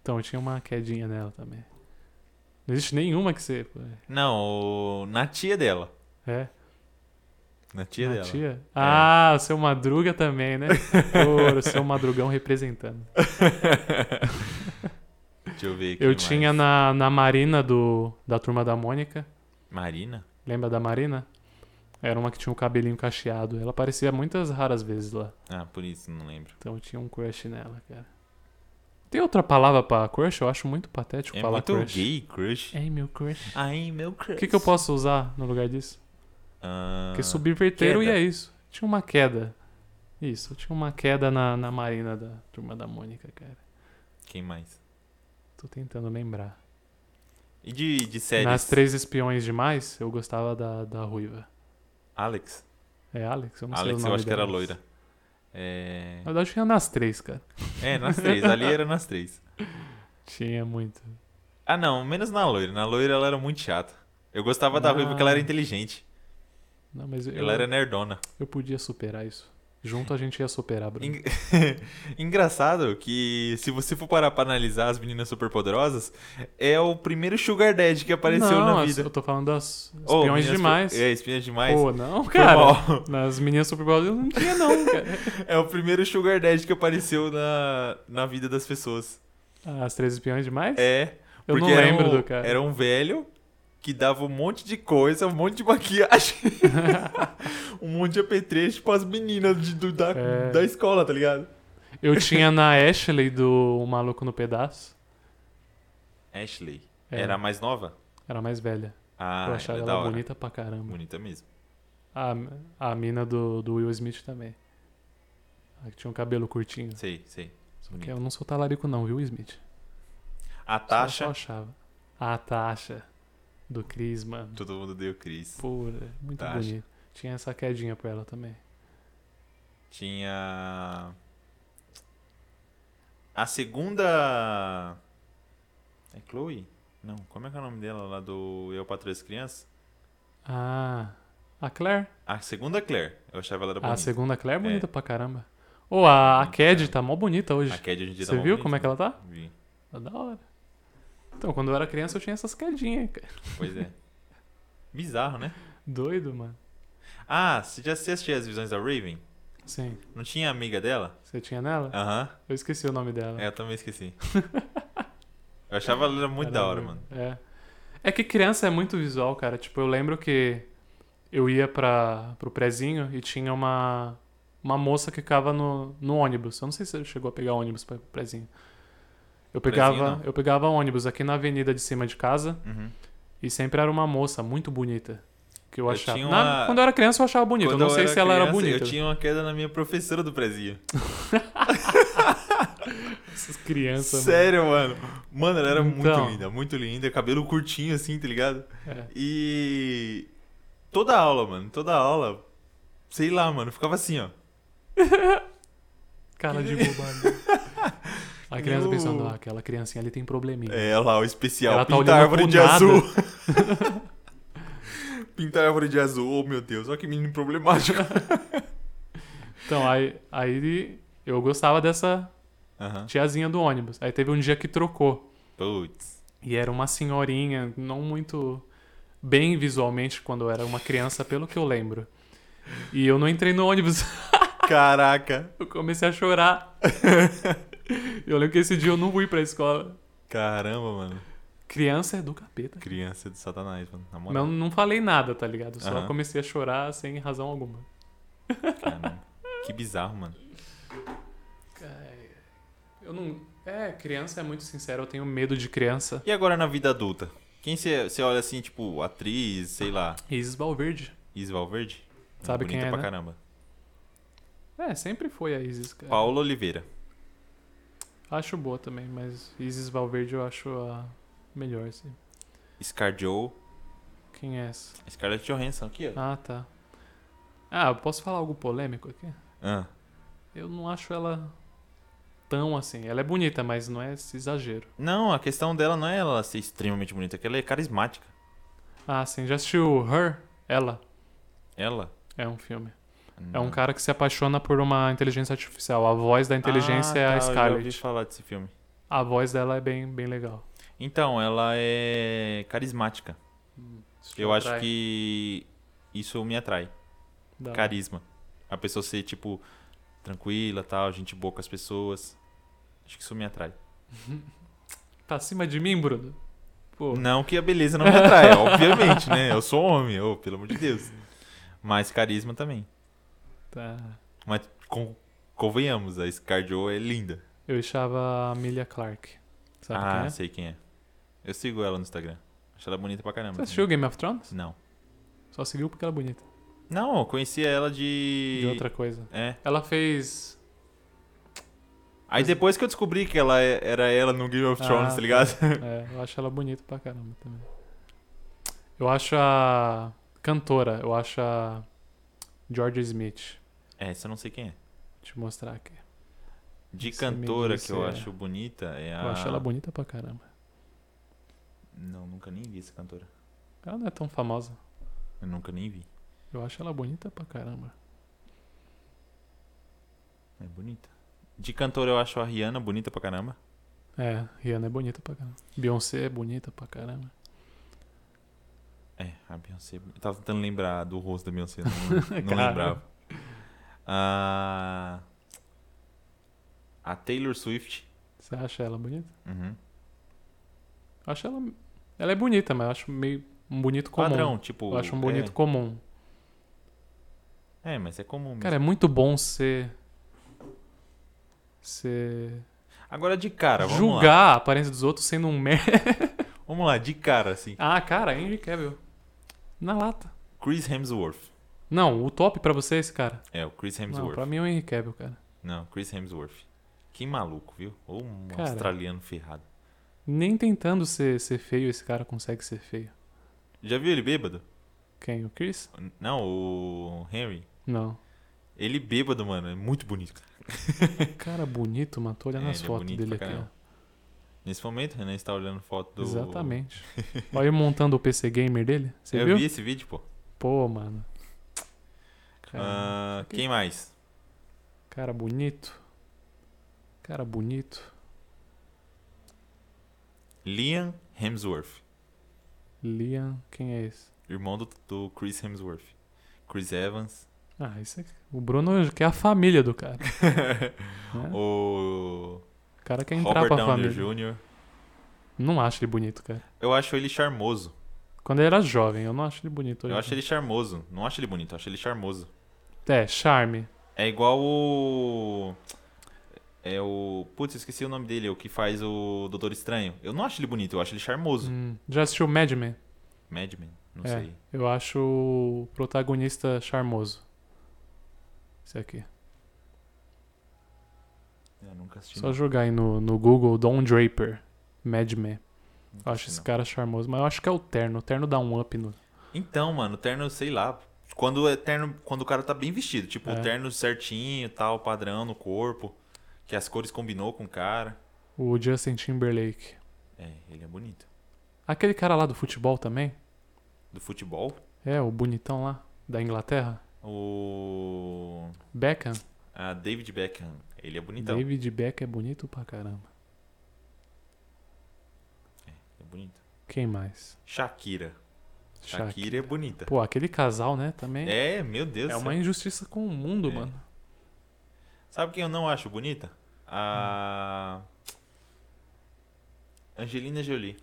[SPEAKER 2] Então, eu tinha uma quedinha nela também. Não existe nenhuma que você.
[SPEAKER 1] Não, o... na tia dela.
[SPEAKER 2] É.
[SPEAKER 1] Na tia
[SPEAKER 2] na
[SPEAKER 1] dela. É.
[SPEAKER 2] tia? Ah, o seu Madruga também, né? Pô, o seu Madrugão representando.
[SPEAKER 1] Deixa eu ver aqui.
[SPEAKER 2] Eu tinha na, na Marina do, da turma da Mônica.
[SPEAKER 1] Marina?
[SPEAKER 2] Lembra da Marina? Era uma que tinha o cabelinho cacheado. Ela aparecia muitas raras vezes lá.
[SPEAKER 1] Ah, por isso, não lembro.
[SPEAKER 2] Então eu tinha um crush nela, cara. Tem outra palavra pra crush? Eu acho muito patético
[SPEAKER 1] É
[SPEAKER 2] falar
[SPEAKER 1] muito
[SPEAKER 2] crush.
[SPEAKER 1] gay, crush.
[SPEAKER 2] Ei, meu crush.
[SPEAKER 1] Ai, meu crush.
[SPEAKER 2] O que, que eu posso usar no lugar disso?
[SPEAKER 1] Ah,
[SPEAKER 2] Porque subverteram
[SPEAKER 1] queda.
[SPEAKER 2] e é isso. Tinha uma queda. Isso, eu tinha uma queda na, na Marina da turma da Mônica, cara.
[SPEAKER 1] Quem mais?
[SPEAKER 2] Tô tentando lembrar.
[SPEAKER 1] E de, de séries?
[SPEAKER 2] Nas Três Espiões Demais, eu gostava da, da Ruiva.
[SPEAKER 1] Alex.
[SPEAKER 2] É Alex? Eu não sei o
[SPEAKER 1] Alex,
[SPEAKER 2] nome
[SPEAKER 1] eu acho que era
[SPEAKER 2] delas.
[SPEAKER 1] loira. É...
[SPEAKER 2] Na verdade, tinha nas três, cara.
[SPEAKER 1] é, nas três. Ali era nas três.
[SPEAKER 2] Tinha muito.
[SPEAKER 1] Ah, não. Menos na loira. Na loira ela era muito chata. Eu gostava da
[SPEAKER 2] Ah.
[SPEAKER 1] ruiva porque ela era inteligente.
[SPEAKER 2] Não, mas eu,
[SPEAKER 1] Ela era nerdona.
[SPEAKER 2] eu podia superar isso. Junto a gente ia superar, Bruno.
[SPEAKER 1] Eng- Engraçado que se você for parar pra analisar as meninas superpoderosas, é o primeiro sugar daddy que apareceu
[SPEAKER 2] não,
[SPEAKER 1] na
[SPEAKER 2] as-
[SPEAKER 1] vida.
[SPEAKER 2] Eu tô falando das
[SPEAKER 1] Ô,
[SPEAKER 2] espiões
[SPEAKER 1] meninas
[SPEAKER 2] demais.
[SPEAKER 1] Super- É, espiões demais.
[SPEAKER 2] Pô, não,
[SPEAKER 1] Foi
[SPEAKER 2] cara.
[SPEAKER 1] mal.
[SPEAKER 2] Nas meninas Super Bowl eu não tinha, não, cara.
[SPEAKER 1] É o primeiro sugar daddy que apareceu na, na vida das pessoas.
[SPEAKER 2] As três espiões demais?
[SPEAKER 1] É.
[SPEAKER 2] eu não
[SPEAKER 1] porque era
[SPEAKER 2] lembro
[SPEAKER 1] um-
[SPEAKER 2] do cara.
[SPEAKER 1] Era um velho que dava um monte de coisa, um monte de maquiagem, um monte de apetrecho pras meninas de- do- da,
[SPEAKER 2] É.
[SPEAKER 1] da escola, tá ligado?
[SPEAKER 2] Eu tinha na Ashley do O Maluco no Pedaço.
[SPEAKER 1] Ashley.
[SPEAKER 2] É.
[SPEAKER 1] Era a mais nova?
[SPEAKER 2] Era mais velha.
[SPEAKER 1] Ah,
[SPEAKER 2] eu achava
[SPEAKER 1] era
[SPEAKER 2] ela
[SPEAKER 1] da hora.
[SPEAKER 2] bonita pra caramba.
[SPEAKER 1] Bonita mesmo.
[SPEAKER 2] A, a mina do, do Will Smith também. A que tinha um cabelo curtinho.
[SPEAKER 1] Sei, sei.
[SPEAKER 2] Que eu não sou talarico, não, viu, Smith?
[SPEAKER 1] A
[SPEAKER 2] Só-
[SPEAKER 1] taxa.
[SPEAKER 2] Só achava. A taxa do Chris, mano.
[SPEAKER 1] Todo mundo deu Chris.
[SPEAKER 2] Pura, muito
[SPEAKER 1] Tasha.
[SPEAKER 2] bonito. Tinha essa quedinha pra ela também.
[SPEAKER 1] Tinha. A segunda. É Chloe? Não, como é que é o nome dela lá do Eu Patrulho as Crianças?
[SPEAKER 2] Ah, a Claire.
[SPEAKER 1] A segunda Claire. Eu achava ela era
[SPEAKER 2] A
[SPEAKER 1] Tá bonita.
[SPEAKER 2] segunda Claire é
[SPEAKER 1] É.
[SPEAKER 2] bonita pra caramba. Ô, a, a
[SPEAKER 1] Bonita,
[SPEAKER 2] Cad
[SPEAKER 1] cara.
[SPEAKER 2] tá mó bonita
[SPEAKER 1] A
[SPEAKER 2] hoje.
[SPEAKER 1] Cad hoje em dia
[SPEAKER 2] Você viu como é que ela tá?
[SPEAKER 1] Vi.
[SPEAKER 2] Tá da hora. Então, quando eu era criança eu tinha essas quedinhas, cara.
[SPEAKER 1] Pois é. Bizarro, né?
[SPEAKER 2] Doido, mano.
[SPEAKER 1] Ah, você já assistiu as visões da Raven?
[SPEAKER 2] Sim.
[SPEAKER 1] Não tinha amiga dela?
[SPEAKER 2] Você tinha nela?
[SPEAKER 1] Aham.
[SPEAKER 2] Eu esqueci o nome dela.
[SPEAKER 1] É, eu também esqueci. Eu achava ela muito
[SPEAKER 2] Era
[SPEAKER 1] da hora,
[SPEAKER 2] um-
[SPEAKER 1] mano.
[SPEAKER 2] É. É que criança é muito visual, cara. Tipo, eu lembro que eu ia pra, pro prezinho e tinha uma, uma moça que ficava no, no ônibus. Eu não sei se você chegou a pegar ônibus pra, pro prezinho. Eu pegava,
[SPEAKER 1] Prezinho, não.
[SPEAKER 2] eu pegava ônibus aqui na avenida de cima de casa
[SPEAKER 1] Uhum.
[SPEAKER 2] e sempre era uma moça muito bonita. Que eu,
[SPEAKER 1] Eu
[SPEAKER 2] achava.
[SPEAKER 1] tinha
[SPEAKER 2] Na-
[SPEAKER 1] uma-
[SPEAKER 2] quando eu era criança eu achava bonita. Eu
[SPEAKER 1] Quando
[SPEAKER 2] não sei se ela era
[SPEAKER 1] criança,
[SPEAKER 2] bonita.
[SPEAKER 1] Eu tinha uma queda na minha professora do Brasil.
[SPEAKER 2] Essas crianças. mano.
[SPEAKER 1] Sério, mano. Mano, ela era
[SPEAKER 2] Então.
[SPEAKER 1] muito linda, muito linda. Cabelo curtinho, assim, tá ligado?
[SPEAKER 2] É.
[SPEAKER 1] E. Toda aula, mano. Toda aula. Sei lá, mano. Ficava assim, ó.
[SPEAKER 2] Cara de bobagem. né? A criança
[SPEAKER 1] Eu-
[SPEAKER 2] pensando, ah, aquela criancinha ali tem probleminha.
[SPEAKER 1] É lá, o especial.
[SPEAKER 2] Ela tá
[SPEAKER 1] Pinta
[SPEAKER 2] olhando
[SPEAKER 1] árvore
[SPEAKER 2] pro
[SPEAKER 1] de
[SPEAKER 2] nada.
[SPEAKER 1] azul. Pinta árvore de azul, oh meu Deus, olha que menino problemático.
[SPEAKER 2] Então, aí, aí eu gostava dessa
[SPEAKER 1] Aham.
[SPEAKER 2] tiazinha do ônibus. Aí teve um dia que trocou.
[SPEAKER 1] Putz.
[SPEAKER 2] E era uma senhorinha, não muito bem visualmente quando eu era uma criança, pelo que eu lembro. E eu não entrei no ônibus.
[SPEAKER 1] Caraca.
[SPEAKER 2] Eu comecei a chorar. Eu lembro que esse dia eu não fui pra escola.
[SPEAKER 1] Caramba, mano.
[SPEAKER 2] Criança é do capeta.
[SPEAKER 1] Criança de satanás, mano. Na
[SPEAKER 2] Mas
[SPEAKER 1] moral.
[SPEAKER 2] eu não falei nada, tá ligado? Só
[SPEAKER 1] Aham.
[SPEAKER 2] comecei a chorar sem razão alguma.
[SPEAKER 1] Caramba. Que bizarro, mano.
[SPEAKER 2] É, Eu não. É, criança é muito sincero, eu tenho medo de criança.
[SPEAKER 1] E agora na vida adulta? Quem você olha assim, tipo, atriz, sei lá,
[SPEAKER 2] Isis Valverde.
[SPEAKER 1] Is Valverde?
[SPEAKER 2] Sabe quem
[SPEAKER 1] Bonita
[SPEAKER 2] é,
[SPEAKER 1] pra
[SPEAKER 2] né?
[SPEAKER 1] caramba.
[SPEAKER 2] É, sempre foi a Isis, cara.
[SPEAKER 1] Paula Oliveira.
[SPEAKER 2] Acho boa também, mas Isis Valverde eu acho a melhor, assim.
[SPEAKER 1] Scar Joe.
[SPEAKER 2] Quem é essa?
[SPEAKER 1] Scarlett Johansson aqui, ó.
[SPEAKER 2] Ah, tá. Ah, eu posso falar algo polêmico aqui?
[SPEAKER 1] Ah.
[SPEAKER 2] Eu não acho ela tão assim. Ela é bonita, mas não é esse exagero.
[SPEAKER 1] Não, a questão dela não é ela ser extremamente bonita, é que ela é carismática.
[SPEAKER 2] Ah, sim, já assistiu Her? Ela
[SPEAKER 1] Ela.
[SPEAKER 2] é um filme. É
[SPEAKER 1] Uhum.
[SPEAKER 2] um cara que se apaixona por uma inteligência artificial. A voz da
[SPEAKER 1] Ah,
[SPEAKER 2] inteligência é
[SPEAKER 1] tá,
[SPEAKER 2] a
[SPEAKER 1] Eu já ouvi
[SPEAKER 2] Scarlett.
[SPEAKER 1] falar desse filme.
[SPEAKER 2] A voz dela é bem, bem legal.
[SPEAKER 1] Então, ela é carismática. Eu acho que isso me atrai.
[SPEAKER 2] Dá.
[SPEAKER 1] Carisma. A pessoa ser, tipo, tranquila, tal, gente boa com as pessoas. Acho que isso me atrai.
[SPEAKER 2] Tá acima de mim, Bruno? Pô,
[SPEAKER 1] Não que a beleza não me atrai, obviamente, né? Eu sou homem, ô, pelo amor de Deus. Mas carisma também.
[SPEAKER 2] tá.
[SPEAKER 1] Mas con- convenhamos, a Scarjo é linda.
[SPEAKER 2] Eu achava a Amelia Clark. Sabe
[SPEAKER 1] ah,
[SPEAKER 2] quem é?
[SPEAKER 1] sei quem é. Eu sigo ela no Instagram. Acho ela bonita pra caramba. assim.
[SPEAKER 2] Você assistiu Game of Thrones?
[SPEAKER 1] Não.
[SPEAKER 2] Só seguiu porque ela é bonita.
[SPEAKER 1] Não, eu conhecia ela
[SPEAKER 2] E...
[SPEAKER 1] de.
[SPEAKER 2] De outra coisa.
[SPEAKER 1] É.
[SPEAKER 2] Ela fez.
[SPEAKER 1] Aí depois que eu descobri que ela é- era ela no Game of
[SPEAKER 2] Ah,
[SPEAKER 1] Thrones,
[SPEAKER 2] tá.
[SPEAKER 1] tá ligado?
[SPEAKER 2] É, eu acho ela bonita pra caramba também. Eu acho a. Cantora, eu acho a. George Smith.
[SPEAKER 1] É, essa eu não sei quem é.
[SPEAKER 2] Deixa eu mostrar aqui.
[SPEAKER 1] De
[SPEAKER 2] Você me
[SPEAKER 1] cantora
[SPEAKER 2] disse,
[SPEAKER 1] que eu
[SPEAKER 2] é.
[SPEAKER 1] acho bonita é a.
[SPEAKER 2] Eu acho ela bonita pra caramba.
[SPEAKER 1] Não, nunca nem vi essa cantora.
[SPEAKER 2] Ela não é tão famosa.
[SPEAKER 1] Eu nunca nem vi.
[SPEAKER 2] Eu acho ela bonita pra caramba.
[SPEAKER 1] É bonita. De cantora eu acho a Rihanna bonita pra caramba.
[SPEAKER 2] É, Rihanna é bonita pra caramba. Beyoncé é bonita pra caramba.
[SPEAKER 1] É, a Beyoncé. Eu tava tentando lembrar do rosto da Beyoncé, não, não
[SPEAKER 2] Cara.
[SPEAKER 1] lembrava. A. A Taylor Swift.
[SPEAKER 2] Você acha ela bonita?
[SPEAKER 1] Uhum.
[SPEAKER 2] Eu acho ela. Ela é bonita, mas eu acho meio um bonito comum.
[SPEAKER 1] Padrão, tipo.
[SPEAKER 2] Eu acho um bonito comum.
[SPEAKER 1] É, é, mas é comum mesmo.
[SPEAKER 2] Cara, é muito bom ser. ser.
[SPEAKER 1] Agora de cara, vamos lá.
[SPEAKER 2] julgar a aparência dos outros sendo um merda.
[SPEAKER 1] Vamos lá, de cara, assim.
[SPEAKER 2] Ah, cara, Henry Cavill. Na lata.
[SPEAKER 1] Chris Hemsworth.
[SPEAKER 2] Não, o top pra você é esse cara.
[SPEAKER 1] É, o Chris
[SPEAKER 2] Não,
[SPEAKER 1] Hemsworth.
[SPEAKER 2] pra mim é o Henry Cavill, cara.
[SPEAKER 1] Não, Chris Hemsworth. Que maluco, viu? Ou um
[SPEAKER 2] Cara.
[SPEAKER 1] australiano ferrado.
[SPEAKER 2] Nem tentando ser, ser feio, esse cara consegue ser feio.
[SPEAKER 1] Já viu ele bêbado?
[SPEAKER 2] Quem? O Chris?
[SPEAKER 1] Não, o Henry.
[SPEAKER 2] Não.
[SPEAKER 1] Ele bêbado, mano, é muito bonito.
[SPEAKER 2] Cara bonito, mano. Tô olhando
[SPEAKER 1] É,
[SPEAKER 2] as
[SPEAKER 1] ele é
[SPEAKER 2] fotos
[SPEAKER 1] bonito
[SPEAKER 2] dele
[SPEAKER 1] pra
[SPEAKER 2] aqui. ó.
[SPEAKER 1] caramba. Nesse momento, o Renan está olhando foto do.
[SPEAKER 2] Exatamente. Olha eu montando o PC gamer dele. Você
[SPEAKER 1] Eu
[SPEAKER 2] viu?
[SPEAKER 1] vi esse vídeo, pô.
[SPEAKER 2] Pô, mano. Cara,
[SPEAKER 1] Ah,
[SPEAKER 2] isso aqui-
[SPEAKER 1] quem mais?
[SPEAKER 2] cara bonito. Cara bonito.
[SPEAKER 1] Liam Hemsworth.
[SPEAKER 2] Liam, quem é esse?
[SPEAKER 1] Irmão do, do Chris Hemsworth. Chris Evans.
[SPEAKER 2] Ah, esse aqui. O Bruno quer é a família do cara. né?
[SPEAKER 1] o.
[SPEAKER 2] O cara quer entrar
[SPEAKER 1] Robert
[SPEAKER 2] pra
[SPEAKER 1] Downey
[SPEAKER 2] família.
[SPEAKER 1] Jr.
[SPEAKER 2] Não acho ele bonito, cara.
[SPEAKER 1] Eu acho ele charmoso.
[SPEAKER 2] Quando ele era jovem, eu não acho ele bonito. hoje
[SPEAKER 1] Eu acho
[SPEAKER 2] em
[SPEAKER 1] ele charmoso. Não acho ele bonito, eu acho ele charmoso.
[SPEAKER 2] dia. É, charme.
[SPEAKER 1] É igual o. É o. Putz, esqueci o nome dele, é o que faz o Doutor Estranho. Eu não acho ele bonito, eu acho ele charmoso.
[SPEAKER 2] Hum, já assistiu Mad Men?
[SPEAKER 1] Madman, não
[SPEAKER 2] É.
[SPEAKER 1] sei.
[SPEAKER 2] Eu acho o protagonista charmoso. Esse aqui.
[SPEAKER 1] Eu nunca assisti.
[SPEAKER 2] Só jogar aí no, no Google Don Draper, Mad Men.
[SPEAKER 1] nunca
[SPEAKER 2] Eu acho
[SPEAKER 1] assisti,
[SPEAKER 2] esse
[SPEAKER 1] não.
[SPEAKER 2] cara charmoso, mas eu acho que é o terno. O terno dá um up no.
[SPEAKER 1] Então, mano, o terno, sei lá. Quando é terno, quando o cara tá bem vestido, tipo,
[SPEAKER 2] É.
[SPEAKER 1] o terno certinho, tal, padrão no corpo, que as cores combinou com o cara.
[SPEAKER 2] O Justin Timberlake.
[SPEAKER 1] É, ele é bonito.
[SPEAKER 2] Aquele cara lá do futebol também.
[SPEAKER 1] Do futebol?
[SPEAKER 2] É, o bonitão lá, da Inglaterra.
[SPEAKER 1] O.
[SPEAKER 2] Beckham.
[SPEAKER 1] Ah, David Beckham. Ele é bonitão.
[SPEAKER 2] David Beckham é bonito pra caramba.
[SPEAKER 1] É bonito.
[SPEAKER 2] Quem mais?
[SPEAKER 1] Shakira. Shakira.
[SPEAKER 2] Shaq.
[SPEAKER 1] é bonita.
[SPEAKER 2] Pô, aquele casal, né, também.
[SPEAKER 1] É, meu Deus.
[SPEAKER 2] É
[SPEAKER 1] do céu.
[SPEAKER 2] uma injustiça com o mundo,
[SPEAKER 1] É.
[SPEAKER 2] mano.
[SPEAKER 1] Sabe quem eu não acho bonita? A. Angelina Jolie.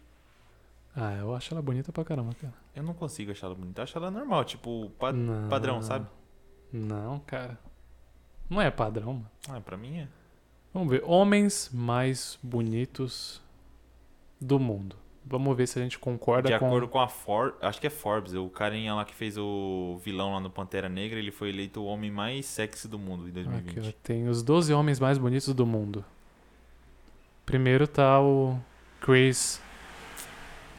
[SPEAKER 2] Ah, eu acho ela bonita pra caramba, cara.
[SPEAKER 1] Eu não consigo achar ela bonita. Eu acho ela normal, tipo, pa-
[SPEAKER 2] Não.
[SPEAKER 1] padrão, sabe?
[SPEAKER 2] Não, cara. Não é padrão, mano.
[SPEAKER 1] Ah, pra mim é.
[SPEAKER 2] Vamos ver. Homens mais bonitos do mundo. Vamos ver se a gente concorda
[SPEAKER 1] De
[SPEAKER 2] com.
[SPEAKER 1] acordo com a Forbes, acho que é Forbes, o carinha lá que fez o vilão lá no Pantera Negra, ele foi eleito o homem mais sexy do
[SPEAKER 2] Ah,
[SPEAKER 1] mundo em 2020.
[SPEAKER 2] Aqui, ó, tem os 12 homens mais bonitos do mundo. Primeiro tá o Chris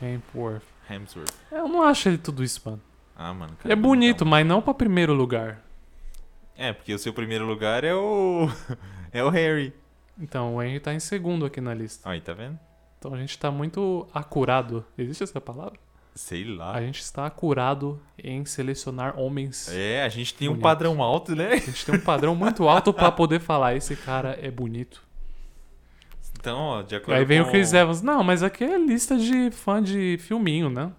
[SPEAKER 2] Hemsworth.
[SPEAKER 1] Hemsworth.
[SPEAKER 2] Eu não acho ele tudo isso, mano.
[SPEAKER 1] Ah, mano.
[SPEAKER 2] Ele é bonito, mas não pra primeiro lugar.
[SPEAKER 1] bonitão. É, porque o seu primeiro lugar é o é o Harry.
[SPEAKER 2] Então, o Henry tá em segundo aqui na lista.
[SPEAKER 1] Aí, tá vendo?
[SPEAKER 2] Então a gente tá muito acurado. Existe essa palavra?
[SPEAKER 1] Sei
[SPEAKER 2] A
[SPEAKER 1] lá.
[SPEAKER 2] gente está acurado em selecionar homens.
[SPEAKER 1] É, a gente tem um
[SPEAKER 2] Bonito.
[SPEAKER 1] padrão alto, né?
[SPEAKER 2] A gente tem um padrão muito alto pra poder falar esse cara é bonito.
[SPEAKER 1] Então, ó, de
[SPEAKER 2] E
[SPEAKER 1] acordo
[SPEAKER 2] aí vem
[SPEAKER 1] com...
[SPEAKER 2] o Chris Evans. Não, mas aqui é lista de fã de filminho, né?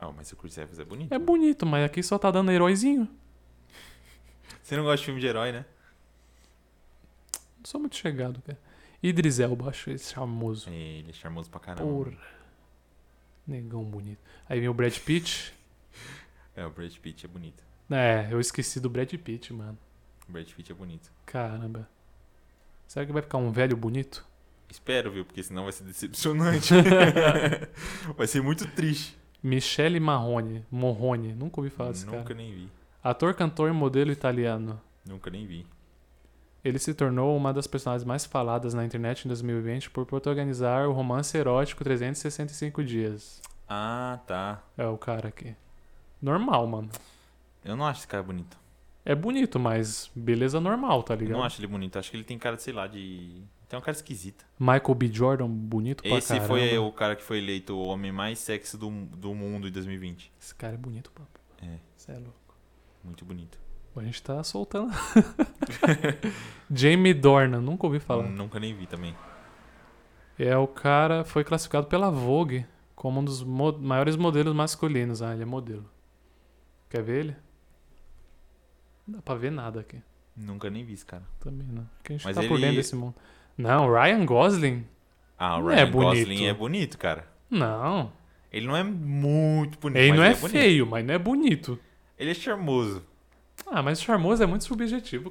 [SPEAKER 1] Ah, mas o Chris Evans é bonito.
[SPEAKER 2] É bonito, mas aqui só tá dando heróizinho.
[SPEAKER 1] Você não gosta de filme de herói, né?
[SPEAKER 2] Não sou muito chegado, cara. Idris Elba, acho esse charmoso.
[SPEAKER 1] Ele é charmoso pra caramba.
[SPEAKER 2] Porra. Negão bonito. Aí vem o Brad Pitt.
[SPEAKER 1] É, o Brad Pitt é bonito.
[SPEAKER 2] É, eu esqueci do Brad Pitt, mano.
[SPEAKER 1] O Brad Pitt é bonito.
[SPEAKER 2] Caramba. Será que vai ficar um velho bonito?
[SPEAKER 1] Espero, viu? Porque senão vai ser decepcionante. vai ser muito triste.
[SPEAKER 2] Michele Marrone. Morrone. Nunca ouvi falar desse
[SPEAKER 1] Nunca
[SPEAKER 2] cara.
[SPEAKER 1] nem vi.
[SPEAKER 2] Ator, cantor e modelo italiano.
[SPEAKER 1] Nunca nem vi.
[SPEAKER 2] Ele se tornou uma das personagens mais faladas na internet em 2020 por protagonizar o romance erótico 365 Dias.
[SPEAKER 1] Ah, tá.
[SPEAKER 2] É o cara aqui. Normal, mano.
[SPEAKER 1] Eu não acho esse cara bonito.
[SPEAKER 2] É bonito, mas beleza normal, tá
[SPEAKER 1] Eu
[SPEAKER 2] ligado?
[SPEAKER 1] não acho ele bonito. Acho que ele tem cara, de, sei lá, de. Tem uma cara esquisita.
[SPEAKER 2] Michael B. Jordan, bonito pra
[SPEAKER 1] Esse
[SPEAKER 2] caramba.
[SPEAKER 1] foi o cara que foi eleito o homem mais sexy do, do mundo em 2020.
[SPEAKER 2] Esse cara é bonito, papo.
[SPEAKER 1] É.
[SPEAKER 2] Cê é louco.
[SPEAKER 1] Muito bonito.
[SPEAKER 2] A gente tá soltando. Jamie Dornan, nunca ouvi falar.
[SPEAKER 1] Nunca nem vi também.
[SPEAKER 2] É o cara, foi classificado pela Vogue como um dos mo- maiores modelos masculinos. Ah, ele é modelo. Quer ver ele? Não dá pra ver nada aqui.
[SPEAKER 1] Nunca nem vi esse cara.
[SPEAKER 2] Também não. Porque a gente
[SPEAKER 1] Mas
[SPEAKER 2] tá por
[SPEAKER 1] ele-
[SPEAKER 2] dentro desse mundo. Não, Ryan Gosling?
[SPEAKER 1] Ah, o
[SPEAKER 2] Não
[SPEAKER 1] Ryan
[SPEAKER 2] é
[SPEAKER 1] Gosling
[SPEAKER 2] bonito.
[SPEAKER 1] é bonito, cara.
[SPEAKER 2] Não.
[SPEAKER 1] Ele não é muito bonito.
[SPEAKER 2] ele
[SPEAKER 1] mas
[SPEAKER 2] não é,
[SPEAKER 1] ele é bonito.
[SPEAKER 2] feio, mas não é bonito.
[SPEAKER 1] Ele é charmoso.
[SPEAKER 2] Ah, mas charmoso é muito subjetivo,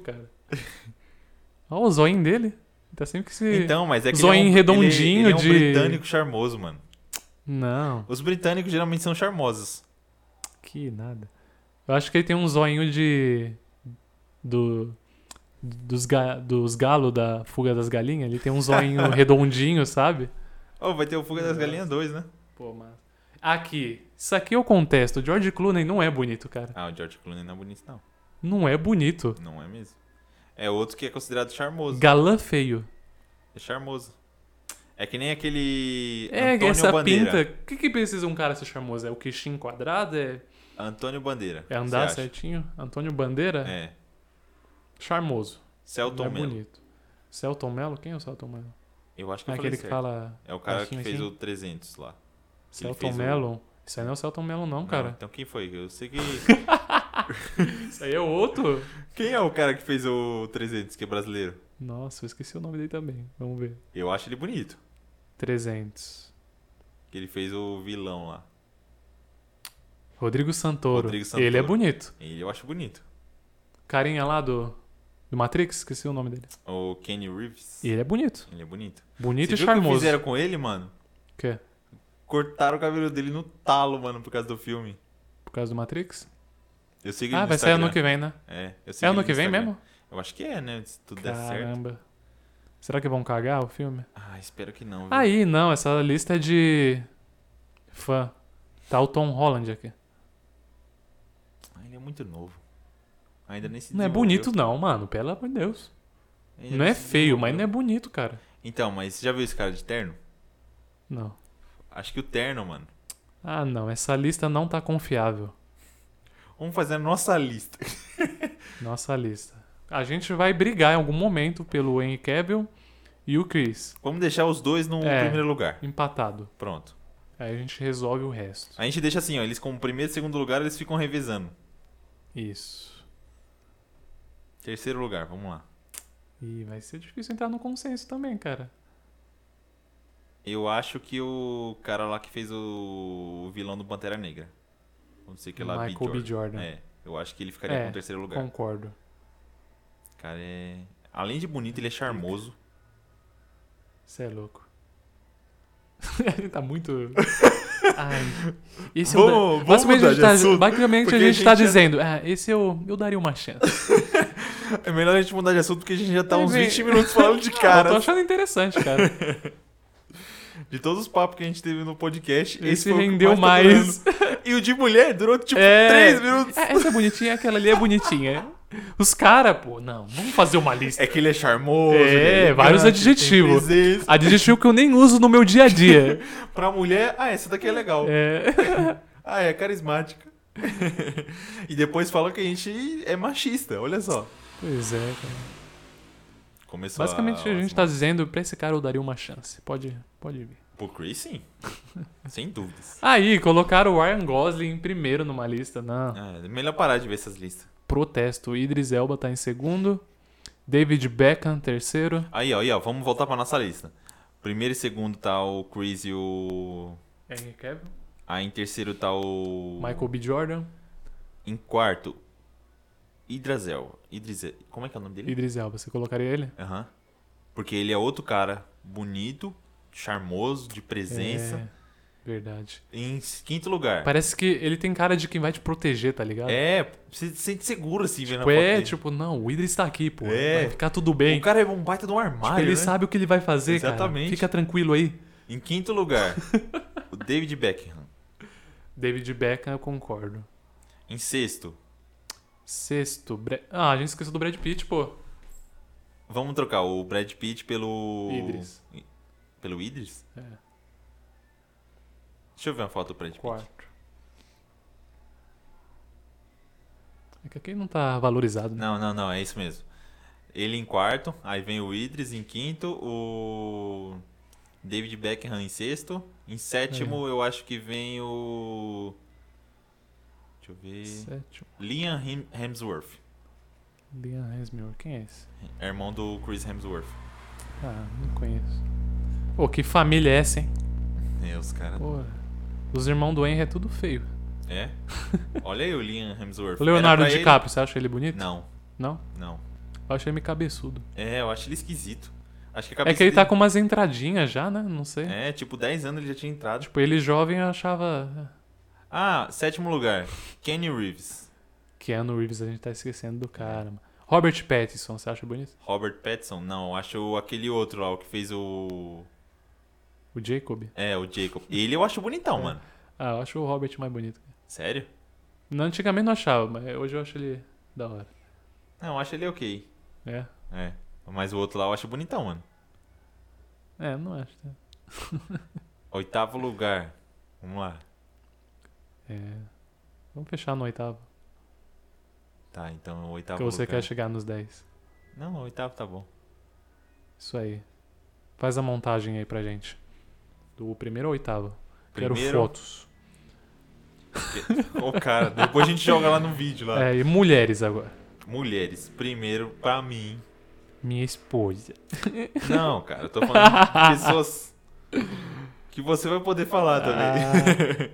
[SPEAKER 2] cara. Olha o zoinho dele. Tá sempre que se.
[SPEAKER 1] Então, mas é que
[SPEAKER 2] Zoinho
[SPEAKER 1] ele é um, ele,
[SPEAKER 2] redondinho
[SPEAKER 1] ele é um
[SPEAKER 2] de-
[SPEAKER 1] britânico charmoso, mano.
[SPEAKER 2] Não,
[SPEAKER 1] Os britânicos geralmente são charmosos.
[SPEAKER 2] que nada. Eu acho que ele tem um zoinho de. Do. Dos, ga, dos galos da fuga das galinhas. Ele tem um zoinho redondinho, sabe?
[SPEAKER 1] Oh, vai ter o Fuga das Galinhas 2, né?
[SPEAKER 2] Pô, mas. Aqui. Isso aqui eu contesto. O George Clooney não é bonito, cara.
[SPEAKER 1] Ah, o George Clooney não é bonito, não.
[SPEAKER 2] Não é bonito.
[SPEAKER 1] Não é mesmo. É outro que é considerado charmoso.
[SPEAKER 2] Galã feio.
[SPEAKER 1] É charmoso. É que nem aquele.
[SPEAKER 2] É,
[SPEAKER 1] Antônio
[SPEAKER 2] essa
[SPEAKER 1] Bandeira.
[SPEAKER 2] pinta. O que, que precisa um cara ser charmoso? É o queixinho quadrado? É,
[SPEAKER 1] Antônio Bandeira.
[SPEAKER 2] é andar
[SPEAKER 1] cê acha?
[SPEAKER 2] certinho? Antônio Bandeira?
[SPEAKER 1] É.
[SPEAKER 2] Charmoso.
[SPEAKER 1] Celton
[SPEAKER 2] não é
[SPEAKER 1] Mello.
[SPEAKER 2] bonito. Celton Mello? Quem é o Celton Mello?
[SPEAKER 1] Eu acho que
[SPEAKER 2] É
[SPEAKER 1] eu falei
[SPEAKER 2] aquele que
[SPEAKER 1] certo.
[SPEAKER 2] fala.
[SPEAKER 1] É o cara que
[SPEAKER 2] baixinho
[SPEAKER 1] fez
[SPEAKER 2] assim?
[SPEAKER 1] o 300 lá. Que ele
[SPEAKER 2] Celton
[SPEAKER 1] fez o-
[SPEAKER 2] Mello? Isso aí não é o Celton Mello, não, cara.
[SPEAKER 1] Então quem foi? Eu sei que.
[SPEAKER 2] Isso aí é outro.
[SPEAKER 1] quem é o cara que fez o 300 que é brasileiro?
[SPEAKER 2] Nossa, eu esqueci o nome dele também. Vamos ver.
[SPEAKER 1] Eu acho ele bonito.
[SPEAKER 2] 300.
[SPEAKER 1] Que ele fez o vilão lá.
[SPEAKER 2] Rodrigo Santoro.
[SPEAKER 1] Rodrigo Santoro.
[SPEAKER 2] Ele é bonito.
[SPEAKER 1] Ele eu acho bonito.
[SPEAKER 2] Carinha lá do, do Matrix, esqueci o nome dele.
[SPEAKER 1] O Kenny Reeves.
[SPEAKER 2] Ele é bonito.
[SPEAKER 1] Ele é bonito.
[SPEAKER 2] Bonito
[SPEAKER 1] Você
[SPEAKER 2] e
[SPEAKER 1] viu o que
[SPEAKER 2] charmoso.
[SPEAKER 1] fizeram com ele, mano?
[SPEAKER 2] O quê?
[SPEAKER 1] Cortaram o cabelo dele no talo, mano, por causa do filme.
[SPEAKER 2] Por causa do Matrix?
[SPEAKER 1] Eu sei que
[SPEAKER 2] Ah,
[SPEAKER 1] ele
[SPEAKER 2] vai
[SPEAKER 1] no
[SPEAKER 2] sair ano
[SPEAKER 1] Instagram.
[SPEAKER 2] que vem, né?
[SPEAKER 1] É, eu sei
[SPEAKER 2] É ano que vem mesmo?
[SPEAKER 1] Eu acho que é, né? Se tudo der certo.
[SPEAKER 2] Caramba. Será que vão cagar o filme?
[SPEAKER 1] Ah, espero que não. viu?
[SPEAKER 2] Aí, não, essa lista é de fã. Tá o Tom Holland aqui.
[SPEAKER 1] Ah, ele é muito novo. Ainda nem se
[SPEAKER 2] Não é
[SPEAKER 1] desenvolveu.
[SPEAKER 2] bonito não, mano, pelo amor de Deus.
[SPEAKER 1] Ainda
[SPEAKER 2] Não é
[SPEAKER 1] se
[SPEAKER 2] feio, mas é- não é
[SPEAKER 1] desenvolveu.
[SPEAKER 2] bonito, cara.
[SPEAKER 1] Então, mas você já viu esse cara de terno?
[SPEAKER 2] Não.
[SPEAKER 1] Acho que o terno, mano.
[SPEAKER 2] Ah, não. Essa lista não tá confiável.
[SPEAKER 1] Vamos fazer a nossa lista.
[SPEAKER 2] Nossa lista. A gente vai brigar em algum momento pelo Henry Cavill e o Chris.
[SPEAKER 1] Vamos deixar os dois no
[SPEAKER 2] É.
[SPEAKER 1] primeiro lugar.
[SPEAKER 2] Empatado.
[SPEAKER 1] Pronto.
[SPEAKER 2] Aí a gente resolve o resto.
[SPEAKER 1] A gente deixa assim, ó. Eles com o primeiro e segundo lugar, eles ficam revezando.
[SPEAKER 2] Isso.
[SPEAKER 1] Terceiro lugar, vamos lá.
[SPEAKER 2] E vai ser difícil entrar no consenso também, cara.
[SPEAKER 1] Eu acho que o cara lá que fez o vilão do Pantera Negra. Não sei que lá,
[SPEAKER 2] Michael B. Jordan.
[SPEAKER 1] É, eu acho que ele ficaria
[SPEAKER 2] É,
[SPEAKER 1] com o terceiro lugar.
[SPEAKER 2] Concordo.
[SPEAKER 1] O cara é... Além de bonito, ele é charmoso.
[SPEAKER 2] Você é louco. Ele tá muito. Ai. Esse
[SPEAKER 1] Vamos-
[SPEAKER 2] eu
[SPEAKER 1] vamos
[SPEAKER 2] da- basicamente
[SPEAKER 1] mudar
[SPEAKER 2] a gente
[SPEAKER 1] de
[SPEAKER 2] tá-
[SPEAKER 1] assunto,
[SPEAKER 2] basicamente
[SPEAKER 1] porque
[SPEAKER 2] a
[SPEAKER 1] a
[SPEAKER 2] gente, tá
[SPEAKER 1] gente já-
[SPEAKER 2] dizendo, ah, esse eu, eu daria uma chance.
[SPEAKER 1] É melhor a gente mudar de assunto porque a gente já tá
[SPEAKER 2] Ai,
[SPEAKER 1] uns
[SPEAKER 2] vem.
[SPEAKER 1] 20 minutos falando de
[SPEAKER 2] É, Eu tô
[SPEAKER 1] cara.
[SPEAKER 2] achando interessante, cara.
[SPEAKER 1] De todos os papos que a gente teve no podcast, esse,
[SPEAKER 2] Esse
[SPEAKER 1] foi o que
[SPEAKER 2] rendeu
[SPEAKER 1] tá durando.
[SPEAKER 2] mais.
[SPEAKER 1] E o de mulher durou tipo
[SPEAKER 2] É.
[SPEAKER 1] 3 minutos.
[SPEAKER 2] É, essa é bonitinha, aquela ali é bonitinha. Os caras, pô, não, vamos fazer uma lista.
[SPEAKER 1] É que ele é charmoso.
[SPEAKER 2] É,
[SPEAKER 1] ele elegante,
[SPEAKER 2] vários
[SPEAKER 1] tem
[SPEAKER 2] adjetivos.
[SPEAKER 1] presença.
[SPEAKER 2] Adjetivo que eu nem uso no meu dia a dia.
[SPEAKER 1] Pra mulher, ah, essa daqui é legal.
[SPEAKER 2] É.
[SPEAKER 1] Ah, é carismática. e depois falam que a gente é machista, olha só.
[SPEAKER 2] Pois é, cara.
[SPEAKER 1] Começou
[SPEAKER 2] Basicamente a
[SPEAKER 1] assim.
[SPEAKER 2] gente tá dizendo, pra esse cara eu daria uma chance. Pode, pode vir.
[SPEAKER 1] Pro Chris, sim. Sem dúvidas.
[SPEAKER 2] Aí, colocaram o Ryan Gosling em primeiro numa lista. Não.
[SPEAKER 1] Ah, é melhor parar de ver essas listas.
[SPEAKER 2] Protesto. O Idris Elba tá em segundo. David Beckham, terceiro.
[SPEAKER 1] Aí, ó, aí, ó, vamos voltar pra nossa lista. Primeiro e segundo tá o Chris e o.
[SPEAKER 2] Henry Cavill.
[SPEAKER 1] Aí em terceiro tá o.
[SPEAKER 2] Michael B. Jordan.
[SPEAKER 1] Em quarto, Idrazel. Idrizel. Como é que é o nome dele?
[SPEAKER 2] Idris Elba, você colocaria ele?
[SPEAKER 1] Aham. Porque ele é outro cara bonito, charmoso, de presença.
[SPEAKER 2] É, verdade.
[SPEAKER 1] Em quinto lugar.
[SPEAKER 2] Parece que ele tem cara de quem vai te proteger, tá ligado?
[SPEAKER 1] É, você se sente seguro assim, vendo a
[SPEAKER 2] Tipo,
[SPEAKER 1] foto
[SPEAKER 2] é,
[SPEAKER 1] dele.
[SPEAKER 2] tipo, não, o Idris tá aqui, pô.
[SPEAKER 1] É.
[SPEAKER 2] Vai ficar tudo bem.
[SPEAKER 1] O cara é um baita de um
[SPEAKER 2] Tipo,
[SPEAKER 1] armário,
[SPEAKER 2] ele
[SPEAKER 1] né?
[SPEAKER 2] sabe o que ele vai fazer,
[SPEAKER 1] Exatamente.
[SPEAKER 2] cara. Fica tranquilo aí.
[SPEAKER 1] Em quinto lugar, o David Beckham.
[SPEAKER 2] David Beckham, eu concordo.
[SPEAKER 1] Em sexto,
[SPEAKER 2] Sexto, Bra... Ah, a gente esqueceu do Brad Pitt, pô.
[SPEAKER 1] vamos trocar o Brad Pitt pelo...
[SPEAKER 2] Idris.
[SPEAKER 1] Pelo Idris?
[SPEAKER 2] É.
[SPEAKER 1] Deixa eu ver uma foto do Brad Pitt.
[SPEAKER 2] Quarto. É que aqui não tá valorizado, né?
[SPEAKER 1] Não, não, não, é isso mesmo. Ele em quarto, aí vem o Idris em quinto, o David Beckham em sexto, em sétimo eu acho que vem o Deixa eu ver.
[SPEAKER 2] Sétimo.
[SPEAKER 1] Liam Hem- Hemsworth,
[SPEAKER 2] Liam Hemsworth, quem é esse?
[SPEAKER 1] irmão do Chris Hemsworth.
[SPEAKER 2] Ah, não conheço. Pô, que família é essa, hein?
[SPEAKER 1] É, os caras.
[SPEAKER 2] Pô, os irmãos do Henry é tudo feio.
[SPEAKER 1] É? Olha aí o Liam Hemsworth.
[SPEAKER 2] O Leonardo
[SPEAKER 1] Era pra
[SPEAKER 2] DiCaprio, você acha ele bonito?
[SPEAKER 1] Ele... Não,
[SPEAKER 2] Não?
[SPEAKER 1] não.
[SPEAKER 2] Eu achei ele cabeçudo.
[SPEAKER 1] É, eu acho ele esquisito. Acho que a
[SPEAKER 2] É
[SPEAKER 1] cabeça
[SPEAKER 2] que ele tá
[SPEAKER 1] dele-
[SPEAKER 2] com umas entradinhas já, né? Não sei.
[SPEAKER 1] É, tipo, 10 anos ele já tinha entrado.
[SPEAKER 2] Tipo, ele jovem eu achava.
[SPEAKER 1] Ah, sétimo lugar, Kenny Reeves.
[SPEAKER 2] Keanu Reeves, a gente tá esquecendo do cara. mano. Robert Pattinson, você acha bonito?
[SPEAKER 1] Robert Pattinson? Não, eu acho aquele outro lá, o que fez o.
[SPEAKER 2] O Jacob?
[SPEAKER 1] É, o Jacob. Ele eu acho bonitão,
[SPEAKER 2] É.
[SPEAKER 1] mano.
[SPEAKER 2] Ah, eu acho o Robert mais bonito.
[SPEAKER 1] Sério?
[SPEAKER 2] Não, antigamente não achava, mas hoje eu acho ele da hora.
[SPEAKER 1] Não, eu acho ele ok.
[SPEAKER 2] É?
[SPEAKER 1] É. Mas o outro lá eu acho bonitão, mano.
[SPEAKER 2] É, não acho. tá?
[SPEAKER 1] Oitavo lugar. Vamos lá.
[SPEAKER 2] É. Vamos fechar no oitavo.
[SPEAKER 1] Tá, então o oitavo
[SPEAKER 2] Porque você
[SPEAKER 1] lugar.
[SPEAKER 2] quer chegar nos 10.
[SPEAKER 1] Não, o oitavo tá bom.
[SPEAKER 2] Isso aí. Faz a montagem aí pra gente. Do primeiro ao oitavo. Quero
[SPEAKER 1] Primeiro-
[SPEAKER 2] fotos.
[SPEAKER 1] Ô, cara, depois a gente joga lá no vídeo lá.
[SPEAKER 2] É, e mulheres agora.
[SPEAKER 1] Mulheres, primeiro, pra mim.
[SPEAKER 2] Minha esposa.
[SPEAKER 1] Não, cara, eu tô falando de pessoas que você vai poder falar também.
[SPEAKER 2] Ah.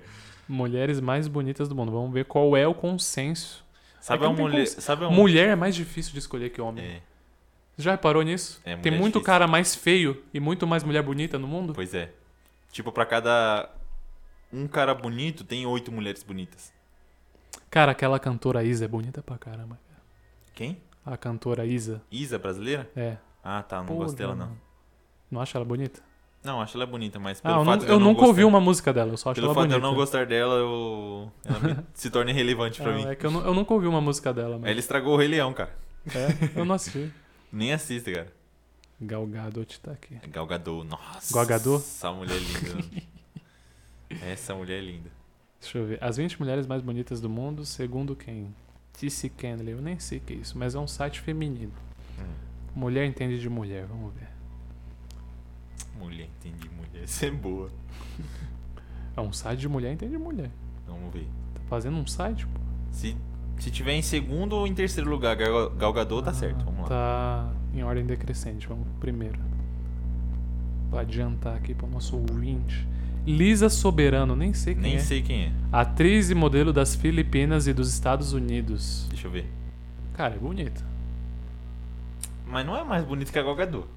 [SPEAKER 2] Mulheres mais bonitas do mundo. Vamos ver qual é o consenso.
[SPEAKER 1] sabe
[SPEAKER 2] É que
[SPEAKER 1] uma
[SPEAKER 2] não tem
[SPEAKER 1] mulher.
[SPEAKER 2] como-
[SPEAKER 1] Sabe uma
[SPEAKER 2] Mulher é mais difícil de escolher que homem.
[SPEAKER 1] Então, É,
[SPEAKER 2] Já reparou nisso?
[SPEAKER 1] É, mulher
[SPEAKER 2] Tem
[SPEAKER 1] é
[SPEAKER 2] muito
[SPEAKER 1] difícil.
[SPEAKER 2] cara mais feio e muito mais mulher bonita no mundo?
[SPEAKER 1] pois é. Tipo, pra cada um cara bonito, tem oito mulheres bonitas.
[SPEAKER 2] Cara, aquela cantora Isa é bonita pra caramba.
[SPEAKER 1] Quem?
[SPEAKER 2] A cantora Isa,
[SPEAKER 1] Isa, brasileira?
[SPEAKER 2] é.
[SPEAKER 1] Ah, tá, não
[SPEAKER 2] Pô,
[SPEAKER 1] gosto dela, não.
[SPEAKER 2] mano. Não acha ela bonita?
[SPEAKER 1] Não, acho ela bonita, mas
[SPEAKER 2] Ah,
[SPEAKER 1] pelo
[SPEAKER 2] eu,
[SPEAKER 1] fato
[SPEAKER 2] nu-
[SPEAKER 1] de eu
[SPEAKER 2] eu
[SPEAKER 1] não
[SPEAKER 2] nunca
[SPEAKER 1] gostar-
[SPEAKER 2] ouvi uma música dela, eu só acho
[SPEAKER 1] Pelo
[SPEAKER 2] ela
[SPEAKER 1] fato de
[SPEAKER 2] bonita.
[SPEAKER 1] eu não gostar dela, eu... ela me- se torna irrelevante pra
[SPEAKER 2] Ah,
[SPEAKER 1] mim.
[SPEAKER 2] É que eu, nu- eu nunca ouvi uma música dela, mas...
[SPEAKER 1] Ela estragou o Rei Leão, cara.
[SPEAKER 2] É, eu não assisti.
[SPEAKER 1] Nem assiste, cara. É
[SPEAKER 2] Gal Gadot tá aqui.
[SPEAKER 1] Gal Gadot, nossa.
[SPEAKER 2] Gal Gadot?
[SPEAKER 1] Essa mulher é linda. Essa mulher é linda.
[SPEAKER 2] Deixa eu ver. As 20 mulheres mais bonitas do mundo, segundo quem? TC Candle. Eu nem sei o que é isso, mas é um site feminino.
[SPEAKER 1] Hum.
[SPEAKER 2] Mulher entende de mulher, vamos ver.
[SPEAKER 1] Mulher, entendi, mulher. Essa é boa.
[SPEAKER 2] É um site de mulher entende de mulher.
[SPEAKER 1] Vamos ver.
[SPEAKER 2] Tá fazendo um site, pô.
[SPEAKER 1] Se, se tiver em segundo ou em terceiro lugar, Gal Gal Gadot tá certo. Vamos lá.
[SPEAKER 2] Tá em ordem decrescente, vamos pro primeiro. Pra adiantar aqui pro nosso ouvinte. Lisa Soberano, nem sei quem
[SPEAKER 1] Nem
[SPEAKER 2] é.
[SPEAKER 1] sei quem é.
[SPEAKER 2] Atriz e modelo das Filipinas e dos Estados Unidos.
[SPEAKER 1] Deixa eu ver.
[SPEAKER 2] Cara, é bonita.
[SPEAKER 1] Mas não é mais bonito que a Gal Gadot.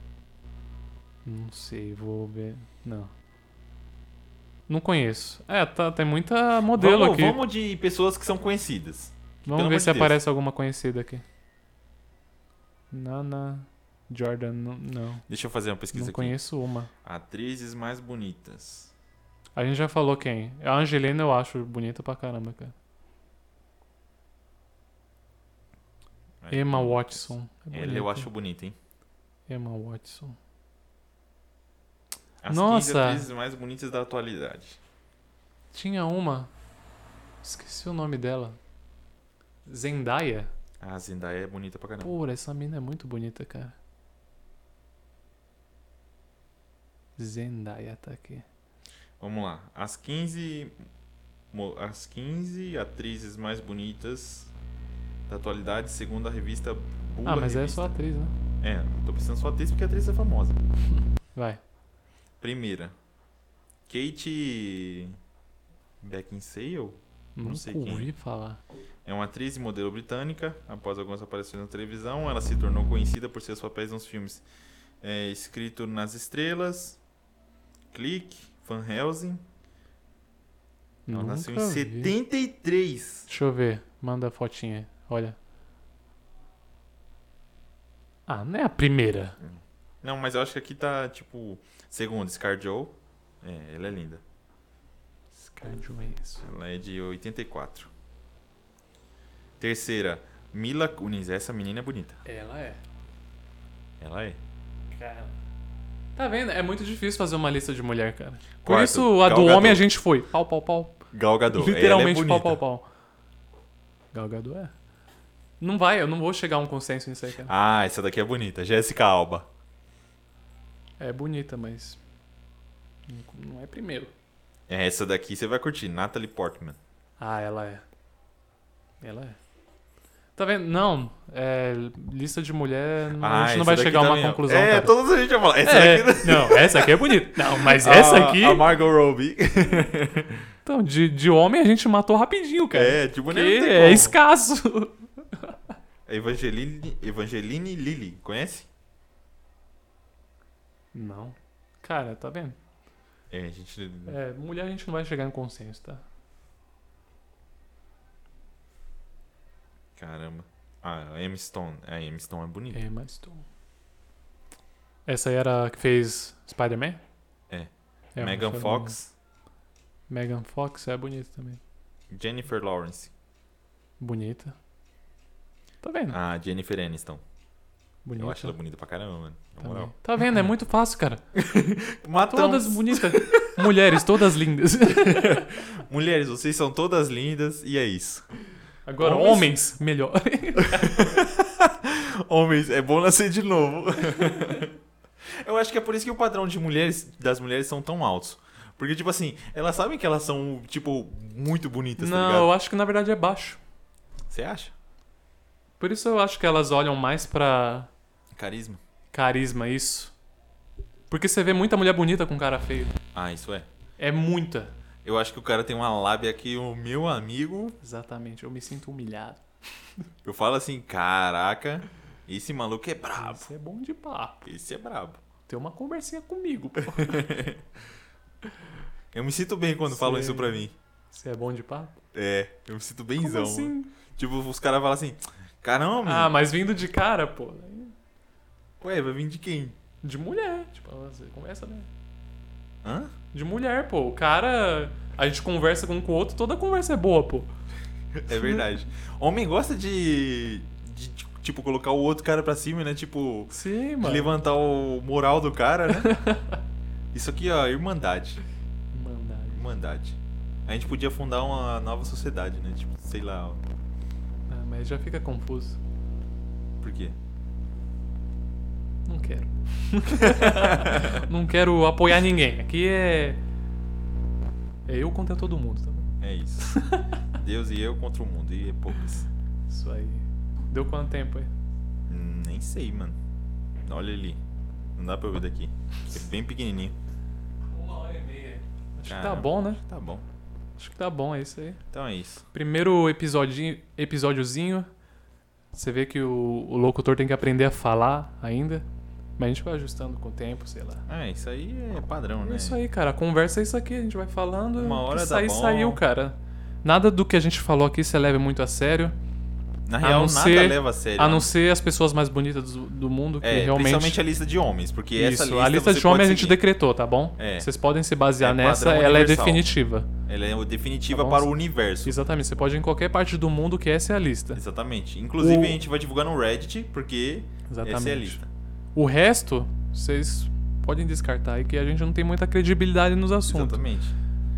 [SPEAKER 2] Não sei, vou ver. Não. Não conheço. É, tá, tem muita modelo
[SPEAKER 1] vamos,
[SPEAKER 2] aqui. Vamos,
[SPEAKER 1] vamos de pessoas que são conhecidas. pelo amor
[SPEAKER 2] ver
[SPEAKER 1] de
[SPEAKER 2] se
[SPEAKER 1] Deus.
[SPEAKER 2] aparece alguma conhecida aqui. Nana Jordan, não. Não,
[SPEAKER 1] Deixa eu fazer uma pesquisa
[SPEAKER 2] não
[SPEAKER 1] aqui.
[SPEAKER 2] conheço uma.
[SPEAKER 1] Atrizes mais bonitas.
[SPEAKER 2] A gente já falou quem. A Angelina eu acho bonita pra caramba, cara.
[SPEAKER 1] Aí,
[SPEAKER 2] Emma Watson. é
[SPEAKER 1] então. Ela eu
[SPEAKER 2] bonita.
[SPEAKER 1] acho bonita, hein?
[SPEAKER 2] Emma Watson.
[SPEAKER 1] As
[SPEAKER 2] Nossa.
[SPEAKER 1] 15 atrizes mais bonitas da atualidade.
[SPEAKER 2] Tinha uma. Esqueci o nome dela. Zendaya?
[SPEAKER 1] A Zendaya é bonita pra caramba.
[SPEAKER 2] Pô, essa mina é muito bonita, cara. Zendaya tá aqui.
[SPEAKER 1] Vamos lá. As 15, mo- as 15 atrizes mais bonitas da atualidade, segundo a revista Bula
[SPEAKER 2] ah, mas é
[SPEAKER 1] Revista.
[SPEAKER 2] só atriz, né?
[SPEAKER 1] É, tô pensando só atriz porque a atriz é famosa.
[SPEAKER 2] Vai.
[SPEAKER 1] Primeira. Kate Beckinsale
[SPEAKER 2] Não
[SPEAKER 1] Não
[SPEAKER 2] Nunca
[SPEAKER 1] sei quem.
[SPEAKER 2] ouvi falar.
[SPEAKER 1] é uma atriz e modelo britânica. Após algumas aparições na televisão, ela se tornou conhecida por seus papéis nos filmes é, Escrito nas Estrelas, Click, Van Helsing. Ela
[SPEAKER 2] Nunca
[SPEAKER 1] nasceu em
[SPEAKER 2] vi.
[SPEAKER 1] 73.
[SPEAKER 2] Deixa eu ver. Manda a fotinha. Olha. Ah, não é a primeira.
[SPEAKER 1] Não, mas eu acho que aqui tá, tipo, segundo, Scar Joe. É, ela é linda.
[SPEAKER 2] Scarjo é isso.
[SPEAKER 1] Ela é de 84. Terceira, Mila Kunis. Essa menina é bonita.
[SPEAKER 2] Ela é.
[SPEAKER 1] Ela é.
[SPEAKER 2] Cara. Tá vendo? É muito difícil fazer uma lista de mulher, cara. Por
[SPEAKER 1] Quarto,
[SPEAKER 2] isso, a
[SPEAKER 1] Gal
[SPEAKER 2] do
[SPEAKER 1] Gadot.
[SPEAKER 2] homem é a gente foi. Pau, pau, pau.
[SPEAKER 1] Gal Gadot.
[SPEAKER 2] Literalmente
[SPEAKER 1] ela é
[SPEAKER 2] pau,
[SPEAKER 1] bonita.
[SPEAKER 2] pau, pau. Gal Gadot é. Não vai, eu não vou chegar a um consenso nisso aí, cara.
[SPEAKER 1] Ah, essa daqui é bonita. Jéssica Alba.
[SPEAKER 2] É bonita, mas. não- Não é primeiro.
[SPEAKER 1] É, Essa daqui você vai curtir. Natalie Portman.
[SPEAKER 2] Ah, ela é. Ela é. Tá vendo? Não. é, lista de mulher, não-
[SPEAKER 1] Ah,
[SPEAKER 2] Hum, a gente
[SPEAKER 1] essa
[SPEAKER 2] não vai
[SPEAKER 1] daqui
[SPEAKER 2] chegar a uma
[SPEAKER 1] também, ó.
[SPEAKER 2] conclusão.
[SPEAKER 1] É,
[SPEAKER 2] cara.
[SPEAKER 1] todas a gente vai falar. Essa
[SPEAKER 2] É,
[SPEAKER 1] daqui...
[SPEAKER 2] não, essa aqui é bonita. Não, mas
[SPEAKER 1] A-
[SPEAKER 2] essa aqui.
[SPEAKER 1] A Margot Robbie.
[SPEAKER 2] Então, de, de homem a gente matou rapidinho, cara.
[SPEAKER 1] É, tipo,
[SPEAKER 2] Porque
[SPEAKER 1] nem tem
[SPEAKER 2] é
[SPEAKER 1] como. É
[SPEAKER 2] escasso.
[SPEAKER 1] Evangeline, Evangeline Lilly. Conhece?
[SPEAKER 2] Não. Cara, tá vendo?
[SPEAKER 1] É, a gente...
[SPEAKER 2] É, mulher a gente não vai chegar em consenso, tá?
[SPEAKER 1] Caramba. Ah, a Emma Stone. A Emma Stone é bonita.
[SPEAKER 2] Emma Stone. Essa aí era a que fez Spider-Man?
[SPEAKER 1] É.
[SPEAKER 2] mas
[SPEAKER 1] Megan
[SPEAKER 2] foi
[SPEAKER 1] Fox.
[SPEAKER 2] bonita. Megan Fox é bonita também.
[SPEAKER 1] Jennifer Lawrence.
[SPEAKER 2] Bonita. Tá vendo?
[SPEAKER 1] Ah, Jennifer Aniston.
[SPEAKER 2] bonita.
[SPEAKER 1] Eu acho ela bonita pra caramba, mano. Na
[SPEAKER 2] também.
[SPEAKER 1] moral. Tá
[SPEAKER 2] Tá vendo? É muito fácil, cara.
[SPEAKER 1] Matamos.
[SPEAKER 2] Todas bonitas. Mulheres, todas lindas.
[SPEAKER 1] Mulheres, vocês são todas lindas e é isso.
[SPEAKER 2] Agora,
[SPEAKER 1] Homens. Tá
[SPEAKER 2] homens, melhor.
[SPEAKER 1] Homens, é bom nascer de novo. Eu acho que é por isso que o padrão de mulheres, das mulheres são tão altos. Porque, tipo assim, elas sabem que elas são, tipo, muito bonitas, tá
[SPEAKER 2] não,
[SPEAKER 1] ligado?
[SPEAKER 2] eu acho que na verdade é baixo.
[SPEAKER 1] Você acha?
[SPEAKER 2] Por isso eu acho que elas olham mais pra
[SPEAKER 1] Carisma.
[SPEAKER 2] carisma, isso. Porque você vê muita mulher bonita com cara feio.
[SPEAKER 1] Ah, isso é.
[SPEAKER 2] É muita.
[SPEAKER 1] Eu acho que o cara tem uma lábia que o meu amigo.
[SPEAKER 2] Exatamente. Eu me sinto humilhado.
[SPEAKER 1] Eu falo assim, caraca, esse maluco é brabo.
[SPEAKER 2] Isso é bom de papo.
[SPEAKER 1] Esse é brabo.
[SPEAKER 2] Ter uma conversinha comigo, pô.
[SPEAKER 1] Eu me sinto bem quando falam isso
[SPEAKER 2] Sei.
[SPEAKER 1] pra mim.
[SPEAKER 2] Você é bom de papo?
[SPEAKER 1] É, eu me sinto
[SPEAKER 2] Como
[SPEAKER 1] bemzão. mano.
[SPEAKER 2] assim?
[SPEAKER 1] Tipo, os caras falam assim, caramba,
[SPEAKER 2] Ah, mas vindo de cara, pô.
[SPEAKER 1] ué, vai vir de quem?
[SPEAKER 2] De mulher. Tipo, você conversa, né?
[SPEAKER 1] Hã?
[SPEAKER 2] De mulher, pô. O cara. A gente conversa com um com o outro, toda conversa é boa, pô.
[SPEAKER 1] É verdade. Homem gosta de, de, de tipo, colocar o outro cara pra cima, né? Tipo,
[SPEAKER 2] Sim,
[SPEAKER 1] de
[SPEAKER 2] mano.
[SPEAKER 1] levantar o moral do cara, né? Isso aqui, ó, irmandade.
[SPEAKER 2] Mandar.
[SPEAKER 1] Irmandade. A gente podia fundar uma nova sociedade, né? Tipo, sei lá, ó,
[SPEAKER 2] Ah, mas já fica confuso.
[SPEAKER 1] por quê?
[SPEAKER 2] Não quero. Não quero apoiar ninguém. Aqui é. É eu contra todo mundo, tá bom?
[SPEAKER 1] É isso. Deus e eu contra o mundo. E é poucas.
[SPEAKER 2] Isso aí. Deu quanto tempo aí?
[SPEAKER 1] Hum, Nem sei, mano. Olha ali. Não dá pra ouvir daqui. É bem pequenininho.
[SPEAKER 2] Uma hora e meia. Acho que tá
[SPEAKER 1] Caramba.
[SPEAKER 2] bom, né?
[SPEAKER 1] Tá bom.
[SPEAKER 2] Acho que tá bom, é isso aí.
[SPEAKER 1] Então é isso.
[SPEAKER 2] Primeiro episodinho, episódiozinho. Você vê que o, o locutor tem que aprender a falar ainda. Mas a gente vai ajustando com o tempo, sei lá.
[SPEAKER 1] Ah, isso aí é padrão, né?
[SPEAKER 2] É isso aí, cara. A conversa é isso aqui. A gente vai falando.
[SPEAKER 1] Uma
[SPEAKER 2] o que
[SPEAKER 1] hora dá
[SPEAKER 2] sair,
[SPEAKER 1] bom.
[SPEAKER 2] saiu, cara. Nada do que a gente falou aqui você leve muito a sério.
[SPEAKER 1] Na
[SPEAKER 2] A
[SPEAKER 1] real,
[SPEAKER 2] não
[SPEAKER 1] nada
[SPEAKER 2] ser-
[SPEAKER 1] leva a sério.
[SPEAKER 2] A não ser as pessoas mais bonitas do, do mundo, que
[SPEAKER 1] É,
[SPEAKER 2] realmente.
[SPEAKER 1] principalmente a lista de homens, porque
[SPEAKER 2] Isso,
[SPEAKER 1] essa lista
[SPEAKER 2] a lista
[SPEAKER 1] você
[SPEAKER 2] de homens
[SPEAKER 1] pode
[SPEAKER 2] a gente
[SPEAKER 1] seguir.
[SPEAKER 2] decretou, tá bom?
[SPEAKER 1] É.
[SPEAKER 2] Vocês podem se basear
[SPEAKER 1] É padrão
[SPEAKER 2] nessa, ela é
[SPEAKER 1] universal.
[SPEAKER 2] definitiva.
[SPEAKER 1] Ela é definitiva
[SPEAKER 2] Tá bom?
[SPEAKER 1] para o universo.
[SPEAKER 2] Exatamente, você pode ir em qualquer parte do mundo que essa é a lista.
[SPEAKER 1] Exatamente. Inclusive,
[SPEAKER 2] O-
[SPEAKER 1] a gente vai divulgar no Reddit, porque essa é a
[SPEAKER 2] Exatamente.
[SPEAKER 1] lista.
[SPEAKER 2] O resto, vocês podem descartar aí que a gente não tem muita credibilidade nos assuntos.
[SPEAKER 1] Exatamente.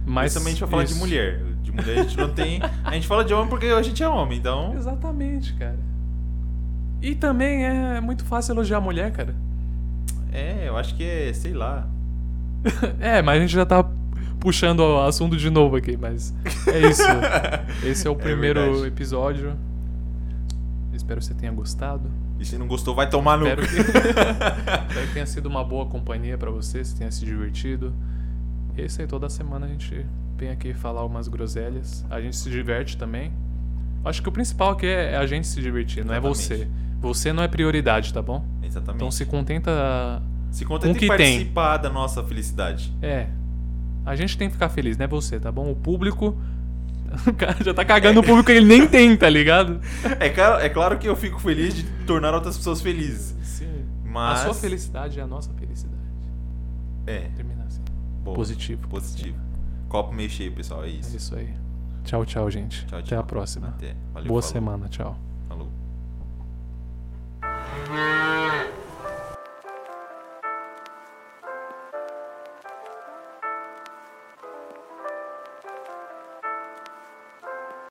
[SPEAKER 2] Mas
[SPEAKER 1] Principalmente pra falar de
[SPEAKER 2] isso.
[SPEAKER 1] mulher. De mulher a gente não tem. A gente fala de homem porque a gente é homem, então.
[SPEAKER 2] Exatamente, cara. E também é muito fácil elogiar a mulher, cara.
[SPEAKER 1] É, eu acho que é, sei lá.
[SPEAKER 2] É, mas a gente já tá puxando o assunto de novo aqui, mas é isso. Esse é o
[SPEAKER 1] É
[SPEAKER 2] primeiro
[SPEAKER 1] verdade.
[SPEAKER 2] episódio. Espero que você tenha gostado.
[SPEAKER 1] E se não gostou, vai tomar no.
[SPEAKER 2] Espero que... Espero que tenha sido uma boa companhia pra você, se tenha se divertido. E é isso aí, toda semana a gente vem aqui falar umas groselhas. A gente se diverte também. Acho que o principal aqui é é a gente se divertir, não é você.
[SPEAKER 1] Exatamente.
[SPEAKER 2] Você não é prioridade, tá bom?
[SPEAKER 1] Exatamente.
[SPEAKER 2] Então se contenta.
[SPEAKER 1] se
[SPEAKER 2] com
[SPEAKER 1] contenta
[SPEAKER 2] o que
[SPEAKER 1] em
[SPEAKER 2] tem.
[SPEAKER 1] participar da nossa felicidade.
[SPEAKER 2] É. A gente tem que ficar feliz, né? Você, tá bom? O público. O cara já tá cagando o público que ele nem tem, tá ligado?
[SPEAKER 1] É claro, é claro que eu fico feliz de tornar outras pessoas felizes.
[SPEAKER 2] Sim.
[SPEAKER 1] Mas.
[SPEAKER 2] A sua felicidade é a nossa felicidade.
[SPEAKER 1] É.
[SPEAKER 2] Terminar assim.
[SPEAKER 1] boa.
[SPEAKER 2] Positivo.
[SPEAKER 1] Positivo. Copo meio cheio, pessoal. É
[SPEAKER 2] É
[SPEAKER 1] isso.
[SPEAKER 2] isso aí. Tchau, tchau, gente.
[SPEAKER 1] Tchau,
[SPEAKER 2] Até
[SPEAKER 1] tchau.
[SPEAKER 2] a próxima.
[SPEAKER 1] Até. Valeu, falou.
[SPEAKER 2] Boa semana, tchau.